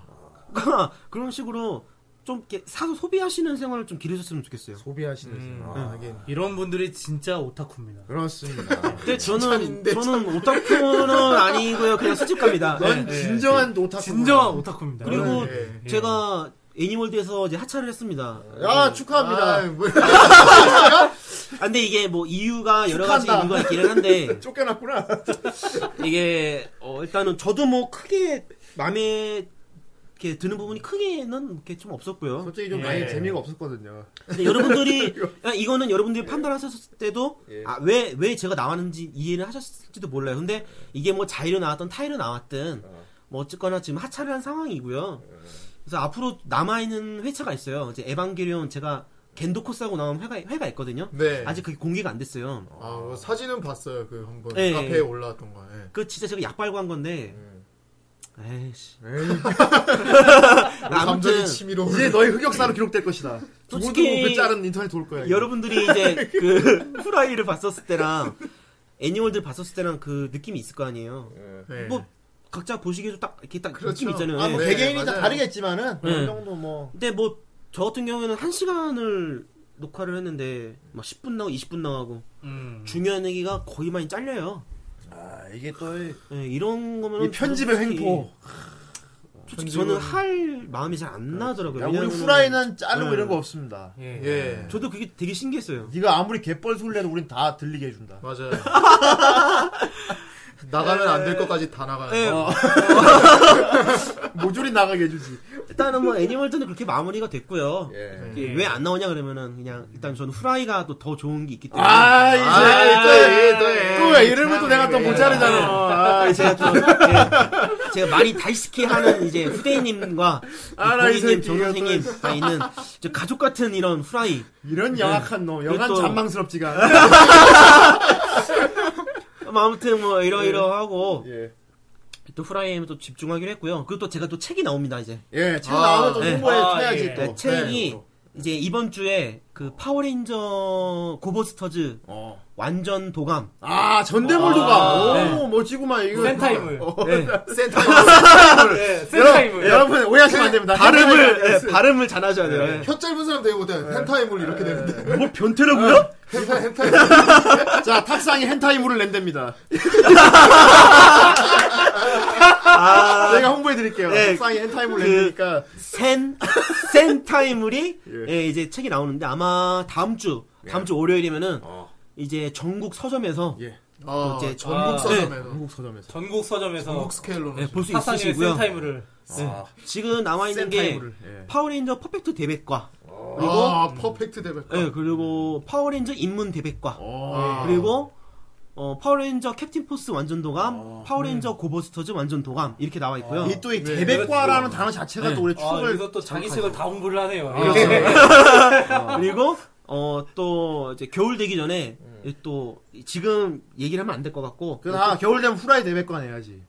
S8: 그러니까 그런 식으로 좀 이렇게 사서 소비하시는 생활을 좀 기르셨으면 좋겠어요.
S3: 소비하시는 아, 하긴.
S2: 이런 분들이 진짜 오타쿠입니다.
S3: 그렇습니다.
S8: 근데 저는
S4: 찬인데,
S8: 저는 오타쿠는 아니고요. 그냥 수집가입니다. 네.
S3: 넌 진정한 오타쿠.
S2: 진정한 오타쿠입니다.
S8: 그리고
S4: 네.
S8: 제가 애니월드에서 이제 하차를 했습니다.
S3: 야 축하합니다.
S4: 아, 뭐,
S8: 아, 근데 이게 뭐 이유가 여러 가지
S3: 축하한다.
S8: 이유가 있기는 한데
S3: 쫓겨났구나.
S8: 이게 어, 일단은 저도 뭐 크게 마음에 이렇게 드는 부분이 크게는 이렇게 좀 없었고요.
S3: 솔직히
S4: 예.
S3: 좀 많이 재미가 없었거든요.
S8: 근데 여러분들이 아, 이거는 여러분들이 판단하셨을 때도 아 왜 왜 제가 나왔는지 이해를 하셨을지도 몰라요. 근데 이게 뭐 자의로 나왔던 타의로 나왔든 뭐 어쨌거나 예. 지금 하차를 한 상황이고요. 그래서 앞으로 남아 있는 회차가 있어요. 이제 에반게리온 제가 겐도코스하고 나온 회가 회가 있거든요.
S4: 네.
S8: 아직 그게 공개가 안 됐어요.
S4: 아, 뭐 사진은 봤어요. 그 한번
S8: 예,
S4: 카페에
S8: 예.
S4: 올라왔던 거. 예.
S8: 그 진짜 제가 약발고 한 건데. 음. 에이씨. 아무튼
S4: 감정이 치밀어.
S3: 이제 너의 흑역사로 기록될 것이다.
S8: 솔직히
S4: 그
S3: 두근두근 자른 인터넷 돌 거야. 이거.
S8: 여러분들이 이제 그 후라이를 봤었을 때랑 애니월드 를 봤었을 때랑 그 느낌이 있을 거 아니에요.
S4: 예.
S8: 뭐 각자 보시기에도 딱 이렇게 딱
S4: 그렇죠.
S8: 느낌 있잖아요.
S3: 네. 아, 뭐
S8: 예.
S4: 개-
S3: 개개인이 다
S4: 맞아요.
S3: 다르겠지만은 어느
S8: 네.
S3: 정도 뭐
S8: 근데 뭐 저 같은 경우에는 한 시간을 녹화를 했는데 막 10분 나오고 20분 나오고
S2: 음.
S8: 중요한 얘기가 거의 많이 잘려요.
S3: 아, 이게 또 이-
S8: 예, 이런 거면
S3: 이 편집의 횡포.
S8: 솔직히 저는 할 마음이 잘 안 나더라고요.
S3: 그렇죠. 야, 우리
S8: 왜냐면은
S3: 후라이는 자르고
S8: 네.
S3: 이런 거 없습니다.
S2: 예.
S4: 예.
S8: 저도 그게 되게 신기했어요.
S3: 네가 아무리 개뻘 소리를 해도 우린 다 들리게 해준다.
S4: 맞아요. 나가면 안 될 것까지 다 나가요. 어.
S8: 예,
S3: 모조리 나가게 해주지.
S8: 일단은 뭐 애니멀드는 그렇게 마무리가 됐고요.
S3: 예.
S2: 예.
S8: 왜 안 나오냐 그러면은 그냥 일단 저는 후라이가 또 더 좋은 게 있기 때문에
S3: 아, 이제
S4: 예, 또,
S3: 또,
S4: 예.
S3: 또 이름을 또 내가 또 못 자르잖아. 아,
S8: 제가 좀 예, 제가 많이 달시키 하는 이제 후대인님과
S3: 알아, 이
S8: 고객님,
S3: 새끼가
S8: 정선생님 다 있는 저 가족 같은 이런 후라이
S3: 이런 영악한 놈, 영한
S8: 또-
S3: 잔망스럽지가.
S8: 뭐 아무튼 뭐 이러이러하고
S3: 예.
S8: 또 후라이에 또 집중하기로 했고요. 그리고 또 제가 또 책이 나옵니다 이제
S3: 예, 지금
S4: 아,
S3: 나오면 또
S8: 예.
S3: 홍보해
S2: 아,
S3: 쳐야지
S2: 예.
S3: 또.
S8: 네, 책이 이제 이번 주에 그 파워레인저 고버스터즈
S3: 어.
S8: 완전 도감
S3: 아, 전대물도가.
S8: 아,
S3: 오, 멋지구만, 이거.
S2: 센타임을.
S3: 어,
S4: 센터
S2: 예,
S3: 여러분,
S2: 센타임을.
S3: 여러분, 오해하시면 안 됩니다.
S8: 발음을 예, 발음을 잘 하셔야 돼요. 예.
S4: 혀 짧은 사람 되게 못해. 헨타이물 이렇게 되는데.
S3: 예.
S8: 뭐 변태라고요?
S4: 헨타 헨타이.
S3: 자, 탁상이 헨타이물을 낸답니다. 저희가 홍보해드릴게요.
S8: 예.
S3: 탁상이 헨타이물을
S8: 그-
S3: 낸다니까.
S8: 센, 센 타이물이
S3: 예.
S8: 예, 이제 책이 나오는데 아마 다음 주 다음 주 월요일이면은
S3: 어.
S8: 이제 전국 서점에서
S3: 예.
S4: 어,
S8: 이제
S2: 아,
S8: 전국
S3: 네.
S8: 서점에서
S3: 한국 서점에서.
S2: 전국 서점에서
S4: 북 스케일로.
S3: 네,
S8: 예, 볼 수
S2: 사상의
S8: 있으시고요.
S2: 센타임을.
S3: 아,
S8: 지금 나와 있는 게
S3: 센타이물을. 예.
S8: 파워레인저 퍼펙트 대백과
S3: 어.
S4: 그리고
S3: 아, 음.
S4: 퍼펙트 대백.
S3: 네.
S8: 예, 그리고 파워레인저 입문 대백과
S3: 어.
S4: 아.
S8: 그리고 어, 파워레인저 캡틴 포스 완전 도감,
S3: 어.
S8: 파워레인저
S3: 음.
S8: 고버스터즈 완전 도감 이렇게 나와 있고요.
S3: 이 또 이 대백과라는 단어 자체가 또 우리
S2: 아,
S3: 추억을
S2: 여기서 또 자기 책을 다 홍보를 하네요.
S8: 그리고 어 또 이제 겨울 되기 전에 또 지금 얘기를 하면 안 될 것 같고
S3: 음. 그나 아, 겨울 되면 후라이 대백과 내야지.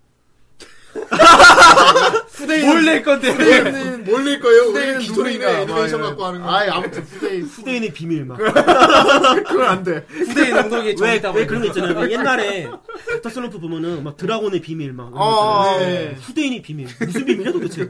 S2: 몰래 건데.
S4: 후대인은 몰릴 거예요. 우리는 기존인의
S3: 누구인가,
S4: 애니메이션
S3: 막
S4: 갖고 하는 거.
S3: 아이 아무튼 후대인
S8: 후대인의 비밀 막
S4: 그건 안 돼.
S2: 후대인 능동이
S8: 왜, 그러니까.
S2: 정했다
S8: 왜 그런 거 있잖아요. 왜 옛날에 닥터 슬럼프 보면은 막 드라곤의 비밀 막
S4: 아,
S8: 이런 거 있잖아요.
S4: 예, 예.
S8: 후대인이 비밀 무슨 비밀이야 도대체.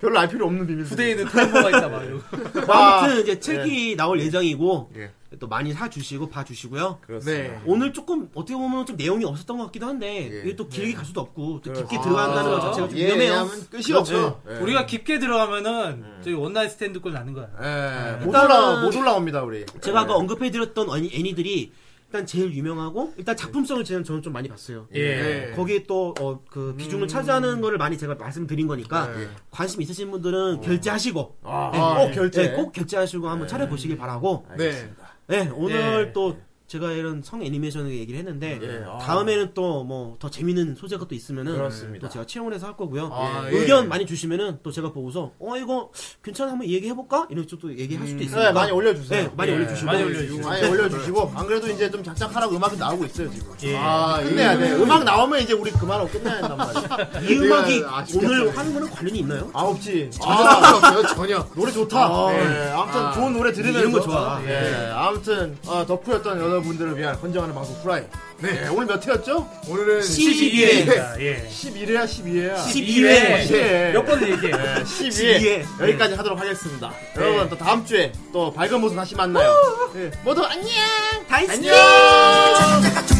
S4: 별로 알 필요 없는 비밀.
S2: 후대인은 탈모가 있다 막 이러고.
S8: 아무튼 이제 책이 나올 예정이고
S4: 예.
S8: 또 많이 사 주시고 봐 주시고요.
S4: 네.
S8: 오늘 조금 어떻게 보면 좀 내용이 없었던 것 같기도 한데 이게 또 길게 갈 수도 없고 또 깊게 들어간다는 것 자체가 좀 위험해요.
S4: 하면 끝이
S3: 네.
S4: 없죠. 예.
S2: 우리가 깊게 들어가면은 저희 원나잇 스탠드 꼴 나는 거야.
S4: 예.
S3: 못 올라 못 올라옵니다 우리.
S8: 제가 아까 언급해드렸던 애니, 애니들이 일단 제일 유명하고 일단 작품성을 저는 저는 좀 많이 봤어요.
S2: 예.
S8: 거기에 또 그
S3: 음.
S8: 비중을 차지하는 거를 많이 제가 말씀드린 거니까
S3: 예.
S8: 관심 있으신
S3: 어.
S8: 분들은 결제하시고 네,
S4: 아,
S8: 꼭
S4: 예.
S8: 결제 꼭 결제하시고
S3: 예.
S8: 한번 차려보시길 바라고
S4: 네.
S8: 네, 오늘
S2: 예.
S8: 또 제가 이런 성 애니메이션을 얘기를 했는데 다음에는 또 뭐 더 재밌는 소재가 또 있으면은
S3: 예. 아. 그렇습니다.
S8: 또 제가 채용을 해서 할 거고요.
S4: 아, 예.
S8: 의견 많이 주시면은 또 제가 보고서 어 이거 괜찮아 한번 얘기해 볼까 이런 쪽도 얘기할 수도 있으니까
S3: 네, 많이 올려주세요.
S8: 네, 많이
S3: 예.
S8: 올려주시고
S2: 많이 올려주시고.
S3: 많이 올려주시고 안 그래도 이제 좀 작작하라고 음악이 나오고 있어요 지금.
S4: 아,
S3: 끝내야
S4: 이-
S3: 돼. 음악 나오면 이제 우리 그만하고 끝내야 된단 말이야.
S8: 이 음악이
S4: 내가 아쉽게
S8: 오늘 하는 거랑 관련이 있나요?
S3: 아 없지.
S4: 전혀 상관없어요. 전혀.
S3: 노래 좋다. 예, 아무튼 좋은 노래 들으면서
S8: 이런 거 좋아.
S3: 예, 아무튼 어, 덕후였던 여러분들을 위한 헌정하는 방송 프라이. 네, 오늘 몇 회였죠?
S4: 오늘은
S2: 12회입니다. 예.
S3: 11회야, 12회야.
S2: 12회.
S3: 네.
S2: 몇 번을 얘기해.
S3: 12회
S8: 네.
S3: 여기까지 하도록 하겠습니다. 여러분 또 다음 주에 또 밝은 모습 다시 만나요. 예, 모두 안녕.
S8: 다이스
S3: 안녕.
S7: 가